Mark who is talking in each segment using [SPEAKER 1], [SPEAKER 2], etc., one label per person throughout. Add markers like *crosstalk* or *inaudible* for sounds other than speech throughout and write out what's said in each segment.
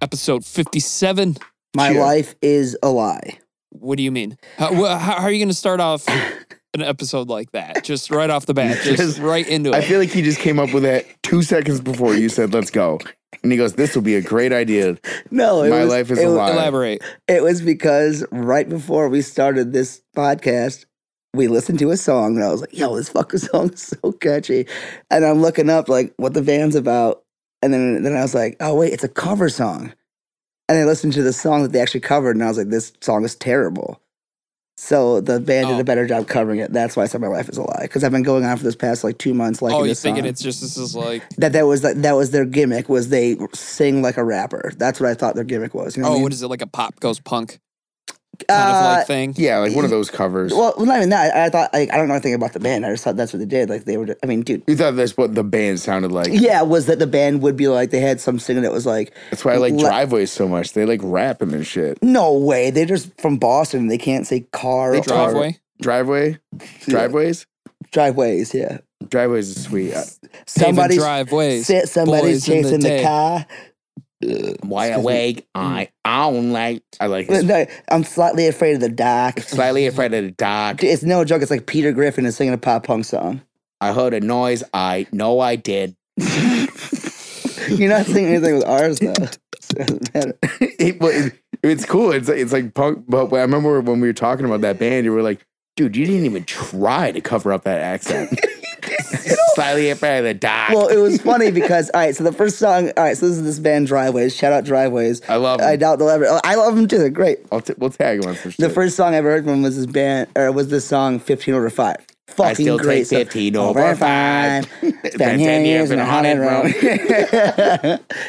[SPEAKER 1] episode 57.
[SPEAKER 2] My
[SPEAKER 3] Yeah.
[SPEAKER 2] life is a lie.
[SPEAKER 1] What do you mean? How, wh- how, how are you going to start
[SPEAKER 2] *coughs*
[SPEAKER 1] off an episode like that? Just right off the
[SPEAKER 2] *laughs*
[SPEAKER 1] bat, just,
[SPEAKER 3] Just-
[SPEAKER 1] right into it.
[SPEAKER 3] I feel like he just came up with that two seconds before you said, let's go. And he goes, this will be a great idea.
[SPEAKER 2] No, it
[SPEAKER 3] My
[SPEAKER 2] was,
[SPEAKER 3] life is
[SPEAKER 2] it
[SPEAKER 3] a
[SPEAKER 2] wa-
[SPEAKER 3] lie.
[SPEAKER 1] Elaborate.
[SPEAKER 2] It was because right before we started this podcast, we listened to a song and I was like, yo, this fucking *laughs* song is so catchy. And I'm looking up like what the band's about. And then, then I was like, oh, wait, it's a cover song. And I listened to the song that they actually covered and I was like, this song is terrible. So the band did
[SPEAKER 1] Oh.
[SPEAKER 2] a better job covering it. That's why I said my life is a lie because I've been going on for this past like two months liking
[SPEAKER 1] oh, you're
[SPEAKER 2] this song.
[SPEAKER 1] thinking it's just this is like,
[SPEAKER 2] that that was like, that was their gimmick was they sing like a rapper. That's what I thought their gimmick was. You know
[SPEAKER 1] oh,
[SPEAKER 2] what I mean?
[SPEAKER 1] what is it like a pop goes punk kind of
[SPEAKER 2] Uh,
[SPEAKER 1] like thing?
[SPEAKER 3] Yeah, like one of those covers.
[SPEAKER 2] Well, well, not even that. I, I thought like, I don't know anything about the band. I just thought that's what they did. Like they were. I mean, dude.
[SPEAKER 3] you thought that's what the band sounded like.
[SPEAKER 2] Yeah, was that the band would be like they had some singer that was like,
[SPEAKER 3] That's why I like
[SPEAKER 2] Le-
[SPEAKER 3] driveways so much. They like rap and their shit.
[SPEAKER 2] no way, they're just from Boston and they can't say car
[SPEAKER 3] They
[SPEAKER 2] or
[SPEAKER 3] drive-
[SPEAKER 1] Driveway.
[SPEAKER 3] Driveway, driveways,
[SPEAKER 2] driveways. Yeah,
[SPEAKER 3] driveways is sweet. I-
[SPEAKER 1] Somebody's
[SPEAKER 2] somebody's
[SPEAKER 1] driveways.
[SPEAKER 2] sit, somebody's
[SPEAKER 1] boys in the
[SPEAKER 2] chasing the,
[SPEAKER 1] day.
[SPEAKER 2] car.
[SPEAKER 3] Why
[SPEAKER 2] Excuse me.
[SPEAKER 3] awake? I own like I like
[SPEAKER 2] But *laughs*
[SPEAKER 3] it.
[SPEAKER 2] no, I'm slightly afraid of the dark.
[SPEAKER 3] Slightly afraid of the dark.
[SPEAKER 2] It's no joke. It's like Peter Griffin is singing a pop punk song.
[SPEAKER 3] I heard a noise. I know
[SPEAKER 2] *laughs*
[SPEAKER 3] I did.
[SPEAKER 2] You're not singing anything with ours though. So it doesn't
[SPEAKER 3] *laughs*
[SPEAKER 2] matter.
[SPEAKER 3] it, well, it- it's cool. It's like- it's like punk. But I remember when we were talking about that band, you were like, "Dude, you didn't even try to cover up
[SPEAKER 2] *laughs*
[SPEAKER 3] that accent." Slightly afraid of the dark.
[SPEAKER 2] Well, it was funny because all right. So the first song, all right. So this is this band Driveways. Shout out Driveways.
[SPEAKER 3] I love.
[SPEAKER 2] I
[SPEAKER 3] I
[SPEAKER 2] doubt they'll ever. I love them too. They're great.
[SPEAKER 3] will t- we'll tag them on some shit.
[SPEAKER 2] The first song I ever heard from them was this band, or was this song "15 Over 5. Fucking
[SPEAKER 3] I still
[SPEAKER 2] great.
[SPEAKER 3] take
[SPEAKER 2] stuff.
[SPEAKER 3] fifteen over five. *laughs*
[SPEAKER 2] It's been 10 years in a haunted room. *laughs*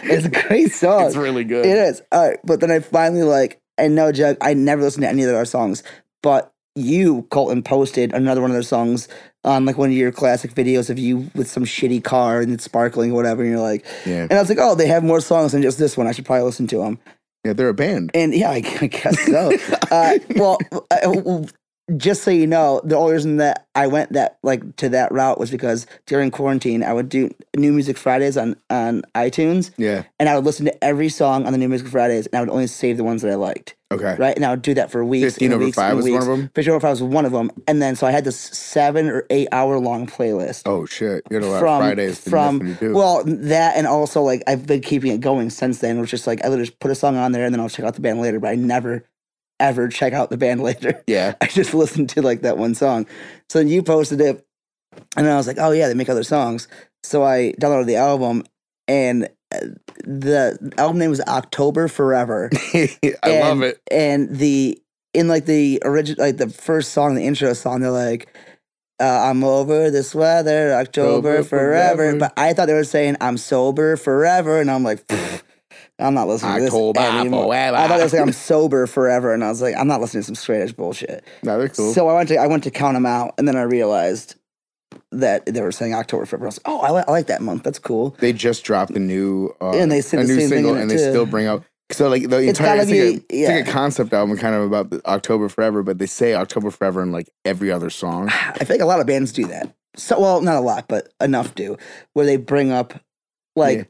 [SPEAKER 2] it's a great song.
[SPEAKER 3] It's really good.
[SPEAKER 2] It is. All right, but then I finally like, and no joke, I never listened to any of their songs, but you, Colton, posted another one of their songs on like one of your classic videos of you with some shitty car and it's sparkling or whatever, and you're like,
[SPEAKER 3] Yeah.
[SPEAKER 2] and I was like, oh, they have more songs than just this one. I should probably listen to them.
[SPEAKER 3] Yeah, they're a band.
[SPEAKER 2] And yeah, I, I guess so. uh, well, I- I- just so you know, the only reason that I went that like to that route was because during quarantine, I would do New Music Fridays on on iTunes,
[SPEAKER 3] Yeah.
[SPEAKER 2] and I would listen to every song on the New Music Fridays, and I would only save the ones that I liked,
[SPEAKER 3] Okay.
[SPEAKER 2] right? And I would do that for weeks.
[SPEAKER 3] 15
[SPEAKER 2] and
[SPEAKER 3] over
[SPEAKER 2] weeks
[SPEAKER 3] 5
[SPEAKER 2] and
[SPEAKER 3] was
[SPEAKER 2] weeks.
[SPEAKER 3] one of 'em?
[SPEAKER 2] 15 over five was one of them, and then so I had this seven or eight hour long playlist.
[SPEAKER 3] Oh shit. You had a lot
[SPEAKER 2] From-
[SPEAKER 3] of Fridays and
[SPEAKER 2] from-
[SPEAKER 3] nothing to do.
[SPEAKER 2] Well, that and also like I've been keeping it going since then, which is like I literally just put a song on there and then I'll check out the band later, but I never ever check out the band *laughs* later.
[SPEAKER 3] yeah. *laughs*
[SPEAKER 2] I just listened to like that one song. So then you posted it and I was like, oh yeah, they make other songs. So I downloaded the album and uh, the album name was October Forever.
[SPEAKER 3] *laughs* I love
[SPEAKER 2] And-
[SPEAKER 3] it.
[SPEAKER 2] And the in like the original, like the first song, the intro song, they're like, uh, "I'm over this weather, October
[SPEAKER 3] October
[SPEAKER 2] forever.
[SPEAKER 3] forever.
[SPEAKER 2] But I thought they were saying, "I'm sober forever," and I'm like, "Pfft, "I'm not listening
[SPEAKER 3] October
[SPEAKER 2] to this anymore."
[SPEAKER 3] forever.
[SPEAKER 2] I thought they were saying, "I'm sober forever," and I was like, "I'm not listening to some straight edge bullshit."
[SPEAKER 3] *laughs* No, they're cool.
[SPEAKER 2] So I went to I went to count them out, and then I realized that they were saying October forever. I was like, "Oh, I, li- I like that month. That's cool."
[SPEAKER 3] they just dropped a new uh,
[SPEAKER 2] And they said
[SPEAKER 3] a
[SPEAKER 2] the
[SPEAKER 3] new
[SPEAKER 2] same thing
[SPEAKER 3] single
[SPEAKER 2] in it
[SPEAKER 3] and they
[SPEAKER 2] too.
[SPEAKER 3] still bring out so like the
[SPEAKER 2] It's
[SPEAKER 3] entire
[SPEAKER 2] gotta
[SPEAKER 3] it's, like a,
[SPEAKER 2] be-
[SPEAKER 3] it's like
[SPEAKER 2] yeah.
[SPEAKER 3] a concept album kind of about the October Forever, but they say October Forever in like every other
[SPEAKER 2] *sighs*
[SPEAKER 3] song.
[SPEAKER 2] I feel like a lot of bands do that. So, well, not a lot, but enough do, where they bring up, like,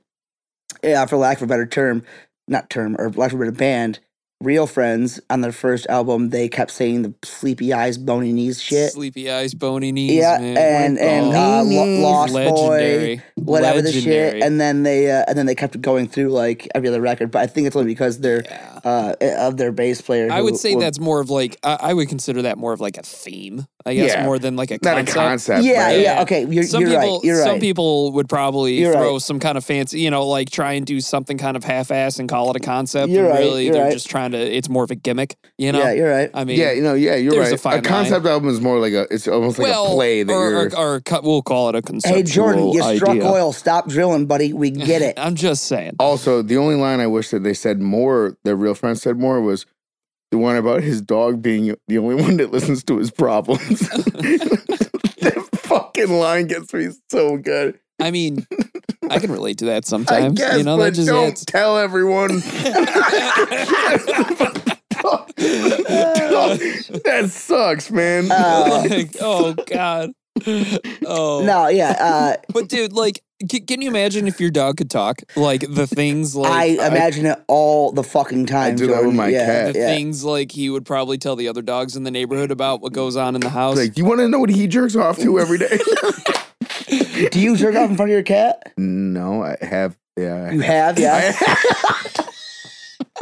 [SPEAKER 2] yeah. for lack of a better term, not term, or lack of a better band, Real Friends on their first album, they kept saying the sleepy eyes, bony knees shit.
[SPEAKER 1] Sleepy eyes, bony knees.
[SPEAKER 2] yeah,
[SPEAKER 1] man.
[SPEAKER 2] and and uh,
[SPEAKER 3] Bony
[SPEAKER 2] Lo-
[SPEAKER 3] knees.
[SPEAKER 2] Lost Boy,
[SPEAKER 1] legendary,
[SPEAKER 2] whatever the
[SPEAKER 1] legendary.
[SPEAKER 2] shit, and then they uh, and then they kept going through like every other record. But I think it's only because they're
[SPEAKER 1] yeah.
[SPEAKER 2] uh, of their bass player.
[SPEAKER 1] I
[SPEAKER 2] who
[SPEAKER 1] would say
[SPEAKER 2] were-
[SPEAKER 1] that's more of like I, I would consider that more of like a theme, I guess,
[SPEAKER 3] Yeah.
[SPEAKER 1] more than like a
[SPEAKER 3] Not
[SPEAKER 1] concept.
[SPEAKER 3] a concept.
[SPEAKER 2] yeah,
[SPEAKER 3] but-
[SPEAKER 1] right?
[SPEAKER 2] yeah. Okay, you're,
[SPEAKER 1] some
[SPEAKER 2] you're
[SPEAKER 1] people,
[SPEAKER 2] right. You're right.
[SPEAKER 1] some people would probably
[SPEAKER 2] You're
[SPEAKER 1] throw
[SPEAKER 2] right.
[SPEAKER 1] some kind of fancy, you know, like try and do something kind of half-ass and call it a concept.
[SPEAKER 2] You're
[SPEAKER 1] and
[SPEAKER 2] right,
[SPEAKER 1] really,
[SPEAKER 2] you're
[SPEAKER 1] they're
[SPEAKER 2] right.
[SPEAKER 1] just trying to. It's more of a gimmick, you know.
[SPEAKER 2] yeah, you're right.
[SPEAKER 1] I mean,
[SPEAKER 3] Yeah, you know, yeah, you're
[SPEAKER 1] There's a
[SPEAKER 3] right.
[SPEAKER 1] fine
[SPEAKER 3] A, concept album is more like a it's almost like
[SPEAKER 1] well,
[SPEAKER 3] a play that
[SPEAKER 1] or,
[SPEAKER 3] you're
[SPEAKER 1] or, or co- we'll call it a conceptual
[SPEAKER 2] Hey Jordan, you struck
[SPEAKER 1] idea.
[SPEAKER 2] oil. Stop drilling, buddy.
[SPEAKER 1] *laughs*
[SPEAKER 2] We get it.
[SPEAKER 1] I'm just saying.
[SPEAKER 3] Also, the only line I wish that they said more, their real friends said more, was the one about his dog being the only one that listens to his problems. *laughs* that fucking line gets me so good.
[SPEAKER 1] I mean, I can relate to
[SPEAKER 2] *laughs*
[SPEAKER 1] that sometimes.
[SPEAKER 3] I guess,
[SPEAKER 1] you know,
[SPEAKER 3] but
[SPEAKER 1] that just
[SPEAKER 3] don't
[SPEAKER 1] it's-
[SPEAKER 3] tell everyone. *laughs* that sucks, man.
[SPEAKER 2] Uh,
[SPEAKER 1] oh God. Oh
[SPEAKER 2] no, yeah. Uh,
[SPEAKER 1] *laughs* But dude, like C- can you imagine if your dog could talk? Like the things like
[SPEAKER 2] I imagine it all the fucking time.
[SPEAKER 3] do that with
[SPEAKER 2] Jordan.
[SPEAKER 3] my
[SPEAKER 2] yeah,
[SPEAKER 3] cat.
[SPEAKER 1] the
[SPEAKER 2] Uh, yeah.
[SPEAKER 1] things like he would probably tell the other dogs in the neighborhood about what goes on in the house.
[SPEAKER 3] *laughs* Like, you want to know what he jerks off to
[SPEAKER 2] *laughs*
[SPEAKER 3] every day?
[SPEAKER 2] Do you jerk off in front of your cat?
[SPEAKER 3] no, I have. Yeah.
[SPEAKER 2] You have,
[SPEAKER 1] *laughs*
[SPEAKER 2] yeah.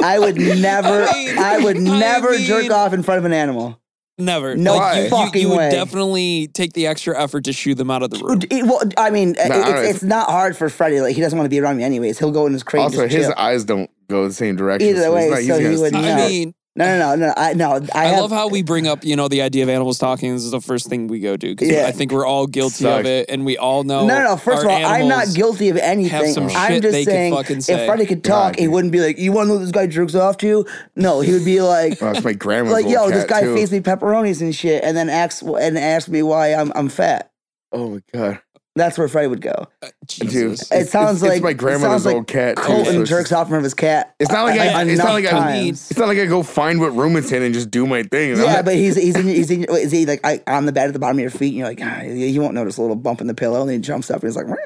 [SPEAKER 2] I would never,
[SPEAKER 1] I mean-
[SPEAKER 2] I would
[SPEAKER 1] I
[SPEAKER 2] never jerk
[SPEAKER 1] mean-
[SPEAKER 2] off in front of an animal.
[SPEAKER 1] Never.
[SPEAKER 2] No
[SPEAKER 1] like, you- you,
[SPEAKER 2] fucking
[SPEAKER 1] you would
[SPEAKER 2] way.
[SPEAKER 1] definitely take the extra effort to shoo them out of the room.
[SPEAKER 2] It- well, I mean,
[SPEAKER 3] I don't
[SPEAKER 2] it's,
[SPEAKER 3] know.
[SPEAKER 2] it's not hard for Freddie. Like he doesn't want to be around me anyways. He'll go in his crate. and
[SPEAKER 3] also,
[SPEAKER 2] just
[SPEAKER 3] his
[SPEAKER 2] chill.
[SPEAKER 3] eyes don't go the same direction.
[SPEAKER 2] Either
[SPEAKER 3] it's
[SPEAKER 2] way,
[SPEAKER 3] not- he's
[SPEAKER 2] so
[SPEAKER 3] gonna
[SPEAKER 2] he would know.
[SPEAKER 3] see shit.
[SPEAKER 1] I mean,
[SPEAKER 2] no, no, no, no. I no. I,
[SPEAKER 1] I,
[SPEAKER 2] have,
[SPEAKER 1] love how we bring up, you know, the idea of animals talking. This is the first thing we go to because
[SPEAKER 2] Yeah.
[SPEAKER 1] I think we're all guilty of
[SPEAKER 3] Sucks.
[SPEAKER 1] it, and we all know.
[SPEAKER 2] No, no, no. First
[SPEAKER 1] our
[SPEAKER 2] of all, I'm not
[SPEAKER 1] animals-
[SPEAKER 2] guilty of anything.
[SPEAKER 1] some
[SPEAKER 2] I'm
[SPEAKER 1] shit
[SPEAKER 2] just
[SPEAKER 1] they could
[SPEAKER 2] saying,
[SPEAKER 1] fucking
[SPEAKER 2] if
[SPEAKER 1] say.
[SPEAKER 2] Freddie could
[SPEAKER 3] God,
[SPEAKER 2] talk, he
[SPEAKER 3] dude.
[SPEAKER 2] wouldn't be like, "You want to know what this guy jerks off to?" No, he would be
[SPEAKER 3] *laughs*
[SPEAKER 2] like,
[SPEAKER 3] Oh, that's my grandma's
[SPEAKER 2] "Like,
[SPEAKER 3] little
[SPEAKER 2] yo, this guy
[SPEAKER 3] cat, too.
[SPEAKER 2] feeds me pepperonis and shit," and then asks and asks me why I'm I'm fat.
[SPEAKER 3] Oh my god,
[SPEAKER 2] That's where Freddie would go.
[SPEAKER 3] dude!
[SPEAKER 1] uh, Jesus.
[SPEAKER 2] It
[SPEAKER 3] it's-
[SPEAKER 2] sounds
[SPEAKER 3] it's,
[SPEAKER 2] like-
[SPEAKER 3] it's
[SPEAKER 2] it
[SPEAKER 3] my
[SPEAKER 2] sounds
[SPEAKER 3] grandmother's
[SPEAKER 2] like
[SPEAKER 3] old cat. too, so
[SPEAKER 2] Colton
[SPEAKER 3] it's
[SPEAKER 2] jerks
[SPEAKER 3] just-
[SPEAKER 2] off in front of his cat.
[SPEAKER 3] It's not like
[SPEAKER 2] uh,
[SPEAKER 3] I- it's not
[SPEAKER 2] enough
[SPEAKER 3] like I
[SPEAKER 2] times.
[SPEAKER 3] It's not like I go find what room it's in and just do my thing. I'm
[SPEAKER 2] Yeah,
[SPEAKER 3] not-
[SPEAKER 2] but he's he's in, he's in, is he like I, on the bed at the bottom of your feet, and you're like, ah, you you won't notice a little bump in the pillow, and then he jumps up and he's like, "Meow."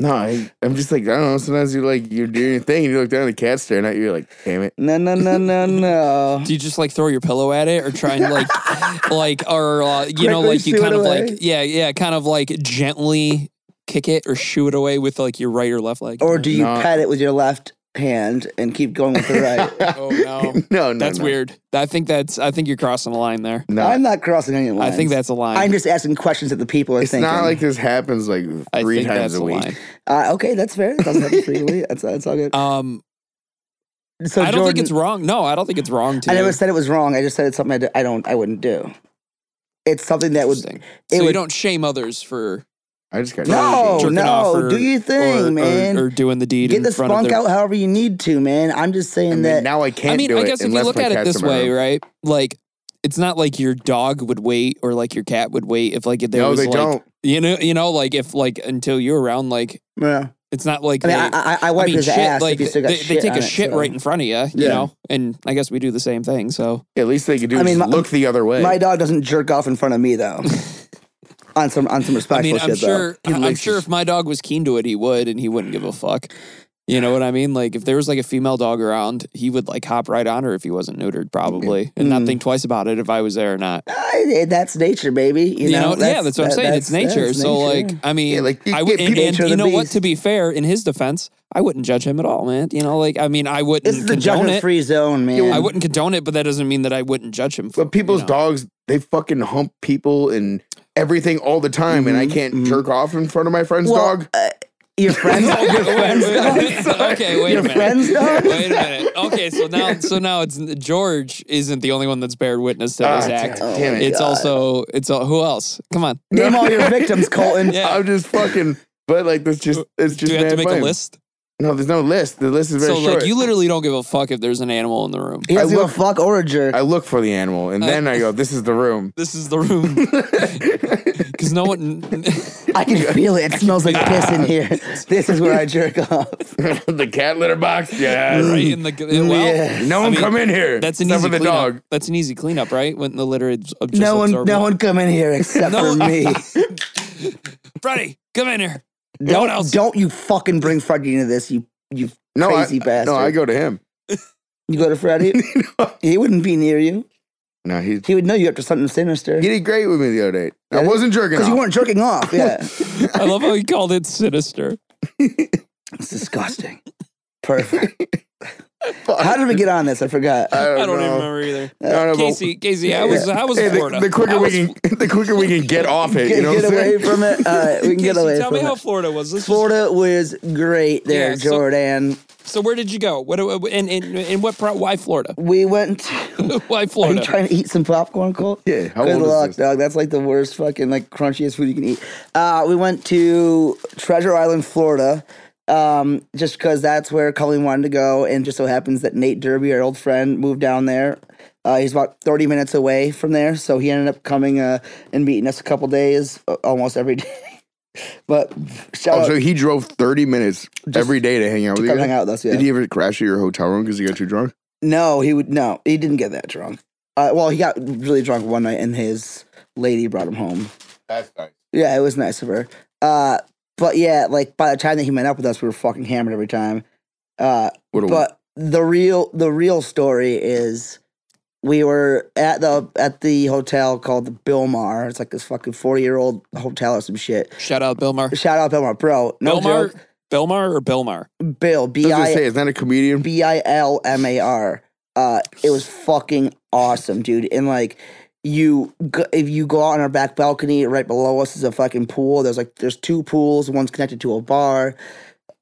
[SPEAKER 3] no, I, I'm just like I don't know. Sometimes you're like you're doing your thing and you look down and the cat's staring at you. You're like,
[SPEAKER 1] *laughs*
[SPEAKER 3] damn it.
[SPEAKER 2] no, no, no, no, no.
[SPEAKER 1] Do you just like throw your pillow at it, or try and like,
[SPEAKER 2] *laughs*
[SPEAKER 1] like, or uh, you know,
[SPEAKER 2] Quickly
[SPEAKER 1] like you
[SPEAKER 2] shoo it
[SPEAKER 1] kind of
[SPEAKER 2] away.
[SPEAKER 1] like, yeah, yeah, kind of like gently kick it or shoo it away with like your right or left leg?
[SPEAKER 2] Or do you
[SPEAKER 3] No.
[SPEAKER 2] pet it with your left hand and keep going with the
[SPEAKER 1] *laughs*
[SPEAKER 2] right?
[SPEAKER 1] Oh, no.
[SPEAKER 3] *laughs* no, no,
[SPEAKER 1] that's
[SPEAKER 3] no.
[SPEAKER 1] weird. I think that's. I think you're crossing a line there.
[SPEAKER 3] No,
[SPEAKER 2] I'm not crossing any lines.
[SPEAKER 1] I think that's a line.
[SPEAKER 2] I'm just asking questions that the people are
[SPEAKER 3] it's
[SPEAKER 2] thinking.
[SPEAKER 3] not like this happens like
[SPEAKER 1] I
[SPEAKER 3] three
[SPEAKER 1] think
[SPEAKER 3] times
[SPEAKER 1] that's
[SPEAKER 3] a week.
[SPEAKER 1] line.
[SPEAKER 2] uh, okay, that's fair. That doesn't happen
[SPEAKER 1] *laughs*
[SPEAKER 2] frequently. That's, that's all good.
[SPEAKER 1] Um,
[SPEAKER 2] so
[SPEAKER 1] I don't
[SPEAKER 2] Jordan,
[SPEAKER 1] think it's wrong. No, I don't think it's wrong to.
[SPEAKER 2] I never said it was wrong. I just said it's something I, d- I don't. I wouldn't do. It's something that would.
[SPEAKER 1] Interesting.
[SPEAKER 2] it
[SPEAKER 1] so
[SPEAKER 2] would-
[SPEAKER 1] you don't shame others for
[SPEAKER 3] I just got
[SPEAKER 2] No,
[SPEAKER 1] uh, jerking
[SPEAKER 2] no.
[SPEAKER 1] off or-
[SPEAKER 2] do your
[SPEAKER 1] or-
[SPEAKER 2] thing,
[SPEAKER 1] or,
[SPEAKER 2] man.
[SPEAKER 1] or doing the deed
[SPEAKER 2] Get
[SPEAKER 1] in
[SPEAKER 2] the
[SPEAKER 1] front
[SPEAKER 2] spunk
[SPEAKER 1] of their.
[SPEAKER 2] out however you need to, man. I'm just saying
[SPEAKER 3] I mean,
[SPEAKER 2] that.
[SPEAKER 3] now I can't
[SPEAKER 1] I mean,
[SPEAKER 3] do
[SPEAKER 1] I
[SPEAKER 3] it
[SPEAKER 1] guess if you
[SPEAKER 3] unless
[SPEAKER 1] look
[SPEAKER 3] my
[SPEAKER 1] at it
[SPEAKER 3] cat's
[SPEAKER 1] this
[SPEAKER 3] in my
[SPEAKER 1] way,
[SPEAKER 3] room.
[SPEAKER 1] right? Like, it's not like your dog would wait or like your cat would wait if like if there
[SPEAKER 3] No,
[SPEAKER 1] was
[SPEAKER 3] they
[SPEAKER 1] like
[SPEAKER 3] don't.
[SPEAKER 1] you know you know like if like until you're around like
[SPEAKER 2] Yeah.
[SPEAKER 1] it's not like
[SPEAKER 2] I mean,
[SPEAKER 1] they,
[SPEAKER 2] I, I, I wipe
[SPEAKER 1] mean,
[SPEAKER 2] his
[SPEAKER 1] shit,
[SPEAKER 2] ass
[SPEAKER 1] like
[SPEAKER 2] if you still got
[SPEAKER 1] they,
[SPEAKER 2] shit
[SPEAKER 1] they take
[SPEAKER 2] on
[SPEAKER 1] a
[SPEAKER 2] it,
[SPEAKER 1] shit
[SPEAKER 2] so.
[SPEAKER 1] right in front of you, you
[SPEAKER 2] Yeah.
[SPEAKER 1] know, and I guess we do the same thing. So
[SPEAKER 3] At least they could do.
[SPEAKER 2] I
[SPEAKER 3] I
[SPEAKER 2] mean,
[SPEAKER 3] mean,
[SPEAKER 2] my-
[SPEAKER 3] look the other way.
[SPEAKER 2] My dog doesn't jerk off in front of
[SPEAKER 1] *laughs*
[SPEAKER 2] me though. on some on some respectful
[SPEAKER 1] I mean, I'm
[SPEAKER 2] shit
[SPEAKER 1] sure
[SPEAKER 2] *laughs* though.
[SPEAKER 1] I'm
[SPEAKER 3] likes
[SPEAKER 1] sure
[SPEAKER 3] his-
[SPEAKER 1] if my dog was keen to it, he would, and he wouldn't give a fuck. You know what I mean? Like if there was like a female dog around, he would like hop right on her if he wasn't neutered, probably, and not think twice about it if I was there or not.
[SPEAKER 2] I, that's nature, baby. You,
[SPEAKER 1] You, know, yeah,
[SPEAKER 2] that's,
[SPEAKER 1] that's what I'm
[SPEAKER 2] that-
[SPEAKER 1] saying. It's
[SPEAKER 2] that's-
[SPEAKER 1] nature.
[SPEAKER 2] that's
[SPEAKER 1] so
[SPEAKER 2] nature,
[SPEAKER 1] like, I mean,
[SPEAKER 3] Yeah, like, you
[SPEAKER 1] I
[SPEAKER 3] get
[SPEAKER 1] would, and,
[SPEAKER 3] people-
[SPEAKER 1] and
[SPEAKER 2] nature of
[SPEAKER 1] you
[SPEAKER 2] the
[SPEAKER 1] know what?
[SPEAKER 2] beast.
[SPEAKER 1] To be fair, in his defense, I wouldn't judge him at all, man. You know, like I mean, I wouldn't
[SPEAKER 2] this is the
[SPEAKER 1] condone
[SPEAKER 2] judgment
[SPEAKER 1] it.
[SPEAKER 2] free zone, man.
[SPEAKER 1] I wouldn't condone it, but that doesn't mean that I wouldn't judge him. For,
[SPEAKER 3] But people's
[SPEAKER 1] you know?
[SPEAKER 3] dogs, they fucking hump people and everything all the time, and I can't jerk off in front of my friend's
[SPEAKER 2] Mm-hmm, Well,
[SPEAKER 3] dog.
[SPEAKER 2] uh,
[SPEAKER 1] *laughs*
[SPEAKER 2] your friends, *laughs* your friends,
[SPEAKER 1] Wait, wait, *laughs*
[SPEAKER 2] dog.
[SPEAKER 1] okay, wait
[SPEAKER 2] your
[SPEAKER 1] a minute.
[SPEAKER 2] friends, dog.
[SPEAKER 1] *laughs* Wait a minute. Okay, so now, so now it's George isn't the only one that's bared witness to
[SPEAKER 3] Ah,
[SPEAKER 1] this
[SPEAKER 3] damn-
[SPEAKER 1] act.
[SPEAKER 2] Oh,
[SPEAKER 3] damn it!
[SPEAKER 1] It's also it's all, who else? Come on,
[SPEAKER 2] *laughs* Name all your victims,
[SPEAKER 3] *laughs*
[SPEAKER 2] Colton.
[SPEAKER 1] Yeah.
[SPEAKER 3] I'm just fucking. But like, that's just it's
[SPEAKER 1] do
[SPEAKER 3] just.
[SPEAKER 1] we have to
[SPEAKER 3] mad
[SPEAKER 1] make
[SPEAKER 3] fun.
[SPEAKER 1] a list?
[SPEAKER 3] No, there's no list. The list is very
[SPEAKER 1] So
[SPEAKER 3] short.
[SPEAKER 1] like, you literally don't give a fuck if there's an animal in the room.
[SPEAKER 2] He doesn't
[SPEAKER 3] I
[SPEAKER 2] give a
[SPEAKER 3] look-
[SPEAKER 2] fuck or a jerk.
[SPEAKER 3] I look for the animal, and then I go, "This is
[SPEAKER 1] *laughs*
[SPEAKER 3] the room."
[SPEAKER 1] This is the room
[SPEAKER 2] *laughs*
[SPEAKER 1] because no
[SPEAKER 3] *laughs*
[SPEAKER 1] one.
[SPEAKER 2] I can feel it. It smells like
[SPEAKER 1] *laughs*
[SPEAKER 2] piss in here. This is where I jerk off.
[SPEAKER 3] the cat litter box. Yeah.
[SPEAKER 1] right in the well,
[SPEAKER 2] Yeah.
[SPEAKER 3] No
[SPEAKER 1] I
[SPEAKER 3] one
[SPEAKER 1] mean,
[SPEAKER 3] come in here.
[SPEAKER 1] That's an
[SPEAKER 3] except
[SPEAKER 1] easy
[SPEAKER 3] for the
[SPEAKER 1] cleanup.
[SPEAKER 3] dog.
[SPEAKER 1] That's an easy cleanup, right? When the litter is ab- just
[SPEAKER 2] No one,
[SPEAKER 1] absorbed.
[SPEAKER 2] no one come in
[SPEAKER 1] *laughs*
[SPEAKER 2] here except
[SPEAKER 1] No
[SPEAKER 2] for
[SPEAKER 1] one-
[SPEAKER 2] me.
[SPEAKER 1] *laughs* Freddie, come in here. No one
[SPEAKER 2] Don't,
[SPEAKER 1] else.
[SPEAKER 2] don't you fucking bring Freddie into this. You, you
[SPEAKER 3] No,
[SPEAKER 2] crazy
[SPEAKER 3] I,
[SPEAKER 2] bastard.
[SPEAKER 3] no, I go to him.
[SPEAKER 2] You go to
[SPEAKER 3] *laughs*
[SPEAKER 2] Freddie. he wouldn't be near you.
[SPEAKER 3] No, he's
[SPEAKER 2] He would know you up to something sinister.
[SPEAKER 3] he did great with me the other day.
[SPEAKER 2] Yeah,
[SPEAKER 3] I wasn't jerking
[SPEAKER 2] Because
[SPEAKER 3] off.
[SPEAKER 2] you weren't jerking off.
[SPEAKER 3] *laughs*
[SPEAKER 2] Yeah.
[SPEAKER 1] I love how he called it sinister.
[SPEAKER 2] *laughs* it's disgusting. Perfect. How did we get on this? I forgot.
[SPEAKER 3] I don't,
[SPEAKER 1] I don't
[SPEAKER 3] know.
[SPEAKER 1] even remember either.
[SPEAKER 3] I don't know, but-
[SPEAKER 1] Casey, Casey, I was, I was
[SPEAKER 3] Hey,
[SPEAKER 1] Florida.
[SPEAKER 3] the, the quicker
[SPEAKER 1] I
[SPEAKER 3] we
[SPEAKER 1] was-
[SPEAKER 3] can, *laughs* the quicker we
[SPEAKER 2] *laughs*
[SPEAKER 3] can get off
[SPEAKER 2] *laughs*
[SPEAKER 3] it.
[SPEAKER 2] get
[SPEAKER 3] you know,
[SPEAKER 2] get
[SPEAKER 3] what I'm
[SPEAKER 2] away
[SPEAKER 3] saying?
[SPEAKER 2] from it. All right, we can
[SPEAKER 1] *laughs*
[SPEAKER 2] get
[SPEAKER 1] Casey,
[SPEAKER 2] away
[SPEAKER 1] tell
[SPEAKER 2] from
[SPEAKER 1] me how
[SPEAKER 2] it.
[SPEAKER 1] Florida was. This is-
[SPEAKER 2] Florida was great there,
[SPEAKER 1] Yeah, so-
[SPEAKER 2] Jordan.
[SPEAKER 1] so where did you go? What and and, and what? Pro, why Florida?
[SPEAKER 2] we went. To,
[SPEAKER 1] *laughs* why
[SPEAKER 2] are you
[SPEAKER 1] Florida?
[SPEAKER 2] trying to eat some popcorn, Cole?
[SPEAKER 3] Yeah, how
[SPEAKER 2] Good
[SPEAKER 3] old is
[SPEAKER 2] luck,
[SPEAKER 3] this?
[SPEAKER 2] dog. That's like the worst fucking like crunchiest food you can eat. Uh, we went to Treasure Island, Florida, um, just because that's where Colleen wanted to go, and just so happens that Nate Derby, our old friend, moved down there. Uh, he's about thirty minutes away from there, so he ended up coming uh, and meeting us a couple days, uh, almost every *laughs* day. but shout
[SPEAKER 3] Oh,
[SPEAKER 2] out
[SPEAKER 3] so he drove 30 minutes every day to hang out
[SPEAKER 2] to
[SPEAKER 3] with you.
[SPEAKER 2] come
[SPEAKER 3] guys?
[SPEAKER 2] hang out with us. Yeah.
[SPEAKER 3] Did he ever crash at your hotel room because he got too drunk?
[SPEAKER 2] No, he would no. He didn't get that drunk. Uh, well, he got really drunk one night, and his lady brought him home.
[SPEAKER 3] That's nice.
[SPEAKER 2] Yeah, it was nice of her. Uh, But yeah, like by the time that he met up with us, we were fucking hammered every time. Uh,
[SPEAKER 3] What a
[SPEAKER 2] but the real the real story is we were at the at the hotel called the Billmar. It's like this fucking forty year old hotel or some shit.
[SPEAKER 1] Shout out Billmar.
[SPEAKER 2] Shout out Billmar, bro. No
[SPEAKER 1] Billmar,
[SPEAKER 2] joke.
[SPEAKER 1] Billmar or Billmar?
[SPEAKER 2] Bill B
[SPEAKER 3] does it say?
[SPEAKER 2] I
[SPEAKER 3] Is that a comedian?
[SPEAKER 2] B I L M A R. Uh, it was fucking awesome, dude. And like, you go, if you go out on our back balcony, right below us is a fucking pool. There's like there's two pools. One's connected to a bar,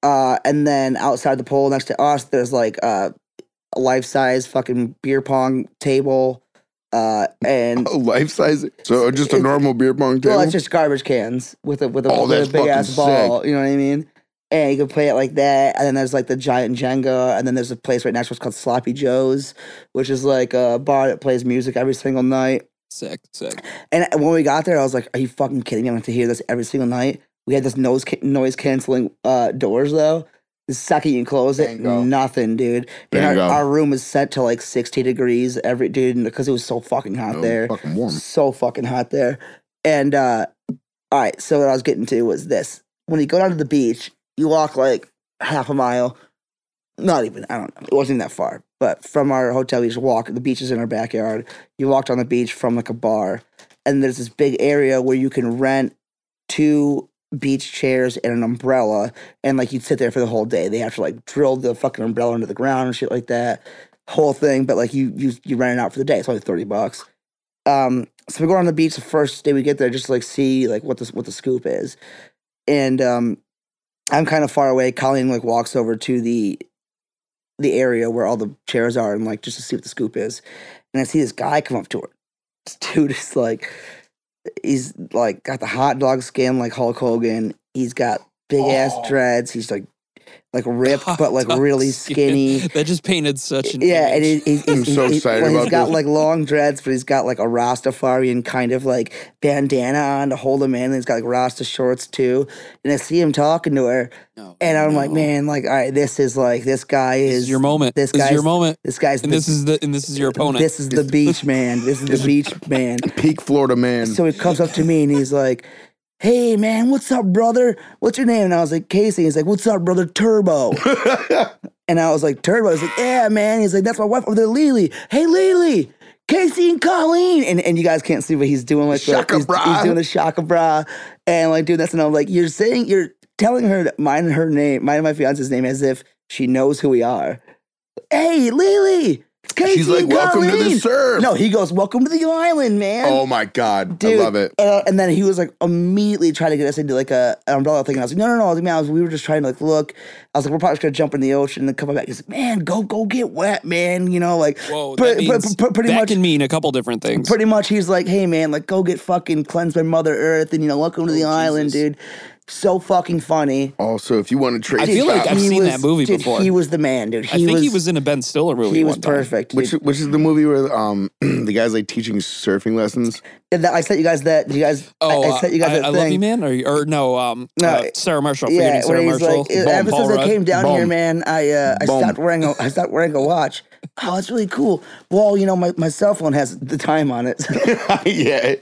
[SPEAKER 2] uh, and then outside the pool next to us, there's like uh, a life size fucking beer pong table, uh, and
[SPEAKER 3] *laughs* A life size? So just a
[SPEAKER 2] It's-
[SPEAKER 3] normal beer pong table?
[SPEAKER 2] well, it's just garbage cans with a with a,
[SPEAKER 3] Oh,
[SPEAKER 2] with
[SPEAKER 3] that's
[SPEAKER 2] a big ass
[SPEAKER 3] fucking sick.
[SPEAKER 2] ball. You know what I mean? And you can play it like that. And then there's like the giant Jenga. And then there's a place right next to us called Sloppy Joe's, which is like a bar that plays music every single night.
[SPEAKER 1] Sick,
[SPEAKER 2] *laughs*
[SPEAKER 1] sick.
[SPEAKER 2] And when we got there, I was like, "Are you fucking kidding me? I'm going to hear this every single night." We had this noise ca- noise canceling uh, doors though. The second you close it,
[SPEAKER 3] Bingo.
[SPEAKER 2] nothing, dude. And
[SPEAKER 3] Bingo.
[SPEAKER 2] our, our room was set to like 60 degrees every dude because it was so fucking hot
[SPEAKER 3] No,
[SPEAKER 2] there.
[SPEAKER 3] Oh, Fucking warm.
[SPEAKER 2] So fucking hot there. And uh all right, so what I was getting to was this. When you go down to the beach, you walk like half a mile. Not even, I don't know. It wasn't even that far. But from our hotel, we just walk. The beach is in our backyard. You walked on the beach from like a bar, and there's this big area where you can rent two beach chairs and an umbrella. And like you'd sit there for the whole day. They have to like drill the fucking umbrella into the ground and shit like that. Whole thing. But like you you you rent it out for the day. It's only 30 bucks um so we go on the beach the first day we get there just to, like see like what the what the scoop is and um i'm kind of far away colleen like walks over to the the area where all the chairs are and like just to see what the scoop is and i see this guy come up to her this dude is like he's like got the hot dog skin like hulk hogan he's got big ass
[SPEAKER 1] Oh.
[SPEAKER 2] dreads he's like like ripped
[SPEAKER 1] Hot
[SPEAKER 2] but like
[SPEAKER 1] dog *laughs*
[SPEAKER 2] really
[SPEAKER 1] skin.
[SPEAKER 2] skinny
[SPEAKER 1] That just painted such an
[SPEAKER 2] yeah, and
[SPEAKER 1] image.
[SPEAKER 2] he, he's,
[SPEAKER 3] I'm
[SPEAKER 2] he's-
[SPEAKER 3] so
[SPEAKER 2] he-
[SPEAKER 3] excited
[SPEAKER 2] well,
[SPEAKER 3] about
[SPEAKER 2] He's got
[SPEAKER 3] this.
[SPEAKER 2] like long dreads, but he's got like a Rastafarian kind of like bandana on to hold him in. And he's got like Rasta shorts too. And I see him talking to her,
[SPEAKER 1] No,
[SPEAKER 2] and I'm like,
[SPEAKER 1] no.
[SPEAKER 2] man, like, all right, this is like this guy
[SPEAKER 1] this
[SPEAKER 2] is,
[SPEAKER 1] is your moment.
[SPEAKER 2] this
[SPEAKER 1] This, is your
[SPEAKER 2] guy's-
[SPEAKER 1] moment,
[SPEAKER 2] This guy's
[SPEAKER 1] and
[SPEAKER 2] the,
[SPEAKER 1] this is the and this is your opponent.
[SPEAKER 2] this is the beach man.
[SPEAKER 1] *laughs*
[SPEAKER 2] This is the beach man.
[SPEAKER 3] Peak Florida man.
[SPEAKER 2] So he comes up to me and he's like, "Hey man, what's up, brother? What's your name?" And I was like, "Casey." He's like, "What's up, brother?
[SPEAKER 3] *laughs*
[SPEAKER 2] Turbo." And I was like, Turbo. He's like, yeah, man. He's like, that's my wife over there, Lily. Hey, Lily, Casey and Colleen. And and you guys can't see what he's doing. Like, the-
[SPEAKER 3] Shaka
[SPEAKER 2] he's,
[SPEAKER 3] bra.
[SPEAKER 2] he's doing the shaka bra. And like, doing this. And I'm like, you're saying, you're telling her that mine and her name, mine and my fiance's name as if she knows who we are. Hey, Lily, Casey
[SPEAKER 3] She's like,
[SPEAKER 2] and
[SPEAKER 3] welcome to
[SPEAKER 2] Colleen."
[SPEAKER 3] the surf.
[SPEAKER 2] No, he goes, welcome to the island, man.
[SPEAKER 3] oh my God.
[SPEAKER 2] Dude,
[SPEAKER 3] I love it.
[SPEAKER 2] And, and then he was like immediately trying to get us into like a an umbrella thing. And I was like, no, no, no. I was like, man, I was- we were just trying to like look. I was like, we're probably just gonna jump in the ocean and then come back. He's like, man, go, go get wet, man. You know, like,
[SPEAKER 1] Whoa,
[SPEAKER 2] pre-
[SPEAKER 1] that,
[SPEAKER 2] pre-
[SPEAKER 1] means,
[SPEAKER 2] pre- pretty
[SPEAKER 1] that
[SPEAKER 2] much,
[SPEAKER 1] can mean a couple different things.
[SPEAKER 2] pretty much. He's like, hey, man, like, go get fucking cleansed by Mother Earth, and you know, welcome to
[SPEAKER 1] Oh,
[SPEAKER 2] the island, dude. So fucking funny.
[SPEAKER 3] Also, if you want to trace
[SPEAKER 1] I feel
[SPEAKER 3] back-
[SPEAKER 1] like I've
[SPEAKER 2] He
[SPEAKER 1] seen
[SPEAKER 2] was-
[SPEAKER 1] that movie
[SPEAKER 2] dude,
[SPEAKER 1] before.
[SPEAKER 2] He was the man, dude. He
[SPEAKER 1] I think
[SPEAKER 2] was,
[SPEAKER 1] he was in a Ben Stiller movie.
[SPEAKER 2] he was
[SPEAKER 1] one time.
[SPEAKER 2] perfect.
[SPEAKER 3] Which
[SPEAKER 2] dude.
[SPEAKER 3] which is the movie where um *clears throat* the guy's like teaching surfing lessons.
[SPEAKER 2] And that- I sent you guys that. You guys, I-
[SPEAKER 1] Oh,
[SPEAKER 2] I, sent you guys
[SPEAKER 1] uh,
[SPEAKER 2] that
[SPEAKER 1] I, I
[SPEAKER 2] thing.
[SPEAKER 1] love you, man. Or, or no, um,
[SPEAKER 2] No,
[SPEAKER 1] uh, Sarah Marshall.
[SPEAKER 2] Yeah,
[SPEAKER 1] Yeah,
[SPEAKER 2] where
[SPEAKER 1] Sarah
[SPEAKER 2] he's
[SPEAKER 1] Marshall.
[SPEAKER 2] like,
[SPEAKER 1] Boom,
[SPEAKER 2] ever
[SPEAKER 1] Paul
[SPEAKER 2] since I
[SPEAKER 1] Rudd.
[SPEAKER 2] came down here,
[SPEAKER 3] Boom.
[SPEAKER 2] man, I uh, I
[SPEAKER 3] Boom.
[SPEAKER 2] stopped wearing a I stopped wearing
[SPEAKER 1] *laughs*
[SPEAKER 2] a watch. Oh, it's really cool. Well, you know, my, my cell phone has the time on it.
[SPEAKER 3] *laughs*
[SPEAKER 2] *laughs*
[SPEAKER 3] yeah.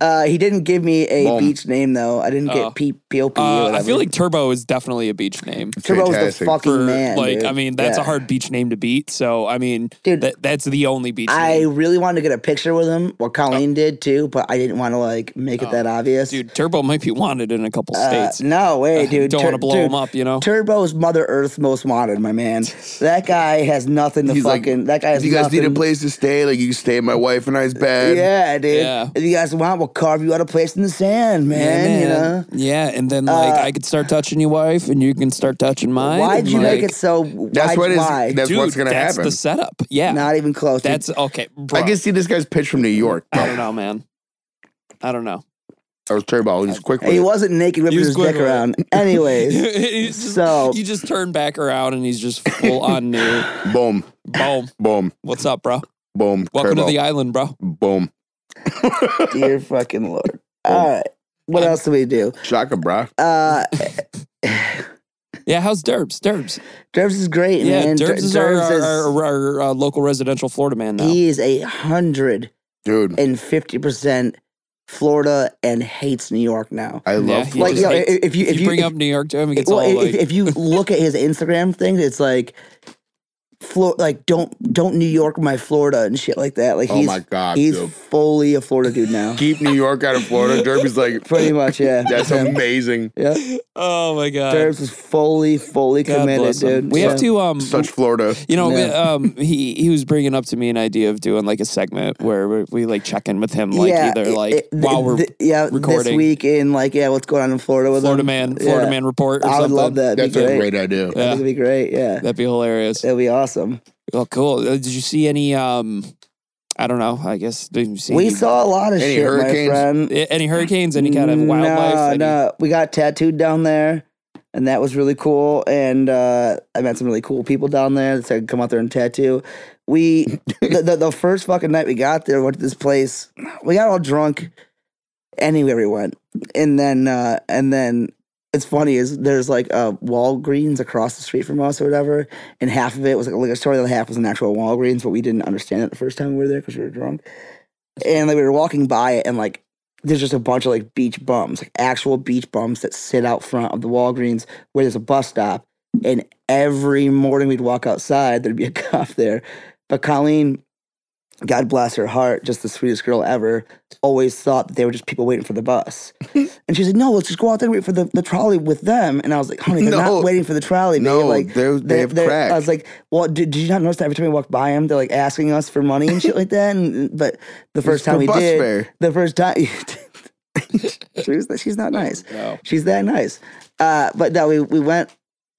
[SPEAKER 2] uh, he didn't give me a
[SPEAKER 3] Boom.
[SPEAKER 2] beach name though. I didn't
[SPEAKER 1] Oh.
[SPEAKER 2] get P P O P. E or
[SPEAKER 1] Uh, I
[SPEAKER 2] whatever.
[SPEAKER 1] feel like Turbo is definitely a beach name.
[SPEAKER 2] Turbo's the
[SPEAKER 3] Fantastic.
[SPEAKER 2] fucking
[SPEAKER 1] For
[SPEAKER 2] man.
[SPEAKER 1] like,
[SPEAKER 2] dude.
[SPEAKER 1] I mean, that's
[SPEAKER 2] Yeah.
[SPEAKER 1] a hard beach name to beat. So I mean,
[SPEAKER 2] Dude.
[SPEAKER 1] that, that's the only beach.
[SPEAKER 2] I
[SPEAKER 1] name.
[SPEAKER 2] really wanted to get a picture with him. Well, Colleen did too, but I didn't want to like make it
[SPEAKER 1] Oh,
[SPEAKER 2] that obvious.
[SPEAKER 1] dude, Turbo might be wanted in a couple
[SPEAKER 2] Uh,
[SPEAKER 1] states. *laughs*
[SPEAKER 2] no way, dude.
[SPEAKER 1] Don't
[SPEAKER 2] Tur-
[SPEAKER 1] want to blow
[SPEAKER 2] dude,
[SPEAKER 1] him up, you know.
[SPEAKER 2] Turbo's Mother Earth most wanted,
[SPEAKER 1] *laughs*
[SPEAKER 2] my man. That guy has nothing to
[SPEAKER 3] He's like,
[SPEAKER 2] fucking. that guy has
[SPEAKER 3] If you guys
[SPEAKER 2] nothing. Uh,
[SPEAKER 3] need a place to stay, like you can stay in my wife and I's bed.
[SPEAKER 2] Yeah, dude.
[SPEAKER 1] Yeah.
[SPEAKER 2] If you guys want, we'll carve you out a place in the sand, man. You know.
[SPEAKER 1] Yeah, and then like
[SPEAKER 2] Uh,
[SPEAKER 1] I could start touching your wife, and you can start touching mine.
[SPEAKER 2] Why'd
[SPEAKER 1] and,
[SPEAKER 2] you make
[SPEAKER 1] like-
[SPEAKER 2] it so? Why'd,
[SPEAKER 3] That's what is-
[SPEAKER 2] why?
[SPEAKER 3] that's
[SPEAKER 1] Dude,
[SPEAKER 3] what's gonna
[SPEAKER 1] that's
[SPEAKER 3] happen.
[SPEAKER 1] the setup. Yeah,
[SPEAKER 2] Not even close. dude.
[SPEAKER 1] that's okay. Bro,
[SPEAKER 3] I can see this guy's pitch from
[SPEAKER 2] *laughs*
[SPEAKER 3] New York.
[SPEAKER 1] I don't know, man. I don't know. *laughs*
[SPEAKER 3] Or Turbo, he's quick. With
[SPEAKER 2] he
[SPEAKER 3] it.
[SPEAKER 2] wasn't naked ripping
[SPEAKER 1] Use
[SPEAKER 2] his dick
[SPEAKER 1] Squidward. *laughs*
[SPEAKER 2] around. Anyways,
[SPEAKER 1] He's just-
[SPEAKER 2] So-
[SPEAKER 1] you just turn back around, and he's just full on
[SPEAKER 2] *laughs*
[SPEAKER 1] new.
[SPEAKER 3] Boom,
[SPEAKER 1] Boom.
[SPEAKER 3] boom,
[SPEAKER 1] What's up, bro?
[SPEAKER 3] boom.
[SPEAKER 1] Welcome
[SPEAKER 3] turbo.
[SPEAKER 1] to the island, bro.
[SPEAKER 3] boom.
[SPEAKER 2] dear fucking lord. All right. What else do we do?
[SPEAKER 3] Shaka, brah.
[SPEAKER 1] *laughs*
[SPEAKER 2] Uh,
[SPEAKER 1] Yeah, how's Derbs? Derbs.
[SPEAKER 2] Dervs is great,
[SPEAKER 1] Yeah,
[SPEAKER 2] man.
[SPEAKER 1] Derbs,
[SPEAKER 2] Der-
[SPEAKER 1] is our,
[SPEAKER 2] Dervs
[SPEAKER 1] our,
[SPEAKER 2] is-
[SPEAKER 1] our, our, uh, local residential Florida man now.
[SPEAKER 2] He is a hundred
[SPEAKER 3] Dude,
[SPEAKER 2] and fifty percent Florida and hates New York now.
[SPEAKER 3] I love
[SPEAKER 1] he
[SPEAKER 2] Like,
[SPEAKER 1] just
[SPEAKER 2] you know,
[SPEAKER 1] hates-
[SPEAKER 2] if you if
[SPEAKER 1] you
[SPEAKER 2] you,
[SPEAKER 1] bring
[SPEAKER 2] if,
[SPEAKER 1] up New York to him, he gets
[SPEAKER 2] well,
[SPEAKER 1] all
[SPEAKER 2] if,
[SPEAKER 1] like,
[SPEAKER 2] if you look at his Instagram thing, it's like, Flor- like don't don't New York my Florida and shit like that. Like
[SPEAKER 3] Oh
[SPEAKER 2] he's
[SPEAKER 3] my god,
[SPEAKER 2] he's
[SPEAKER 3] dude.
[SPEAKER 2] fully a Florida dude
[SPEAKER 1] *laughs*
[SPEAKER 2] now.
[SPEAKER 3] Keep New York out of Florida.
[SPEAKER 2] *laughs*
[SPEAKER 3] Derby's like,
[SPEAKER 2] Pretty much, yeah.
[SPEAKER 1] *laughs*
[SPEAKER 3] that's
[SPEAKER 2] him.
[SPEAKER 3] amazing.
[SPEAKER 2] Yeah,
[SPEAKER 1] oh my god,
[SPEAKER 2] Derbs is fully fully
[SPEAKER 1] God
[SPEAKER 2] committed,
[SPEAKER 1] bless him.
[SPEAKER 2] dude.
[SPEAKER 1] We
[SPEAKER 2] Yeah.
[SPEAKER 1] have to um,
[SPEAKER 3] Such Florida.
[SPEAKER 1] you know, we-
[SPEAKER 2] Yeah.
[SPEAKER 1] um, he he was bringing up to me an idea of doing like a segment where we, we like check in with him, *laughs* like either
[SPEAKER 2] it-
[SPEAKER 1] like
[SPEAKER 2] it-
[SPEAKER 1] while we're
[SPEAKER 2] th- yeah, this
[SPEAKER 1] recording.
[SPEAKER 2] week in like yeah, what's going on in Florida with
[SPEAKER 1] Florida
[SPEAKER 2] him.
[SPEAKER 1] man, Florida
[SPEAKER 2] Yeah.
[SPEAKER 1] man report. Or
[SPEAKER 2] I would
[SPEAKER 1] something.
[SPEAKER 2] love that. That'd
[SPEAKER 3] That's
[SPEAKER 2] be
[SPEAKER 3] a
[SPEAKER 2] great.
[SPEAKER 3] great idea.
[SPEAKER 1] Yeah.
[SPEAKER 2] That'd be great. Yeah,
[SPEAKER 1] That'd be hilarious.
[SPEAKER 2] that'd be awesome.
[SPEAKER 1] Oh, cool. Uh, Did you see any? Um, I don't know. I guess did you see
[SPEAKER 2] We
[SPEAKER 1] any,
[SPEAKER 2] saw a lot of
[SPEAKER 3] Any
[SPEAKER 2] shit,
[SPEAKER 3] hurricanes?
[SPEAKER 2] my friend.
[SPEAKER 1] a- any hurricanes, any kind of wildlife.
[SPEAKER 2] No,
[SPEAKER 1] any-
[SPEAKER 2] no. We got tattooed down there, and that was really cool. And uh, I met some really cool people down there that said, "Come out there and tattoo."
[SPEAKER 1] *laughs*
[SPEAKER 2] We the, the, the first fucking night we got there, went to this place. We got all drunk anywhere we went, and then uh, and then. It's funny is there's like a Walgreens across the street from us or whatever, and half of it was like a liquor store, the other half was an actual Walgreens, but we didn't understand it the first time we were there because we were drunk. And like we were walking by it, and like there's just a bunch of like beach bums, like actual beach bums that sit out front of the Walgreens where there's a bus stop. And every morning we'd walk outside, there'd be a *laughs* cop there. But Colleen, God bless her heart, just the sweetest girl ever, always thought that they were just people waiting for the
[SPEAKER 3] *laughs*
[SPEAKER 2] bus. and she's like, no, let's just go out there and wait for the, the trolley with them. And I was like, honey, they're
[SPEAKER 3] No.
[SPEAKER 2] not waiting for the trolley. babe."
[SPEAKER 3] No,
[SPEAKER 2] like,
[SPEAKER 3] they're- they have
[SPEAKER 2] they're-
[SPEAKER 3] crack.
[SPEAKER 2] I was like, well, did, did you not notice that every time we walk by them, they're like asking us for money and shit like that? And, but the first
[SPEAKER 3] for
[SPEAKER 2] time we
[SPEAKER 3] bus
[SPEAKER 2] did,
[SPEAKER 3] fare.
[SPEAKER 2] the first time. *laughs* she was, she's not nice.
[SPEAKER 1] No.
[SPEAKER 2] She's that nice. Uh, but no, we, we went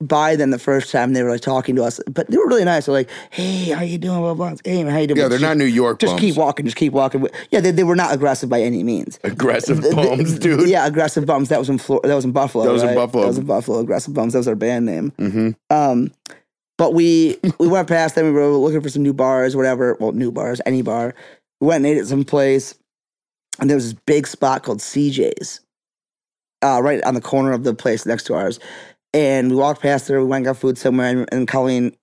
[SPEAKER 2] by them the first time. They were like talking to us, but they were really nice. They're like, hey, how you doing? Blah, blah, blah. Hey, man, how you doing?
[SPEAKER 3] Yeah, they're
[SPEAKER 2] Just-
[SPEAKER 3] not New York
[SPEAKER 2] Just
[SPEAKER 3] bums.
[SPEAKER 2] keep walking. Just keep walking. Yeah, they, they were not aggressive by any means. *laughs*
[SPEAKER 3] aggressive
[SPEAKER 2] Th- th-
[SPEAKER 3] bums, dude.
[SPEAKER 2] Yeah, aggressive bums. That was in Florida. That was in Buffalo.
[SPEAKER 3] That was in
[SPEAKER 2] right?
[SPEAKER 3] Buffalo.
[SPEAKER 2] That was in Buffalo. Aggressive bums. That was our band name.
[SPEAKER 3] hmm
[SPEAKER 2] Um, but we we went past them. We were looking for some new bars, whatever. Well, new bars, any bar. We went and ate at some place, and there was this big spot called CJ's, uh, right on the corner of the place next to ours. And we walked past there. We went and got food somewhere, and, and Colleen,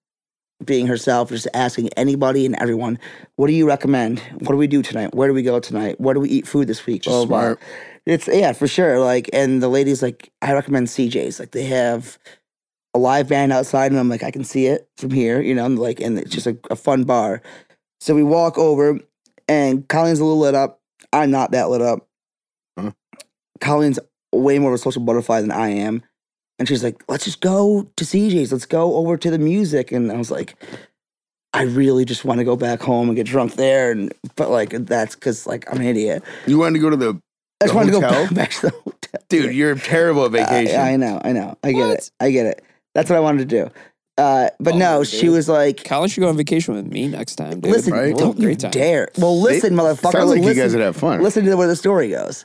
[SPEAKER 2] being herself, was just asking anybody and everyone, "What do you recommend? What do we do tonight? Where do we go tonight? Where do we eat food this week?"
[SPEAKER 3] She's
[SPEAKER 2] Blah, blah, blah.
[SPEAKER 3] smart.
[SPEAKER 2] It's yeah, for sure. Like, and the lady's like, I recommend CJ's. Like, they have a live band outside, and I'm like, I can see it from here, you know. And like, and it's just a, a fun bar. So we walk over, and Colleen's a little lit up. I'm not that lit up.
[SPEAKER 3] Huh.
[SPEAKER 2] Colleen's way more of a social butterfly than I am, and she's like, Let's just go to CJ's. Let's go over to the music. And I was like, I really just want to go back home and get drunk there. And but like, that's because like I'm an idiot.
[SPEAKER 3] You wanted to go to the
[SPEAKER 2] I just
[SPEAKER 3] The
[SPEAKER 2] wanted to
[SPEAKER 3] hotel?
[SPEAKER 2] go *laughs* back to the hotel. Uh,
[SPEAKER 3] dude. You're terrible at vacation.
[SPEAKER 2] I, I know, I know. I get
[SPEAKER 1] What?
[SPEAKER 2] it. I get it. That's what I wanted to do. Uh, but
[SPEAKER 1] Oh,
[SPEAKER 2] no,
[SPEAKER 1] dude.
[SPEAKER 2] she was like,
[SPEAKER 1] Colin should go on vacation with me next time. Dude.
[SPEAKER 2] listen,
[SPEAKER 3] right?
[SPEAKER 1] We'll have
[SPEAKER 2] don't
[SPEAKER 1] a
[SPEAKER 2] you
[SPEAKER 1] great time.
[SPEAKER 2] dare. Well, listen, motherfucker.
[SPEAKER 3] Sounds like
[SPEAKER 2] listen,
[SPEAKER 3] you guys would have fun.
[SPEAKER 2] listen to where the story goes.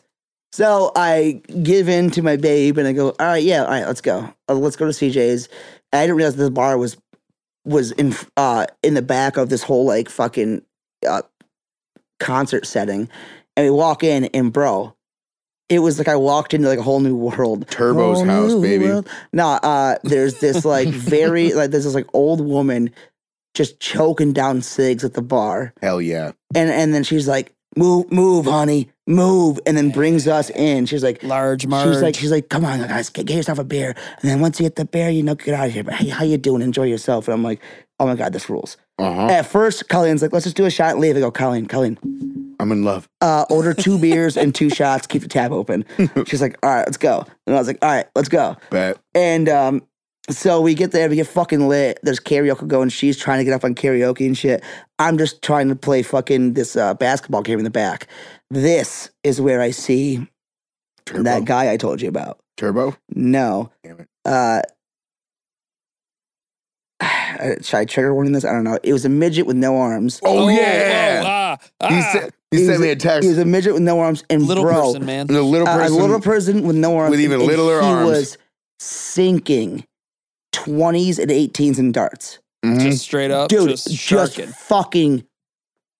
[SPEAKER 2] So I give in to my babe and I go, all right, yeah, all right, let's go. Uh, let's go to CJ's. I didn't realize the bar was was in uh, in the back of this whole like fucking uh, concert setting. And we walk in and bro, it was like I walked into like a whole new world.
[SPEAKER 3] Turbo's
[SPEAKER 2] Whole
[SPEAKER 3] house,
[SPEAKER 2] new
[SPEAKER 3] baby.
[SPEAKER 2] world. No, uh, there's this like very like there's this like old woman just choking down cigs at the bar
[SPEAKER 3] Hell yeah.
[SPEAKER 2] and and then she's like, "Move, move, honey, move," and then brings us in. She's like,
[SPEAKER 1] Large Marge.
[SPEAKER 2] she's like, she's like, "Come on, guys, get, get yourself a beer." And then once you get the beer, you know, get out of here. But hey, how you doing? Enjoy yourself. And I'm like, "Oh my god, this rules."
[SPEAKER 3] Uh huh.
[SPEAKER 2] At first, Colleen's like, "Let's just do a shot and leave." I go, "Colleen, Colleen,
[SPEAKER 3] I'm in love. *laughs*
[SPEAKER 2] uh, order two beers and two shots. Keep the tab open." She's like, "All right, let's go." And I was like, "All right, let's go."
[SPEAKER 3] Bet.
[SPEAKER 2] And um, so we get there, we get fucking lit. There's karaoke going. She's trying to get up on karaoke and shit. I'm just trying to play fucking this uh, basketball game in the back. This is where I see
[SPEAKER 3] Turbo.
[SPEAKER 2] that guy I told you about.
[SPEAKER 3] Turbo.
[SPEAKER 2] No.
[SPEAKER 3] Damn it.
[SPEAKER 2] Uh, *sighs* should I trigger warning this? I don't know. It was a midget with no arms.
[SPEAKER 3] Oh,
[SPEAKER 1] oh
[SPEAKER 3] yeah.
[SPEAKER 1] oh, ah,
[SPEAKER 3] He
[SPEAKER 1] ah.
[SPEAKER 3] sent, he
[SPEAKER 2] He
[SPEAKER 3] sent
[SPEAKER 2] was
[SPEAKER 3] me a
[SPEAKER 2] He
[SPEAKER 3] text.
[SPEAKER 2] was a midget with no arms and
[SPEAKER 1] little
[SPEAKER 2] bro,
[SPEAKER 1] person, man.
[SPEAKER 3] the little
[SPEAKER 2] a-
[SPEAKER 3] person.
[SPEAKER 2] a little person with no arms
[SPEAKER 3] with even
[SPEAKER 2] and
[SPEAKER 3] littler
[SPEAKER 2] he
[SPEAKER 3] arms.
[SPEAKER 2] was sinking 20s and 18s in darts *laughs*
[SPEAKER 3] Mhm.
[SPEAKER 1] Just straight up,
[SPEAKER 2] hmm. dude
[SPEAKER 1] just
[SPEAKER 2] just,
[SPEAKER 1] sharking.
[SPEAKER 2] fucking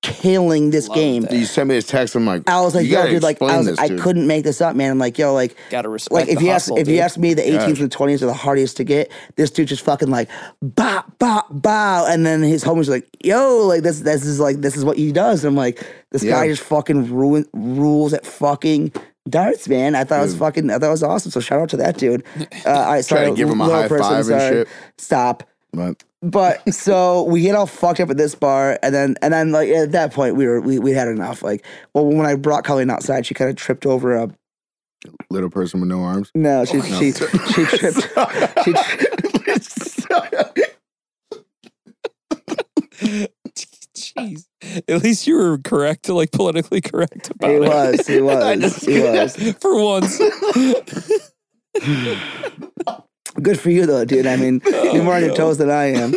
[SPEAKER 2] killing this
[SPEAKER 1] Love
[SPEAKER 2] game.
[SPEAKER 1] that.
[SPEAKER 3] You sent me a text. I'm like,
[SPEAKER 2] I was like,
[SPEAKER 3] you
[SPEAKER 2] yo,
[SPEAKER 3] gotta
[SPEAKER 2] dude, like I
[SPEAKER 3] explain
[SPEAKER 2] was,
[SPEAKER 3] this,
[SPEAKER 2] I
[SPEAKER 3] dude.
[SPEAKER 2] couldn't make this up, man. I'm like, yo, like,
[SPEAKER 1] Gotta respect.
[SPEAKER 2] like if
[SPEAKER 1] the
[SPEAKER 2] you ask,
[SPEAKER 1] hustle,
[SPEAKER 2] if you
[SPEAKER 1] dude.
[SPEAKER 2] ask me, the 18th
[SPEAKER 3] Yeah.
[SPEAKER 2] and 20th are the hardest to get. This dude just fucking like, bop, bop, bow, and then his homies are like, yo, like this, this is like, this is what he does. And I'm like, this guy
[SPEAKER 3] Yeah.
[SPEAKER 2] just fucking ruin rules at fucking darts, man. I thought it was
[SPEAKER 3] Dude.
[SPEAKER 2] fucking, I thought it was awesome. So shout out to
[SPEAKER 1] *laughs*
[SPEAKER 2] that dude. Uh, all right, sorry,
[SPEAKER 3] Try to give him a
[SPEAKER 2] little
[SPEAKER 3] high five and shit.
[SPEAKER 2] Stop.
[SPEAKER 3] But
[SPEAKER 2] But so we get all fucked up at this bar, and then and then like at that point we were we we had enough. Like, well, when I brought Colleen outside, she kind of tripped over a
[SPEAKER 3] little person with no arms.
[SPEAKER 2] no, she
[SPEAKER 3] Oh, No. *laughs*
[SPEAKER 2] she she tripped. she tri-
[SPEAKER 1] *laughs*
[SPEAKER 3] *laughs*
[SPEAKER 1] Jeez. At least you were correct to like politically correct about
[SPEAKER 2] He
[SPEAKER 1] it. *laughs*
[SPEAKER 2] was, he was, he was.
[SPEAKER 1] For
[SPEAKER 2] *laughs*
[SPEAKER 1] once.
[SPEAKER 2] Good for you though, dude.
[SPEAKER 1] *laughs*
[SPEAKER 2] I mean, you're more on your
[SPEAKER 1] Oh, no.
[SPEAKER 2] toes than
[SPEAKER 1] *laughs*
[SPEAKER 2] I am.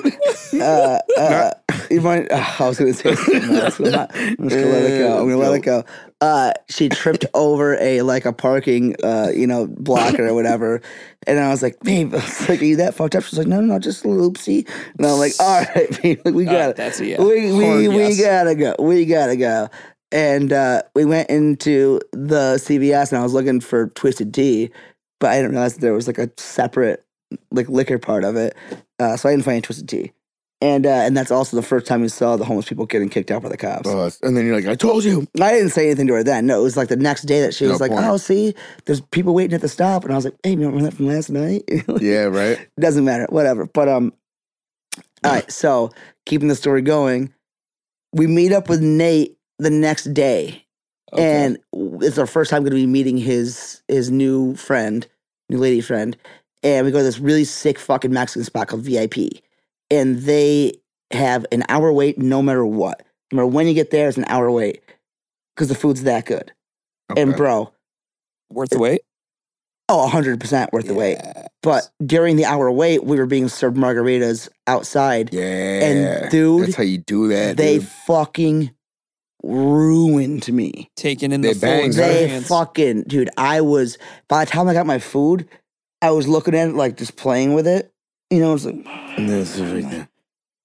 [SPEAKER 2] Uh, uh, you're more, uh, *laughs* I was gonna say something else. I'm, not, I'm just gonna let it go. I'm gonna let it go. Uh, she tripped over a like a parking, uh, you know, blocker or whatever, and I was like, babe, I was like, are you that fucked up? She's like, no, no, no, just a little oopsie. And I'm like, all right, *laughs* babe, like, we
[SPEAKER 1] All right,
[SPEAKER 2] got it.
[SPEAKER 1] that's a yeah.
[SPEAKER 2] We
[SPEAKER 1] Hard
[SPEAKER 2] we, we
[SPEAKER 1] yes.
[SPEAKER 2] gotta go. We gotta go. And uh, we went into the CVS, and I was looking for Twisted Tea, but I didn't realize that there was like a separate like liquor part of it. Uh, so I didn't find any Twisted Tea, and uh, and that's also the first time we saw the homeless people getting kicked out by the cops.
[SPEAKER 3] Oh, and then you're like, I told you.
[SPEAKER 2] I didn't say anything to her then. No, it was like the next day that she
[SPEAKER 3] No
[SPEAKER 2] was like,
[SPEAKER 3] point.
[SPEAKER 2] "Oh, see, there's people waiting at the stop," and I was like, "Hey, you remember that from last night?" *laughs*
[SPEAKER 3] Yeah, right.
[SPEAKER 2] doesn't matter, whatever. But um, all right. So keeping the story going, we meet up with Nate the next day,
[SPEAKER 1] Okay.
[SPEAKER 2] and it's our first time going to be meeting his his new friend, new lady friend, and we go to this really sick fucking Mexican spot called VIP, and they have an hour wait no matter what, no matter when you get there, it's an hour wait because the food's that good. *laughs* And
[SPEAKER 3] Okay.
[SPEAKER 2] bro,
[SPEAKER 1] worth the wait.
[SPEAKER 2] oh, hundred percent worth the wait.
[SPEAKER 1] Yeah.
[SPEAKER 2] But during the hour wait, we were being served margaritas outside.
[SPEAKER 3] yeah,
[SPEAKER 2] And dude,
[SPEAKER 3] that's how you do that.
[SPEAKER 2] they
[SPEAKER 3] dude.
[SPEAKER 2] fucking ruined me.
[SPEAKER 1] Taking in
[SPEAKER 3] They
[SPEAKER 1] the full
[SPEAKER 3] banged, huh?
[SPEAKER 2] They
[SPEAKER 1] experience.
[SPEAKER 2] fucking, dude, I was, by the time I got my food, I was looking at it like just playing with it. You know, it's like,
[SPEAKER 3] And this is right there.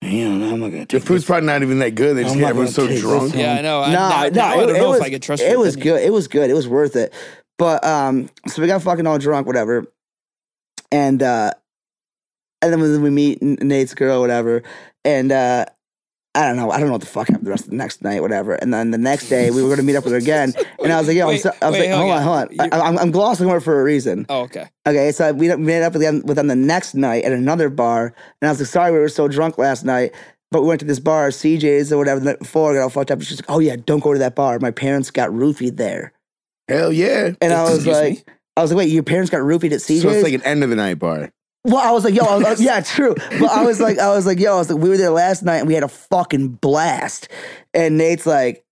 [SPEAKER 2] yeah, I'm not gonna
[SPEAKER 3] The
[SPEAKER 2] take
[SPEAKER 3] food's
[SPEAKER 2] this.
[SPEAKER 3] probably not even that good. They just
[SPEAKER 2] I'm
[SPEAKER 3] get
[SPEAKER 2] not
[SPEAKER 3] everyone
[SPEAKER 2] gonna
[SPEAKER 3] so
[SPEAKER 2] take this
[SPEAKER 3] drunk.
[SPEAKER 2] fucking-
[SPEAKER 1] Yeah, I know. I,
[SPEAKER 2] No,
[SPEAKER 1] now,
[SPEAKER 2] no,
[SPEAKER 1] now I
[SPEAKER 2] it-
[SPEAKER 1] don't
[SPEAKER 2] it
[SPEAKER 1] know
[SPEAKER 2] was-
[SPEAKER 1] if I could trust
[SPEAKER 2] It
[SPEAKER 1] you with
[SPEAKER 2] was
[SPEAKER 1] any-
[SPEAKER 2] good. It was good. It was worth it. But um, so we got fucking all drunk, whatever. And uh, and then when we meet N- Nate's girl, whatever. And uh, I don't know. I don't know what the fuck happened the rest of the next night, whatever. And then the next day we were gonna meet up with
[SPEAKER 1] *laughs*
[SPEAKER 2] her again. And I was like, yo, I'm,
[SPEAKER 1] Wait,
[SPEAKER 2] so, I was
[SPEAKER 1] wait,
[SPEAKER 2] like, hold on, hold on.
[SPEAKER 1] You-
[SPEAKER 2] I, I'm, I'm glossing over it for a reason.
[SPEAKER 1] Oh, okay.
[SPEAKER 2] Okay, so we met up with them, with them the next night at another bar, and I was like, sorry, we were so drunk last night. But we went to this bar, CJ's or whatever, the night before, got all fucked up. And she's like, oh yeah, don't go to that bar. My parents got roofied there.
[SPEAKER 3] Hell yeah.
[SPEAKER 2] And I was
[SPEAKER 1] Excuse
[SPEAKER 2] like,
[SPEAKER 1] me?
[SPEAKER 2] I was like, wait, your parents got roofied at CJ's?
[SPEAKER 3] So it's like an end of the night bar.
[SPEAKER 2] Well, I was like, yo, I was, yeah, true. But I was like, I was like, yo, I was like, we were there last night and we had a fucking blast. And Nate's like,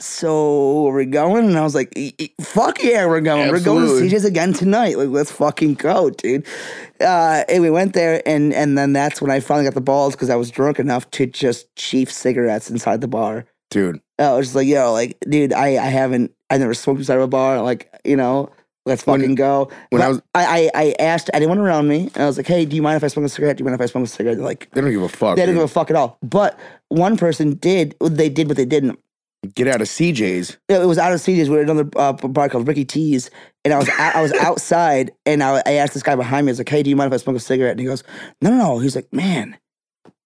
[SPEAKER 2] so are we going? And I was like, "E- e- fuck yeah, we're going. We're going
[SPEAKER 3] Absolutely.
[SPEAKER 2] to CJ's again tonight. Like, let's fucking go, dude. Uh, and we went there, and and then that's when I finally got the balls because I was drunk enough to just chief cigarettes inside the bar.
[SPEAKER 3] Dude,
[SPEAKER 2] I was just like, yo, like, dude, I, I haven't, I never smoked inside of a bar. Like, you know, let's
[SPEAKER 3] When-
[SPEAKER 2] fucking go.
[SPEAKER 3] when I
[SPEAKER 2] But
[SPEAKER 3] was-
[SPEAKER 2] I, I, I asked anyone around me, and I was like, hey, do you mind if I smoke a cigarette? Do you mind if I smoke a cigarette? They're Like,
[SPEAKER 3] they don't give a fuck.
[SPEAKER 2] they didn't
[SPEAKER 3] dude.
[SPEAKER 2] give a fuck at all. But one person did, they did what they didn't.
[SPEAKER 3] Get out of CJ's.
[SPEAKER 2] It was out of CDs. We were at another uh, bar called Ricky T's, and I was out, I
[SPEAKER 3] *laughs*
[SPEAKER 2] was outside, and I, I asked this guy behind me, I was like, "Hey, do you mind if I smoke a cigarette?" And he goes, "No, no, no." He's like, "Man,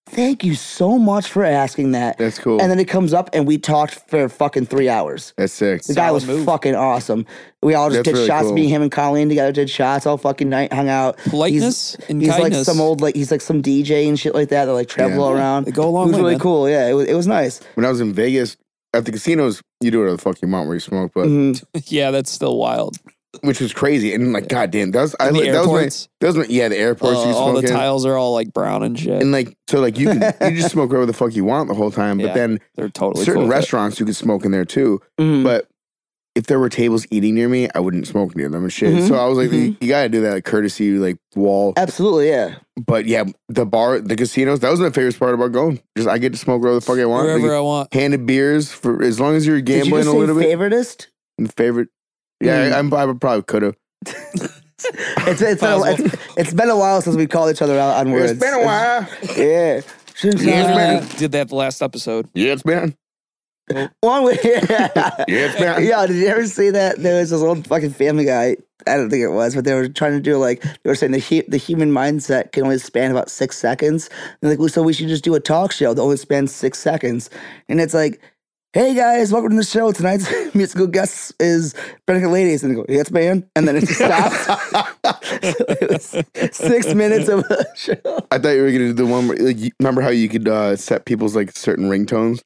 [SPEAKER 2] thank you so much for asking that."
[SPEAKER 3] That's cool.
[SPEAKER 2] And then he comes up, and we talked for fucking three hours.
[SPEAKER 3] That's sick.
[SPEAKER 2] The guy
[SPEAKER 1] Solid
[SPEAKER 2] was
[SPEAKER 1] move.
[SPEAKER 2] fucking awesome. We all just
[SPEAKER 3] That's
[SPEAKER 2] did
[SPEAKER 3] really
[SPEAKER 2] shots.
[SPEAKER 3] cool.
[SPEAKER 2] Me, him, and Colleen together did shots all fucking night. Hung out.
[SPEAKER 1] Politeness and
[SPEAKER 2] He's
[SPEAKER 1] kindness.
[SPEAKER 2] like some old like he's like some DJ and shit like that. That like travel
[SPEAKER 3] Yeah.
[SPEAKER 2] all around.
[SPEAKER 1] They go a
[SPEAKER 2] it
[SPEAKER 1] long
[SPEAKER 2] was
[SPEAKER 1] way,
[SPEAKER 2] really
[SPEAKER 1] man.
[SPEAKER 2] cool. Yeah, it was. It was nice.
[SPEAKER 3] When I was in Vegas, at the casinos, you do whatever the fuck you want where you smoke,
[SPEAKER 1] Mm.
[SPEAKER 3] but
[SPEAKER 2] Mhm.
[SPEAKER 1] *laughs* yeah, that's still wild.
[SPEAKER 3] which was crazy. And like, goddamn, that was I,
[SPEAKER 1] And the
[SPEAKER 3] that was my,
[SPEAKER 1] airports.
[SPEAKER 3] that was my, yeah, the airports
[SPEAKER 1] Uh,
[SPEAKER 3] you
[SPEAKER 1] all
[SPEAKER 3] smoke
[SPEAKER 1] the
[SPEAKER 3] in.
[SPEAKER 1] tiles are all like brown and shit.
[SPEAKER 3] And like, so like you can
[SPEAKER 1] *laughs*
[SPEAKER 3] you just smoke wherever the fuck you want the whole time.
[SPEAKER 1] Yeah.
[SPEAKER 3] But then
[SPEAKER 1] They're totally Mm.
[SPEAKER 3] certain
[SPEAKER 1] cool with it.
[SPEAKER 3] restaurants you could smoke in there too.
[SPEAKER 2] Mhm.
[SPEAKER 3] But if there were tables eating near me, I wouldn't smoke near them and shit.
[SPEAKER 2] Mhm.
[SPEAKER 1] Mm-hmm,
[SPEAKER 3] So I was like,
[SPEAKER 2] Mhm.
[SPEAKER 3] you gotta do that courtesy like wall.
[SPEAKER 2] Absolutely. Yeah.
[SPEAKER 3] But yeah, the bar, the casinos, that was my favorite part about going. Just I get to smoke wherever the fuck I want. They
[SPEAKER 1] Wherever
[SPEAKER 3] get
[SPEAKER 1] I want.
[SPEAKER 3] handed beers for as long as you're
[SPEAKER 2] Did you
[SPEAKER 3] gambling
[SPEAKER 2] just
[SPEAKER 3] a
[SPEAKER 2] say
[SPEAKER 3] little bit.
[SPEAKER 2] favoritist?
[SPEAKER 3] And favorite. Yeah,
[SPEAKER 2] Mm.
[SPEAKER 3] I, I'm, I probably could have.
[SPEAKER 2] It's it's been, a, it's, it's been a while since we called each other out on words.
[SPEAKER 3] while.
[SPEAKER 2] Yeah. Since,
[SPEAKER 1] Yeah,
[SPEAKER 2] uh,
[SPEAKER 3] man.
[SPEAKER 1] we did that last episode.
[SPEAKER 3] Yeah, it's been.
[SPEAKER 2] One way. *laughs*
[SPEAKER 3] Yes, ma'am.
[SPEAKER 2] Yo, did you ever see that? There was this old fucking Family Guy. I don't think it was, but they were trying to do like they were saying the hu- the human mindset can only span about six seconds. And like, well, so we should just do a talk show that only spans six seconds. And it's like, hey guys, welcome to the show. Tonight's *laughs* musical guest is Benedict Ladies, and they go, yes, man. And then it just stops. so *laughs* it was six minutes of a *laughs* show.
[SPEAKER 3] I thought you were gonna do the one where, like, you- remember how you could uh, set people's like certain ringtones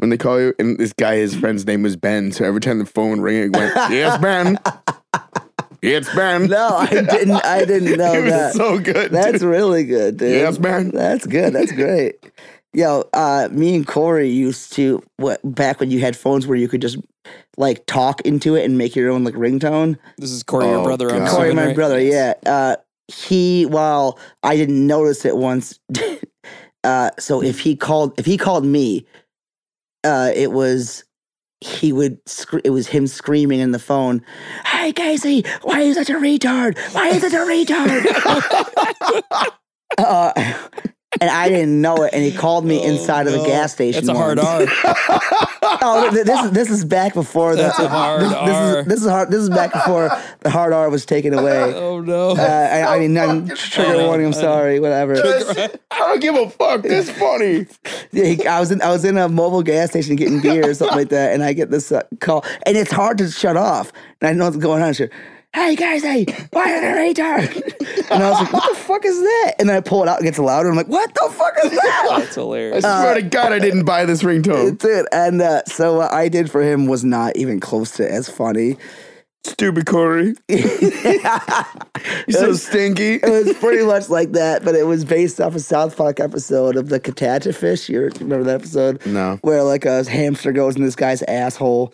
[SPEAKER 3] when they call you, and this guy, his friend's name was Ben, so every time the phone rang,
[SPEAKER 2] *laughs*
[SPEAKER 3] it went, "Yes, Ben, it's Ben."
[SPEAKER 2] No, I didn't. I
[SPEAKER 3] *laughs*
[SPEAKER 2] didn't *laughs* know
[SPEAKER 3] it was
[SPEAKER 2] that.
[SPEAKER 3] so good.
[SPEAKER 2] That's
[SPEAKER 3] dude.
[SPEAKER 2] really good, dude.
[SPEAKER 3] *laughs* Yes, man.
[SPEAKER 2] That's good. That's great. Yo, uh, me and Corey used to what back when you had phones where you could just like talk into it and make your own like ringtone.
[SPEAKER 1] This is Corey, your
[SPEAKER 3] Oh,
[SPEAKER 1] brother. I'm
[SPEAKER 3] God.
[SPEAKER 2] Corey,
[SPEAKER 1] assuming,
[SPEAKER 2] my
[SPEAKER 1] right?
[SPEAKER 2] brother, yeah. Uh, he, while I didn't notice it once, *laughs* uh, so if he called, if he called me, uh, it was he would scr- it was him screaming in the phone, "Hey Casey, why are you such a retard? Why are you such a retard?" *laughs* uh, and I didn't know it, and he called me
[SPEAKER 1] Oh,
[SPEAKER 2] inside of
[SPEAKER 1] no.
[SPEAKER 2] a gas station.
[SPEAKER 1] That's a hard
[SPEAKER 2] once.
[SPEAKER 1] R.
[SPEAKER 2] Oh, th-
[SPEAKER 1] *laughs*
[SPEAKER 2] this is this is back before the-
[SPEAKER 1] That's a hard
[SPEAKER 2] this, this
[SPEAKER 1] R.
[SPEAKER 2] Is, this is hard. This is back before the hard R was taken
[SPEAKER 3] *laughs*
[SPEAKER 2] away.
[SPEAKER 1] *laughs* Oh no.
[SPEAKER 2] Uh, I, I mean, none, trigger
[SPEAKER 1] funny.
[SPEAKER 2] warning. I'm
[SPEAKER 1] I know.
[SPEAKER 2] sorry. Whatever.
[SPEAKER 3] I don't give a fuck. That's funny.
[SPEAKER 2] Yeah, he- I was in I was in a mobile gas station getting beer or something like that, and I get this uh, call, and it's hard to shut off. And I know what's going on. Sure. Hey guys, hey, why are they retard? *laughs* And I was like, what the fuck is that? And then I pull it out, it gets louder. and I'm like, what the fuck is
[SPEAKER 1] *laughs*
[SPEAKER 2] that?
[SPEAKER 1] That's
[SPEAKER 3] I
[SPEAKER 1] hilarious.
[SPEAKER 2] Uh,
[SPEAKER 3] swear to God, I didn't buy this ringtone.
[SPEAKER 2] That's it. And uh, so what I did for him was not even close to as funny.
[SPEAKER 3] Stupid Corey.
[SPEAKER 2] *laughs*
[SPEAKER 3] *laughs* You're so stinky.
[SPEAKER 2] It was pretty much like that, but it was based off a South Park episode of the Katata fish. You remember that episode?
[SPEAKER 3] No.
[SPEAKER 2] Where like a hamster goes in this guy's asshole,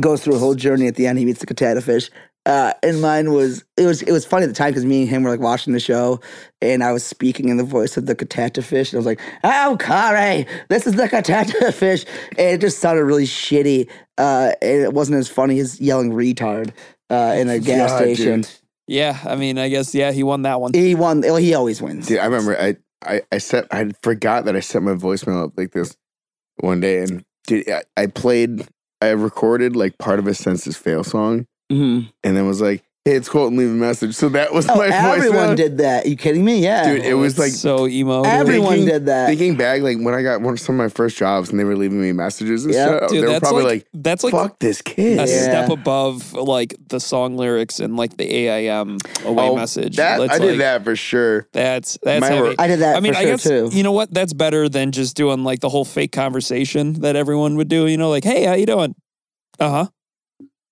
[SPEAKER 2] goes through a whole journey. At the end, he meets the Katata fish. Uh, and mine was it was it was funny at the time because me and him were like watching the show, and I was speaking in the voice of the Katata fish, and I was like, "Oh, Kare, this is the Katata *laughs* fish," and it just sounded really shitty. Uh, and it wasn't as funny as yelling "retard" uh,
[SPEAKER 3] *laughs*
[SPEAKER 2] in a gas
[SPEAKER 3] God, dude.
[SPEAKER 2] station.
[SPEAKER 1] Yeah, I mean, I guess yeah, he won that one.
[SPEAKER 2] He won. well, He always wins.
[SPEAKER 3] Dude, I remember I, I, I set I forgot that I set my voicemail up like this one day and dude, I, I played I recorded like part of a census fail song
[SPEAKER 2] Mm-hmm.
[SPEAKER 3] and then was like, Hey, it's Colton, leave a message. So that was
[SPEAKER 2] Oh,
[SPEAKER 3] my *laughs*
[SPEAKER 2] everyone
[SPEAKER 3] voicemail.
[SPEAKER 2] did that. you kidding me? Yeah.
[SPEAKER 3] Dude, it was
[SPEAKER 1] That's
[SPEAKER 3] like
[SPEAKER 1] so emo. dude.
[SPEAKER 2] everyone
[SPEAKER 3] thinking-
[SPEAKER 2] did that.
[SPEAKER 3] thinking back, like when I got one some of my first jobs and they were leaving me messages and
[SPEAKER 2] Yeah.
[SPEAKER 3] stuff,
[SPEAKER 1] Dude,
[SPEAKER 3] they were
[SPEAKER 1] that's
[SPEAKER 3] probably like,
[SPEAKER 1] like, that's like
[SPEAKER 3] Fuck this kid.
[SPEAKER 1] a
[SPEAKER 2] Yeah.
[SPEAKER 1] step above like the song lyrics and like the AIM away
[SPEAKER 3] Oh,
[SPEAKER 1] message.
[SPEAKER 3] That,
[SPEAKER 1] That's
[SPEAKER 3] I did
[SPEAKER 1] like-
[SPEAKER 3] that for sure.
[SPEAKER 1] That's that's
[SPEAKER 3] Mine
[SPEAKER 1] heavy.
[SPEAKER 3] were-
[SPEAKER 2] I did that
[SPEAKER 1] I mean,
[SPEAKER 2] for
[SPEAKER 1] I
[SPEAKER 2] sure
[SPEAKER 1] guess
[SPEAKER 2] too.
[SPEAKER 1] you know what? That's better than just doing like the whole fake conversation that everyone would do. You know, like, hey, how you doing? Uh huh.